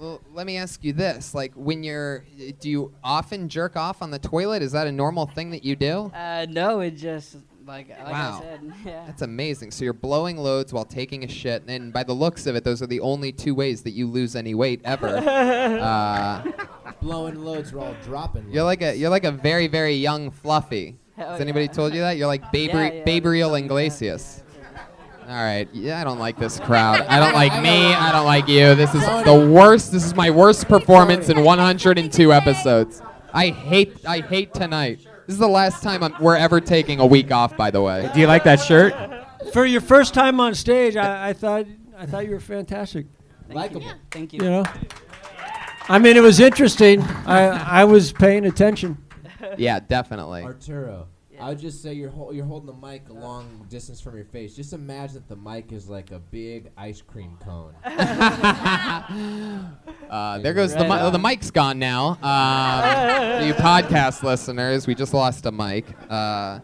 Speaker 3: well, let me ask you this: like, when you're, do you often jerk off on the toilet? Is that a normal thing that you do?
Speaker 19: [LAUGHS] uh, no, it just like like
Speaker 3: Wow.
Speaker 19: I said, [LAUGHS] yeah.
Speaker 3: That's amazing. So you're blowing loads while taking a shit, and by the looks of it, those are the only two ways that you lose any weight ever.
Speaker 19: [LAUGHS]
Speaker 3: uh,
Speaker 5: Blowing loads, we're all dropping.
Speaker 3: you're like a you're like a very very young fluffy.
Speaker 5: Hell
Speaker 3: Has anybody
Speaker 5: yeah.
Speaker 3: told you that? You're like Babe
Speaker 5: [LAUGHS] Yeah, yeah,
Speaker 3: Gabriel Iglesias. All right. Yeah, I don't like this crowd. I
Speaker 5: [LAUGHS]
Speaker 3: don't like me. I don't like you. This is the worst. This is my worst performance in 102 episodes. I hate. I hate tonight. This is the last time I'm, we're ever taking a week off. By the way.
Speaker 1: Do you like that shirt?
Speaker 7: For your first time on stage, I, I thought I thought you were fantastic.
Speaker 19: Likeable. Thank you.
Speaker 7: You know, I mean, it was interesting. I I was paying attention.
Speaker 3: [LAUGHS] Yeah, definitely.
Speaker 5: Arturo, I would just say you're hol- you're holding the mic a long distance from your face. Just imagine that the mic is like a big ice cream [LAUGHS] cone.
Speaker 3: Uh, there goes the
Speaker 5: Right
Speaker 3: mi- oh,
Speaker 5: on.
Speaker 3: the mic's gone now. Um, you podcast listeners, we just lost a mic. Uh,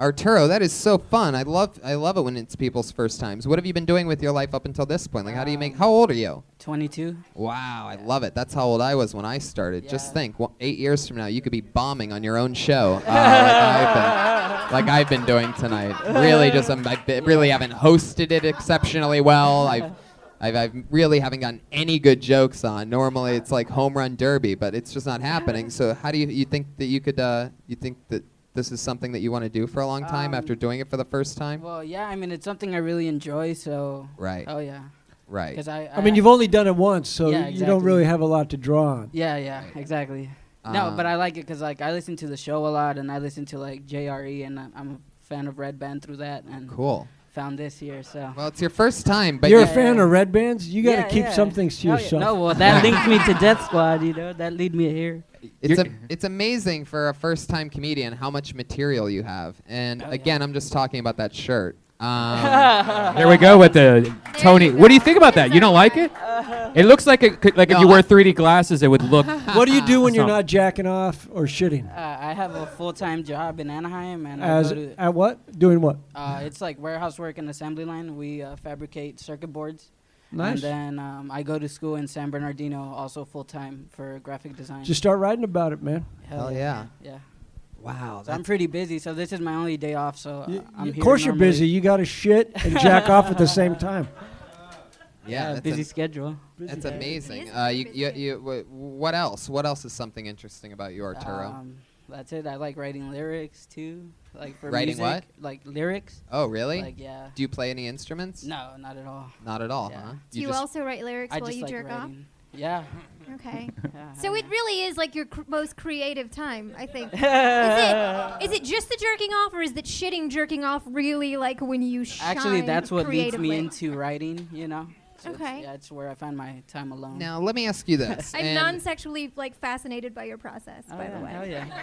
Speaker 3: Arturo, that is so fun. I love I love it when it's people's first times. What have you been doing with your life up until this point? Like, how do you make? How old are you?
Speaker 19: 22.
Speaker 3: Wow, I love it. That's how old I was when I started. Just think, well, eight years from now, you could be bombing on your own show, uh, like, I've been, like I've been doing tonight. Really, just um, I bi- really haven't hosted it exceptionally well. I've, I've, I've really haven't gotten any good jokes on. Normally, it's like home run derby, but it's just not happening. So, how do you you think that you could uh, you think that this is something that you want to do for a long time
Speaker 19: Um,
Speaker 3: after doing it for the first time?
Speaker 19: Well, yeah, I mean it's something I really enjoy, so.
Speaker 3: Right.
Speaker 19: Oh yeah.
Speaker 3: Right.
Speaker 19: 'Cause I,
Speaker 7: I mean, you've only done it once, so
Speaker 19: Yeah,
Speaker 7: you don't
Speaker 19: exactly.
Speaker 7: really have a lot to draw
Speaker 19: [LAUGHS]
Speaker 7: on.
Speaker 19: Yeah, yeah, exactly. no,
Speaker 7: Um,
Speaker 19: but I like it because like I listen to the show a lot, and I listen to like JRE, and I'm- I'm a fan of Red Band through that, and
Speaker 3: Cool.
Speaker 19: found this here. So
Speaker 3: Well, it's your first time, but
Speaker 7: You're a
Speaker 3: yeah.
Speaker 7: fan of red bands. You got to
Speaker 19: Yeah,
Speaker 7: keep
Speaker 19: yeah.
Speaker 7: some things to
Speaker 19: Hell yeah.
Speaker 7: yourself.
Speaker 19: No, well
Speaker 1: [LAUGHS]
Speaker 7: [LAUGHS]
Speaker 19: that linked me to Death Squad. You know that lead me here.
Speaker 3: it's a, it's amazing
Speaker 19: Oh,
Speaker 3: for a first time comedian how much material you have. And again, I'm just talking about that shirt.
Speaker 19: [LAUGHS]
Speaker 3: Um,
Speaker 1: Here we go with the Tony. What do you think about that? You don't like it?
Speaker 19: Uh-huh.
Speaker 1: It looks like it could, like if
Speaker 7: No,
Speaker 1: you
Speaker 7: I-
Speaker 1: wore 3D glasses, it would look.
Speaker 7: [LAUGHS] What do you do when you're
Speaker 1: something.
Speaker 7: not jacking off or shitting?
Speaker 19: Uh, I have a full-time job in Anaheim, and I
Speaker 7: As
Speaker 19: go to,
Speaker 7: at what? Doing what?
Speaker 19: uh, it's like warehouse work and assembly line. We uh, fabricate circuit boards.
Speaker 7: Nice.
Speaker 19: And then um, I go to school in San Bernardino, also full time for graphic design.
Speaker 7: Just start writing about it, man.
Speaker 19: Hell yeah. Yeah. Wow. So I'm pretty busy, so this is my only day off. So uh, I'm
Speaker 7: Of
Speaker 19: here
Speaker 7: course you're
Speaker 19: normally.
Speaker 7: busy. You got to shit and jack off at the same
Speaker 3: [LAUGHS]
Speaker 7: time.
Speaker 3: Yeah, that's
Speaker 19: busy
Speaker 3: a-
Speaker 19: schedule.
Speaker 3: That's amazing. Uh, you, you, you, wh- what else? What else is something interesting about you, Oh, Arturo?
Speaker 19: Um, that's it. I like writing lyrics too. Like for
Speaker 3: Writing
Speaker 19: music,
Speaker 3: what?
Speaker 19: Like lyrics.
Speaker 3: oh, really?
Speaker 19: Like yeah.
Speaker 3: Do you play any instruments?
Speaker 19: No, not at all.
Speaker 3: Not at all, huh?
Speaker 6: Do you,
Speaker 3: just-
Speaker 6: also write lyrics
Speaker 19: I
Speaker 6: while
Speaker 19: just
Speaker 6: you
Speaker 19: like
Speaker 6: jerk off?
Speaker 19: writing. Yeah.
Speaker 6: [LAUGHS] Okay.
Speaker 19: [LAUGHS] Yeah,
Speaker 6: So it really is like your cr- most creative time,
Speaker 19: [LAUGHS]
Speaker 6: I think. is, it, is it just the jerking off, or is that shitting jerking off really like when you shine
Speaker 19: Actually, that's what leads me
Speaker 6: creatively?
Speaker 19: into writing. You know. So it's-
Speaker 6: Okay.
Speaker 19: yeah, it's where I find my time alone.
Speaker 3: Now, let me ask you this.
Speaker 6: [LAUGHS] I'm
Speaker 3: and
Speaker 6: non-sexually like fascinated by your process, by the way.
Speaker 19: Hell Oh, yeah.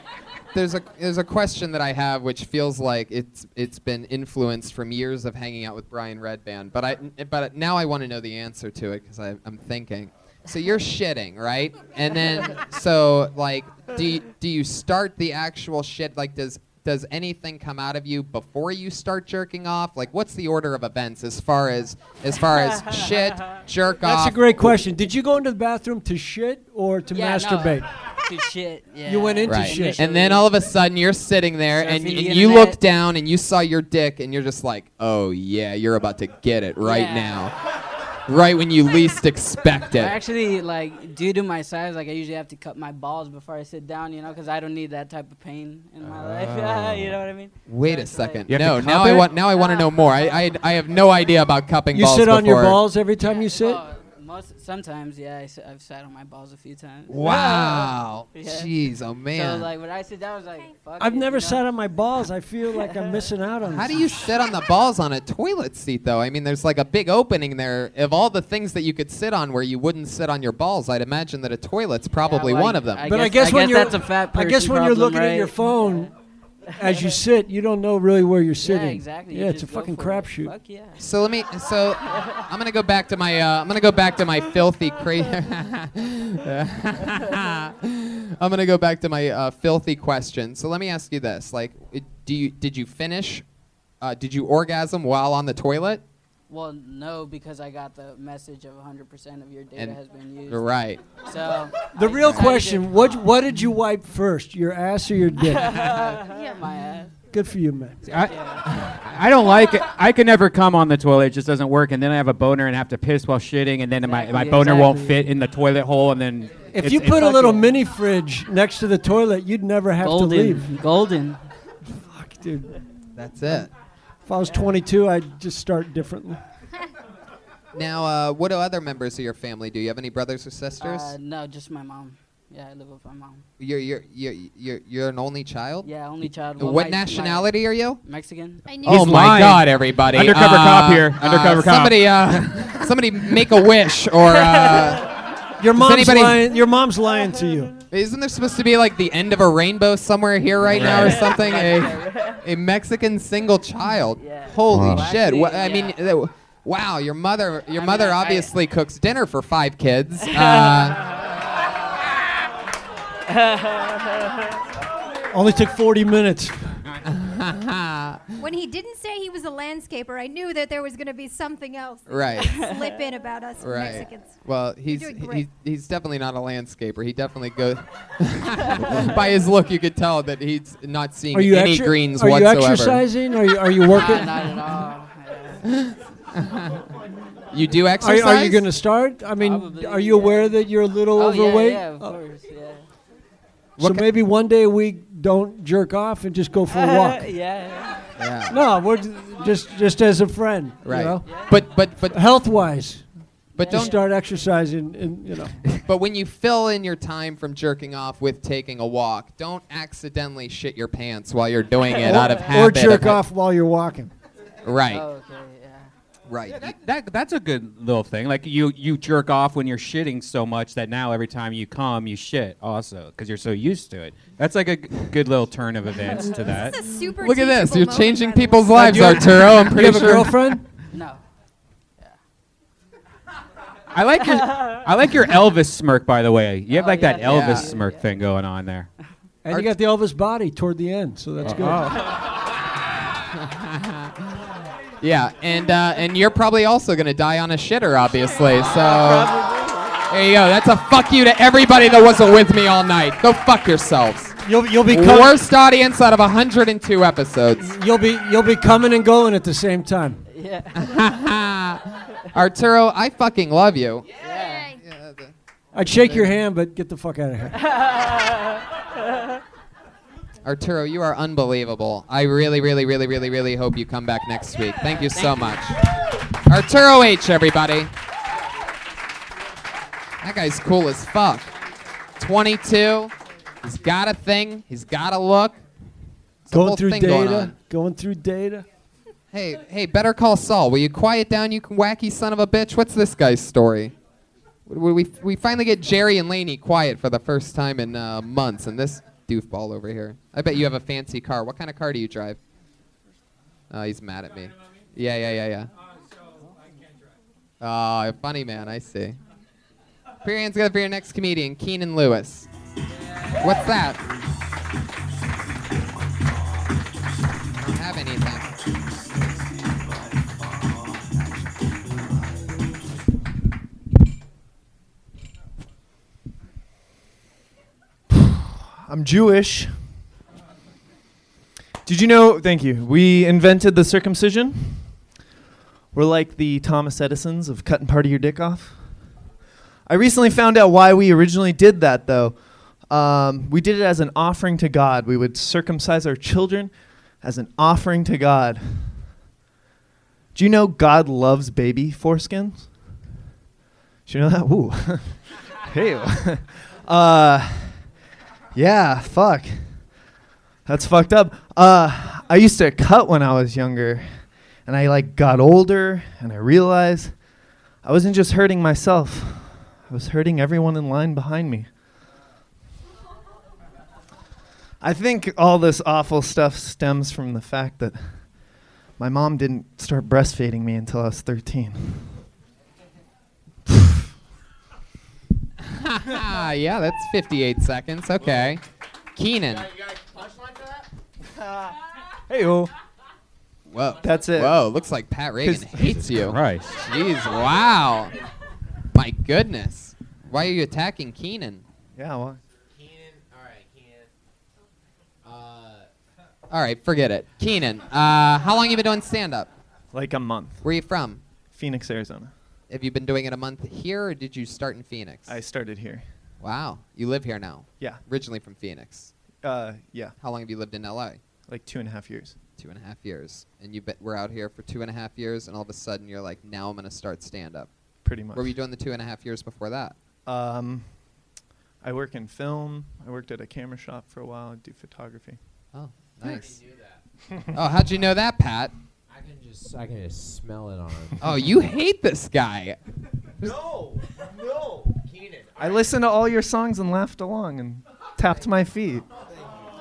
Speaker 3: there's a there's a question that I have which feels like it's it's been influenced from years of hanging out with Brian Redband, but I but now I want to know the answer to it because I'm thinking. So you're shitting, right?
Speaker 19: [LAUGHS]
Speaker 3: And then so like do you, do you start the actual shit like does does anything come out of you before you start jerking off? Like what's the order of events as far as as
Speaker 19: [LAUGHS]
Speaker 3: far as shit, jerk off?
Speaker 7: That's a great question. Did you go into the bathroom to shit or to
Speaker 19: Yeah, no,
Speaker 7: masturbate?
Speaker 19: [LAUGHS] to shit. Yeah.
Speaker 7: You went into
Speaker 3: Right.
Speaker 7: shit.
Speaker 3: And then all of a sudden you're sitting there and,
Speaker 19: Surfing
Speaker 3: and
Speaker 19: the
Speaker 3: you
Speaker 19: internet.
Speaker 3: look down and you saw your dick and you're just like, oh yeah, you're about to get it right
Speaker 19: Yeah.
Speaker 3: now. Right when you least expect
Speaker 19: I
Speaker 3: it.
Speaker 19: actually like due to my size, like I usually have to cut my balls before I sit down, you know, because I don't need that type of pain in my life. [LAUGHS] you know what I mean?
Speaker 3: Wait a second.
Speaker 1: You
Speaker 3: No,
Speaker 1: have to cup
Speaker 3: now I
Speaker 1: it?
Speaker 3: want now I want to
Speaker 19: Ah.
Speaker 3: know more. I, I I have no idea about cupping
Speaker 7: You
Speaker 3: balls.
Speaker 7: sit on your
Speaker 3: before.
Speaker 7: balls every time you sit?
Speaker 19: Most sometimes, yeah, I, have sat on my balls a few times.
Speaker 3: Wow.
Speaker 19: [LAUGHS]
Speaker 3: Jeez, oh man.
Speaker 19: So like when I sit down, I was like, fuck.
Speaker 7: I've
Speaker 19: it,
Speaker 7: never
Speaker 19: you know?
Speaker 7: sat on my balls. I feel like I'm missing out on
Speaker 3: How do
Speaker 7: this.
Speaker 3: you sit on the balls on a toilet seat though? I mean, there's like a big opening there. Of all the things that you could sit on where you wouldn't sit on your balls, I'd imagine that a toilet's probably
Speaker 19: well,
Speaker 3: one of them.
Speaker 19: I
Speaker 7: But I guess, when you're
Speaker 19: that's a fat
Speaker 7: I guess
Speaker 19: person
Speaker 7: when you're
Speaker 19: problem,
Speaker 7: looking at your
Speaker 19: right? [LAUGHS]
Speaker 7: phone as you sit, you don't know really where you're sitting.
Speaker 19: exactly. You
Speaker 7: Yeah, it's a
Speaker 19: just go
Speaker 7: fucking
Speaker 19: for it.
Speaker 7: crapshoot.
Speaker 19: Fuck yeah.
Speaker 3: So let me. So I'm gonna go back to my. Uh, I'm gonna go back to my filthy cra [LAUGHS] I'm gonna go back to my uh, filthy question. So let me ask you this: Like, it- do you did you finish? Uh, did you orgasm while on the toilet?
Speaker 19: Well, no, because I got the message of 100% of your data
Speaker 3: And-
Speaker 19: has been used.
Speaker 3: right.
Speaker 19: So
Speaker 7: The
Speaker 19: I
Speaker 7: real
Speaker 19: decided- [LAUGHS]
Speaker 7: question: What what did you wipe first, your ass or your dick?
Speaker 19: my ass.
Speaker 7: Good for you, man.
Speaker 1: I, I don't like it. I can never come on the toilet. It just doesn't work. And then I have a boner and have to piss while shitting. And then my, my
Speaker 7: Exactly,
Speaker 1: boner won't
Speaker 7: exactly.
Speaker 1: fit in the toilet hole. And then
Speaker 7: If
Speaker 1: it's-
Speaker 7: you
Speaker 1: it's
Speaker 7: put a
Speaker 1: like-
Speaker 7: little mini fridge next to the toilet, you'd never have
Speaker 19: Golden.
Speaker 7: to leave.
Speaker 19: Golden.
Speaker 7: Fuck, dude.
Speaker 3: That's it.
Speaker 7: If I was 22, I'd just start differently.
Speaker 3: Now, uh, what do other members of your family do? You have any brothers or sisters?
Speaker 19: Uh, no, just my mom. Yeah, I live with my mom.
Speaker 3: you're, you're you're you're you're an only child.
Speaker 19: Yeah, only child. Well,
Speaker 3: What
Speaker 19: my-
Speaker 3: nationality are you?
Speaker 19: Mexican. I
Speaker 3: Oh my God, everybody!
Speaker 1: Undercover cop
Speaker 3: Uh,
Speaker 1: here.
Speaker 3: uh,
Speaker 1: Undercover cop.
Speaker 3: Somebody, uh, [LAUGHS] somebody, make a wish or. Uh,
Speaker 7: [LAUGHS] Your
Speaker 3: does
Speaker 7: mom's
Speaker 3: anybody-
Speaker 7: lying. Your mom's lying to you.
Speaker 3: Isn't there supposed to be like the end of a rainbow somewhere here right, now or
Speaker 7: Right.
Speaker 19: [LAUGHS]
Speaker 3: something? a, a Mexican single child. Holy
Speaker 19: Wow.
Speaker 3: shit! Wha- I
Speaker 19: Actually,
Speaker 3: mean, that- wow. Your mother, your
Speaker 19: I
Speaker 3: mother
Speaker 19: mean, I-
Speaker 3: obviously cooks dinner for
Speaker 19: [LAUGHS]
Speaker 3: five kids. Uh,
Speaker 7: Only took
Speaker 3: [LAUGHS]
Speaker 7: 40 minutes.
Speaker 6: When he didn't say he was a landscaper, I knew that there was going to be something else that
Speaker 3: Right.
Speaker 6: slip in about
Speaker 3: [LAUGHS]
Speaker 6: us
Speaker 3: right.
Speaker 6: Mexicans.
Speaker 3: Well,
Speaker 6: You're
Speaker 3: he's
Speaker 6: doing
Speaker 3: he's,
Speaker 6: great.
Speaker 3: he's definitely not a landscaper. He definitely
Speaker 6: [LAUGHS]
Speaker 3: goes. [LAUGHS] By his look, you could tell that he's not seeing
Speaker 7: Are you
Speaker 3: any
Speaker 7: exer-
Speaker 3: greens
Speaker 7: Are you
Speaker 3: whatsoever.
Speaker 7: exercising? Are you are you working?
Speaker 3: [LAUGHS] You do
Speaker 7: Are you,
Speaker 3: exercise.
Speaker 7: are you going to start? I mean, are you aware that you're a little
Speaker 19: Oh, yeah,
Speaker 7: overweight?
Speaker 19: yeah, of
Speaker 7: Oh,
Speaker 19: course,
Speaker 3: [LAUGHS]
Speaker 19: yeah.
Speaker 7: So maybe one day a week, don't jerk off and just go
Speaker 19: [LAUGHS]
Speaker 7: for a walk.
Speaker 19: yeah.
Speaker 3: Yeah.
Speaker 7: No, we're j-
Speaker 3: [LAUGHS]
Speaker 7: just just as a friend, you
Speaker 3: Right.
Speaker 7: know?
Speaker 3: But but but
Speaker 7: health wise.
Speaker 3: But don't-
Speaker 7: start exercising, and you know.
Speaker 3: [LAUGHS] but when you fill in your time from jerking off with taking a walk, don't accidentally shit your pants while you're doing it
Speaker 7: or,
Speaker 3: out of
Speaker 7: or
Speaker 3: habit.
Speaker 7: jerk
Speaker 3: of-
Speaker 7: off while you're walking.
Speaker 3: Right.
Speaker 19: Oh, okay, yeah.
Speaker 3: Right.
Speaker 1: Yeah, that, that, that's a good little thing. Like you, you jerk off when you're shitting so much that now every time you come, you shit also because you're so used to it. That's like a g- good little turn of events to that.
Speaker 6: This is a super
Speaker 3: Look at this.
Speaker 6: teachable
Speaker 3: You're
Speaker 6: moment,
Speaker 3: changing
Speaker 6: by the way.
Speaker 3: people's lives,
Speaker 1: you have-
Speaker 3: Arturo.
Speaker 7: [LAUGHS]
Speaker 3: I'm
Speaker 1: you
Speaker 3: pretty
Speaker 1: have a
Speaker 3: sure.
Speaker 1: girlfriend?
Speaker 19: No.
Speaker 1: I like your, I like
Speaker 6: [LAUGHS]
Speaker 1: your Elvis smirk by the way. You have like that
Speaker 7: Oh, yeah,
Speaker 1: Elvis
Speaker 7: yeah.
Speaker 1: smirk thing going on there.
Speaker 7: And you got the Elvis body toward the end, so that's good.
Speaker 1: Oh.
Speaker 19: [LAUGHS]
Speaker 3: [LAUGHS] Yeah, and uh, and you're probably also gonna die on a shitter, obviously. So there you go. That's a fuck you to everybody that wasn't with me all night. Go fuck yourselves.
Speaker 7: You'll you'll
Speaker 3: be worst audience out of 102 episodes.
Speaker 7: You'll be you'll be coming and going at the same time.
Speaker 19: [LAUGHS]
Speaker 3: [LAUGHS] Arturo, I fucking love you.
Speaker 7: I'd shake your hand, but get the fuck out of here.
Speaker 3: Arturo, you are unbelievable. I really, really, really, really, really hope you come back next week. Thank you so much. Arturo H, everybody. That guy's cool as fuck. 22. He's got a thing. He's got a look. It's a
Speaker 7: going
Speaker 3: whole
Speaker 7: through
Speaker 3: thing
Speaker 7: data,
Speaker 3: going on.
Speaker 7: going through data.
Speaker 3: Hey, hey, better call Saul. Will you quiet down, you wacky son of a bitch? What's this guy's story? We, we, we finally get Jerry and Laney quiet for the first time in uh, months, and this doofball over here. I bet you have a fancy car. What kind of car do you drive? Oh, he's mad at me. Yeah, yeah, yeah, yeah. Oh, you're funny man, I see. Put your hands together for your next comedian, Keenan Lewis. What's that? I don't have anything.
Speaker 20: I'm Jewish. Did you know? Thank you. We invented the circumcision. We're like the Thomas Edisons of cutting part of your dick off. I recently found out why we originally did that, though. Um, we did it as an offering to God. We would circumcise our children as an offering to God. Do you know God loves baby foreskins? Do you know that? Ooh. [LAUGHS] hey. [LAUGHS] uh, yeah, fuck. That's fucked up. Uh, I used to cut when I was younger, and I like got older, and I realized I wasn't just hurting myself. I was hurting everyone in line behind me. I think all this awful stuff stems from the fact that my mom didn't start breastfeeding me until I was 13.
Speaker 3: Ah, [LAUGHS] yeah, that's 58 seconds. Okay. Keenan.
Speaker 20: [LAUGHS] Hey, oh.
Speaker 3: Whoa.
Speaker 20: That's it.
Speaker 3: Whoa, looks like Pat Reagan
Speaker 20: 'Cause-
Speaker 3: hates you.
Speaker 1: Christ.
Speaker 3: Jeez, wow. My goodness. Why are you attacking Keenan?
Speaker 20: Yeah, well.
Speaker 3: All right, forget it. Keenan, uh, how long you been doing stand up?
Speaker 20: Like a month.
Speaker 3: Where you from?
Speaker 20: Phoenix, Arizona.
Speaker 3: Have you been doing it a month here or did you start in Phoenix?
Speaker 20: I started here.
Speaker 3: Wow. You live here now?
Speaker 20: Yeah.
Speaker 3: Originally from Phoenix.
Speaker 20: Uh, yeah.
Speaker 3: How long have you lived in LA?
Speaker 20: Like two and a half years.
Speaker 3: Two and a half years. And you bet we're out here for two and a half years and all of a sudden you're like, now I'm gonna start stand up.
Speaker 20: Pretty much.
Speaker 3: Were you doing the two and a half years before that?
Speaker 20: Um, I work in film. I worked at a camera shop for a while. I do photography.
Speaker 3: Oh, nice. [LAUGHS] oh, how'd you know that, Pat?
Speaker 5: I can just I can just smell it on him.
Speaker 3: Oh, you hate this guy.
Speaker 5: No, no, Keenan.
Speaker 20: I listened to all your songs and laughed along and tapped my feet.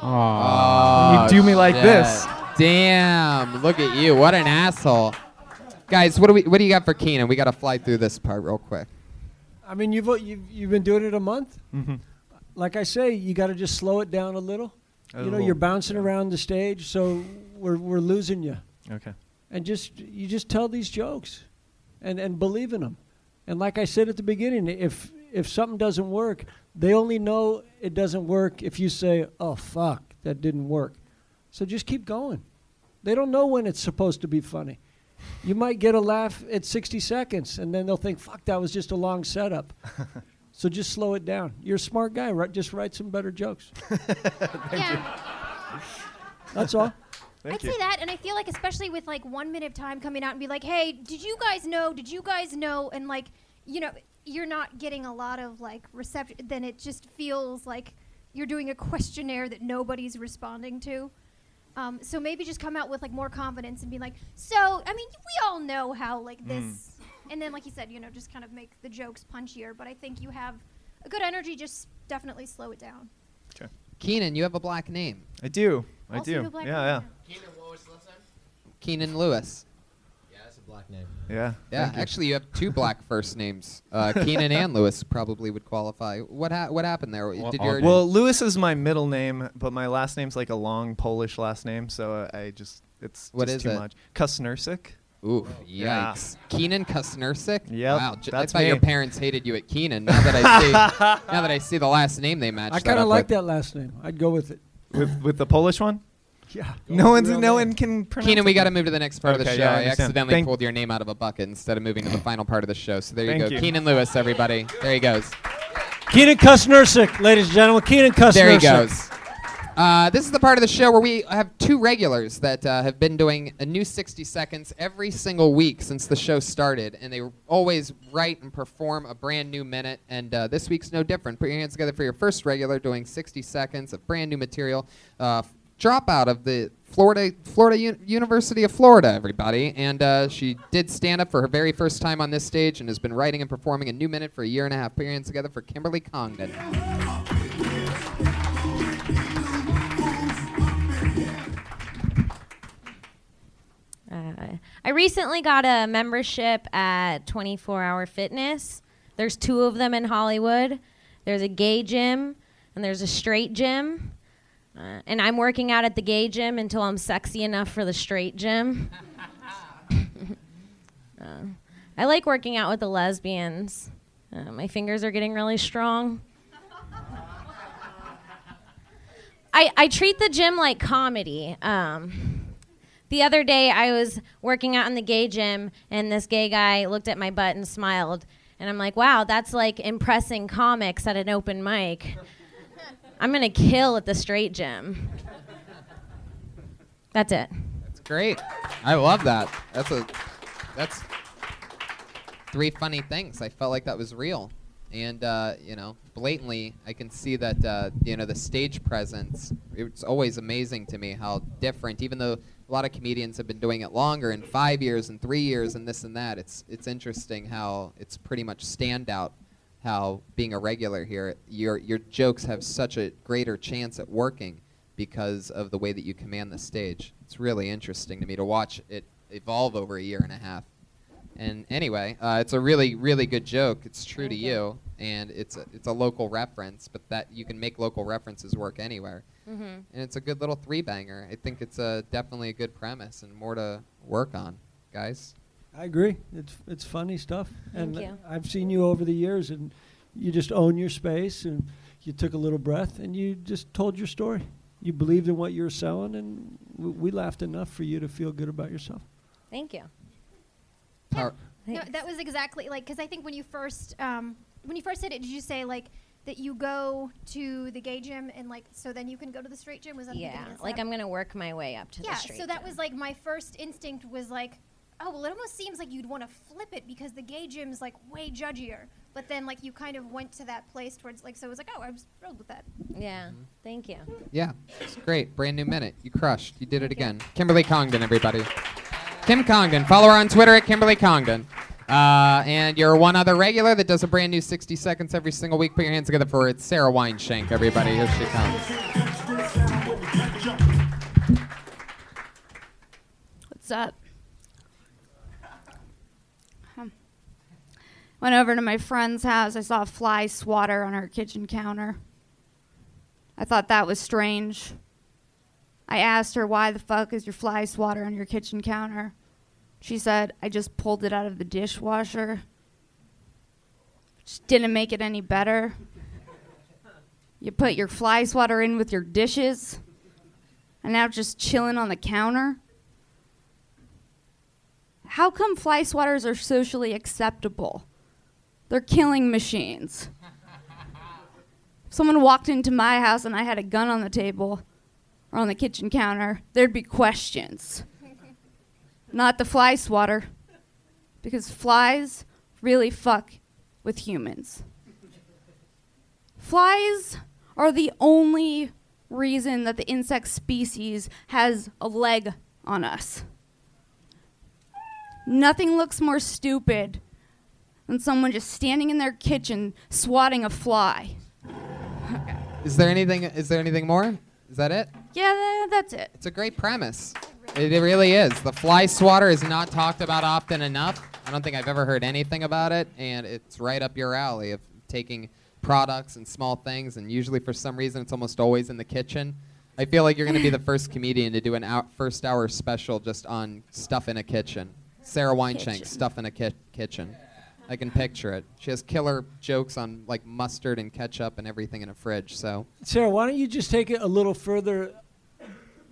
Speaker 3: Oh,
Speaker 20: You do me like this.
Speaker 3: Damn! Look at you. What an asshole. Guys, what do we? What do you got for Keenan? We got to fly through this part real quick.
Speaker 7: I mean, you've you've, you've been doing it a month.
Speaker 20: Mhm.
Speaker 7: Like I say, you got to just slow it down a little.
Speaker 20: A
Speaker 7: you know,
Speaker 20: little,
Speaker 7: you're bouncing around the stage, so we're we're losing you.
Speaker 20: Okay.
Speaker 7: And just you just tell these jokes, and and believe in them. And like I said at the beginning, if if something doesn't work, they only know it doesn't work if you say, "Oh fuck, that didn't work." So just keep going. They don't know when it's supposed to be funny. You might get a laugh at 60 seconds, and then they'll think, "Fuck, that was just a long setup." so just slow it down. You're a smart guy, right? Just write some better jokes. That's all.
Speaker 6: I'd say that, and I feel like especially with like one minute of time coming out and be like, "Hey, did you guys know? Did you guys know?" And like, you know, you're not getting a lot of like reception. Then it just feels like you're doing a questionnaire that nobody's responding to. Um, so maybe just come out with like more confidence and be like, so I mean, we all know how like
Speaker 20: Mm.
Speaker 6: this, and then like you said, you know, just kind of make the jokes punchier. But I think you have a good energy. Just definitely slow it down.
Speaker 3: Keenan, you have a black name.
Speaker 20: I do. I
Speaker 3: Also
Speaker 20: do.
Speaker 3: the black
Speaker 20: yeah, yeah.
Speaker 3: man. Keenan Lewis.
Speaker 10: Yeah, that's a black name.
Speaker 20: Yeah.
Speaker 3: Yeah.
Speaker 20: thank you.
Speaker 3: Actually, you have
Speaker 20: [LAUGHS]
Speaker 3: two black first names. Uh, Keenan and Lewis probably would qualify. What ha- what happened there? Did your
Speaker 20: well, Lewis is my middle name, but my last name's like a long Polish last name, so I just it's
Speaker 3: What
Speaker 20: just
Speaker 3: is
Speaker 20: too
Speaker 3: it?
Speaker 20: much. Kusnersik.
Speaker 3: Ooh, yikes. Keenan Kustnersik?
Speaker 20: Yep,
Speaker 3: Wow, j-
Speaker 20: that's
Speaker 3: I thought your
Speaker 20: me.
Speaker 3: parents hated you at Keenan. Now that I
Speaker 20: [LAUGHS]
Speaker 3: see, now that I see the last name they matched.
Speaker 7: I
Speaker 3: kind of
Speaker 7: like that last name. I'd go with it.
Speaker 20: With with the Polish one?
Speaker 7: Yeah.
Speaker 20: No one's no one can pronounce
Speaker 3: Keenan, we
Speaker 20: it.
Speaker 3: got to move to the next part of the
Speaker 20: Okay,
Speaker 3: show.
Speaker 20: yeah, I
Speaker 3: I,
Speaker 20: understand.
Speaker 3: accidentally
Speaker 20: Thank-
Speaker 3: pulled your name out of a bucket instead of moving to
Speaker 20: [CLEARS THROAT]
Speaker 3: the final part of the show. So there you
Speaker 20: Thank
Speaker 3: go,
Speaker 20: you.
Speaker 3: Keenan Lewis, everybody. There he goes.
Speaker 7: Keenan Kusnersik, ladies and gentlemen. Keenan Kusnersik.
Speaker 3: There he goes. Uh, this is the part of the show where we have two regulars that uh, have been doing a new 60 seconds every single week since the show started, and they always write and perform a brand new minute. And uh, this week's no different. Put your hands together for your first regular doing 60 seconds of brand new material. Uh, dropout of the Florida Florida Un- University of Florida, everybody, and uh, she did stand up for her very first time on this stage and has been writing and performing a new minute for a year and a half. Put your hands together for Kimberly Congdon.
Speaker 21: Uh, I recently got a membership at 24 Hour Fitness. There's two of them in Hollywood. There's a gay gym and there's a straight gym. Uh, and I'm working out at the gay gym until I'm sexy enough for the straight gym. [LAUGHS] uh, I like working out with the lesbians. Uh, my fingers are getting really strong. I, I treat the gym like comedy. Um, the other day, I was working out in the gay gym, and this gay guy looked at my butt and smiled. And I'm like, wow, that's like impressing comics at an open mic. I'm going to kill at the straight gym. That's it.
Speaker 3: That's great. I love that. That's a that's three funny things. I felt like that was real, and uh, you know, blatantly, I can see that uh, you know the stage presence. It's always amazing to me how different, even though a lot of comedians have been doing it longer, in five years, and three years, and this and that. It's it's interesting how it's pretty much standout. How being a regular here, your your jokes have such a greater chance at working because of the way that you command the stage. It's really interesting to me to watch it evolve over a year and a half. And anyway, uh, it's a really, really good joke. It's true to you, and it's a, it's a local reference, but that you can make local references work anywhere.
Speaker 6: Mm-hmm.
Speaker 21: Mhm.
Speaker 3: And it's a good little three banger. I think it's a, definitely a good premise and more to work on, guys.
Speaker 7: I agree. It's it's funny stuff,
Speaker 21: Thank
Speaker 7: and
Speaker 21: you.
Speaker 7: I've seen you over the years, and you just own your space, and you took a little breath, and you just told your story. You believed in what you were selling, and w- we laughed enough for you to feel good about yourself.
Speaker 21: Thank you.
Speaker 3: Power-
Speaker 6: No, that was exactly like because I think when you first um, when you first said it, did you say like that you go to the gay gym and like so then you can go to the straight gym? Was that the
Speaker 21: Yeah,
Speaker 6: beginning of the
Speaker 21: like
Speaker 6: setup?
Speaker 21: I'm going to work my way up to
Speaker 6: yeah?
Speaker 21: the straight
Speaker 6: so
Speaker 21: gym.
Speaker 6: that was like my first instinct was like, oh well, it almost seems like you'd want to flip it because the gay gym's like way judgier. But then like you kind of went to that place towards like so it was like oh I was thrilled with that.
Speaker 21: Yeah, thank you.
Speaker 3: Yeah, it's great. Brand new minute. You crushed. You did it again. Kimberly Congdon, everybody. Kim Congdon. Follow her on Twitter at Kimberly Congdon. Uh, and your one other regular that does a brand new 60 seconds every single week. Put your hands together for it. Sarah Wineshank, everybody. Here she comes.
Speaker 22: What's up? Um, went over to my friend's house. I saw a fly swatter on her kitchen counter. I thought that was strange. I asked her, Why the fuck is your fly swatter on your kitchen counter? She said, I just pulled it out of the dishwasher. Which didn't make it any better. You put your fly swatter in with your dishes, and now it's just chilling on the counter how come fly swatters are socially acceptable? They're killing machines. if someone walked into my house and I had a gun on the table or on the kitchen counter, there'd be questions. Not the fly swatter, because flies really fuck with humans. Flies are the only reason that the insect species has a leg on us. Nothing looks more stupid than someone just standing in their kitchen swatting a fly.
Speaker 3: Is there anything? Is there anything more? Is that it?
Speaker 22: Yeah, tha- that's it.
Speaker 7: [LAUGHS]
Speaker 3: It's a great premise. It, it really is. The fly swatter is not talked about often enough. I don't think I've ever heard anything about it, and it's right up your alley of taking products and small things, and usually for some reason it's almost always in the kitchen. I feel like you're going to be the first comedian to do an hour, first hour special just on stuff in a kitchen. Sarah Weinshank,
Speaker 23: Kitchen.
Speaker 3: stuff in a ki- kitchen. I can picture it. She has killer jokes on like mustard and ketchup and everything in a fridge. So
Speaker 7: Sarah, why don't you just take it a little further?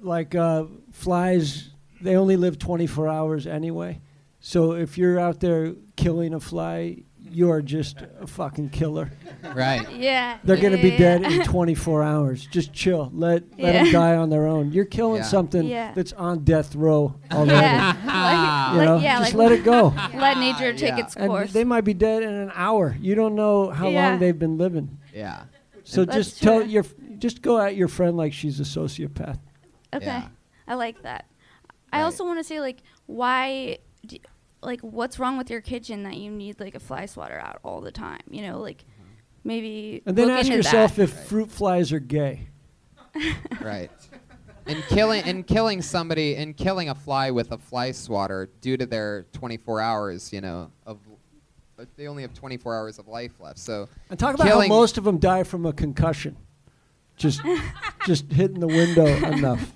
Speaker 7: Like uh, flies, they only live 24 hours anyway. So if you're out there killing a fly, you are just a fucking killer.
Speaker 3: Right.
Speaker 22: Yeah.
Speaker 7: They're gonna be
Speaker 22: Yeah.
Speaker 7: dead in 24 hours. Just chill. Let let
Speaker 22: Yeah.
Speaker 7: them die on their own. You're killing
Speaker 22: Yeah.
Speaker 7: something
Speaker 22: Yeah.
Speaker 7: that's on death row already.
Speaker 22: [LAUGHS] Yeah. Like-
Speaker 7: Oh, Ah. you
Speaker 22: like-
Speaker 7: know,
Speaker 22: yeah,
Speaker 7: just
Speaker 22: like-
Speaker 7: let it go.
Speaker 22: [LAUGHS] Let nature take
Speaker 7: Yeah.
Speaker 22: its
Speaker 7: And
Speaker 22: course.
Speaker 7: they might be dead in an hour. You don't know how
Speaker 22: Yeah.
Speaker 7: long they've been living.
Speaker 3: Yeah.
Speaker 7: So
Speaker 22: That's
Speaker 7: just
Speaker 22: true.
Speaker 7: tell your just go at your friend like she's a sociopath.
Speaker 22: Okay. I like that. I also want to say like why do, like what's wrong with your kitchen that you need like a fly swatter out all the time, you know, like maybe
Speaker 7: And then
Speaker 22: look
Speaker 7: ask
Speaker 22: into
Speaker 7: yourself
Speaker 22: that.
Speaker 7: if fruit flies are gay.
Speaker 3: right. And killing and killing somebody and killing a fly with a fly swatter due to their 24 hours, you know, of but they only have 24 hours of life left. So
Speaker 7: And talk about
Speaker 3: killing,
Speaker 7: how most of them die from a concussion. Just just hitting the
Speaker 22: [LAUGHS]
Speaker 7: window enough.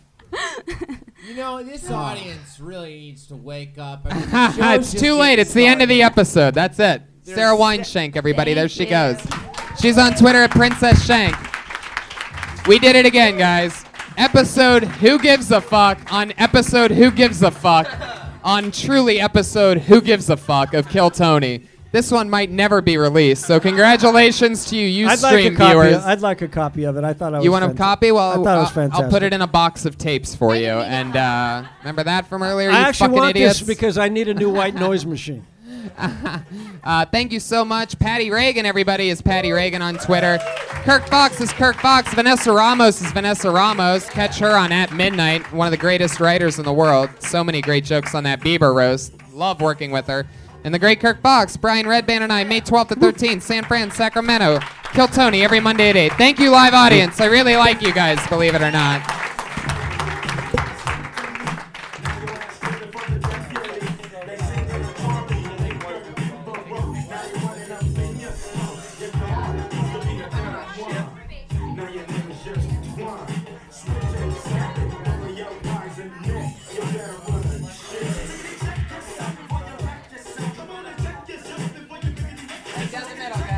Speaker 5: You know, this
Speaker 10: Oh.
Speaker 5: audience really needs to
Speaker 3: [LAUGHS]
Speaker 5: wake up. I mean, the show's
Speaker 3: it's
Speaker 5: just
Speaker 3: too late.
Speaker 5: getting
Speaker 3: It's the end of the episode. That's it.
Speaker 5: There's
Speaker 3: Sarah
Speaker 5: se-
Speaker 3: Weinshank, everybody. There
Speaker 5: Thank
Speaker 3: she
Speaker 5: you.
Speaker 3: goes. She's on Twitter at Princess Shank. We did it again, guys. Episode Who Gives a Fuck on episode Who Gives a Fuck on truly episode Who Gives a Fuck of Kill Tony. This one might never be released, so congratulations to you, you
Speaker 7: I'd like a
Speaker 3: stream
Speaker 7: copy.
Speaker 3: viewers.
Speaker 7: I'd like a copy of it. I thought I was.
Speaker 3: you want a
Speaker 7: fant-
Speaker 3: copy? Well,
Speaker 7: I thought it was
Speaker 3: I'll-
Speaker 7: fantastic.
Speaker 3: I'll put it in a box of tapes for you. And uh, remember that from earlier?
Speaker 7: I
Speaker 3: you
Speaker 7: actually
Speaker 3: fucking
Speaker 7: want
Speaker 3: idiots.
Speaker 7: this because I need a new white noise machine.
Speaker 3: Uh, thank you so much. Patty Reagan, everybody, is Patty Reagan on Twitter. Kirk Fox is Kirk Fox. Vanessa Ramos is Vanessa Ramos. Catch her on At Midnight, one of the greatest writers in the world. So many great jokes on that Bieber roast. Love working with her. And the great Kirk Fox, Brian Redband, and I, May 12th to 13th, San Fran, Sacramento. Kill Tony every Monday at 8. Thank you, live audience. I really like you guys, believe it or not.
Speaker 17: It doesn't matter.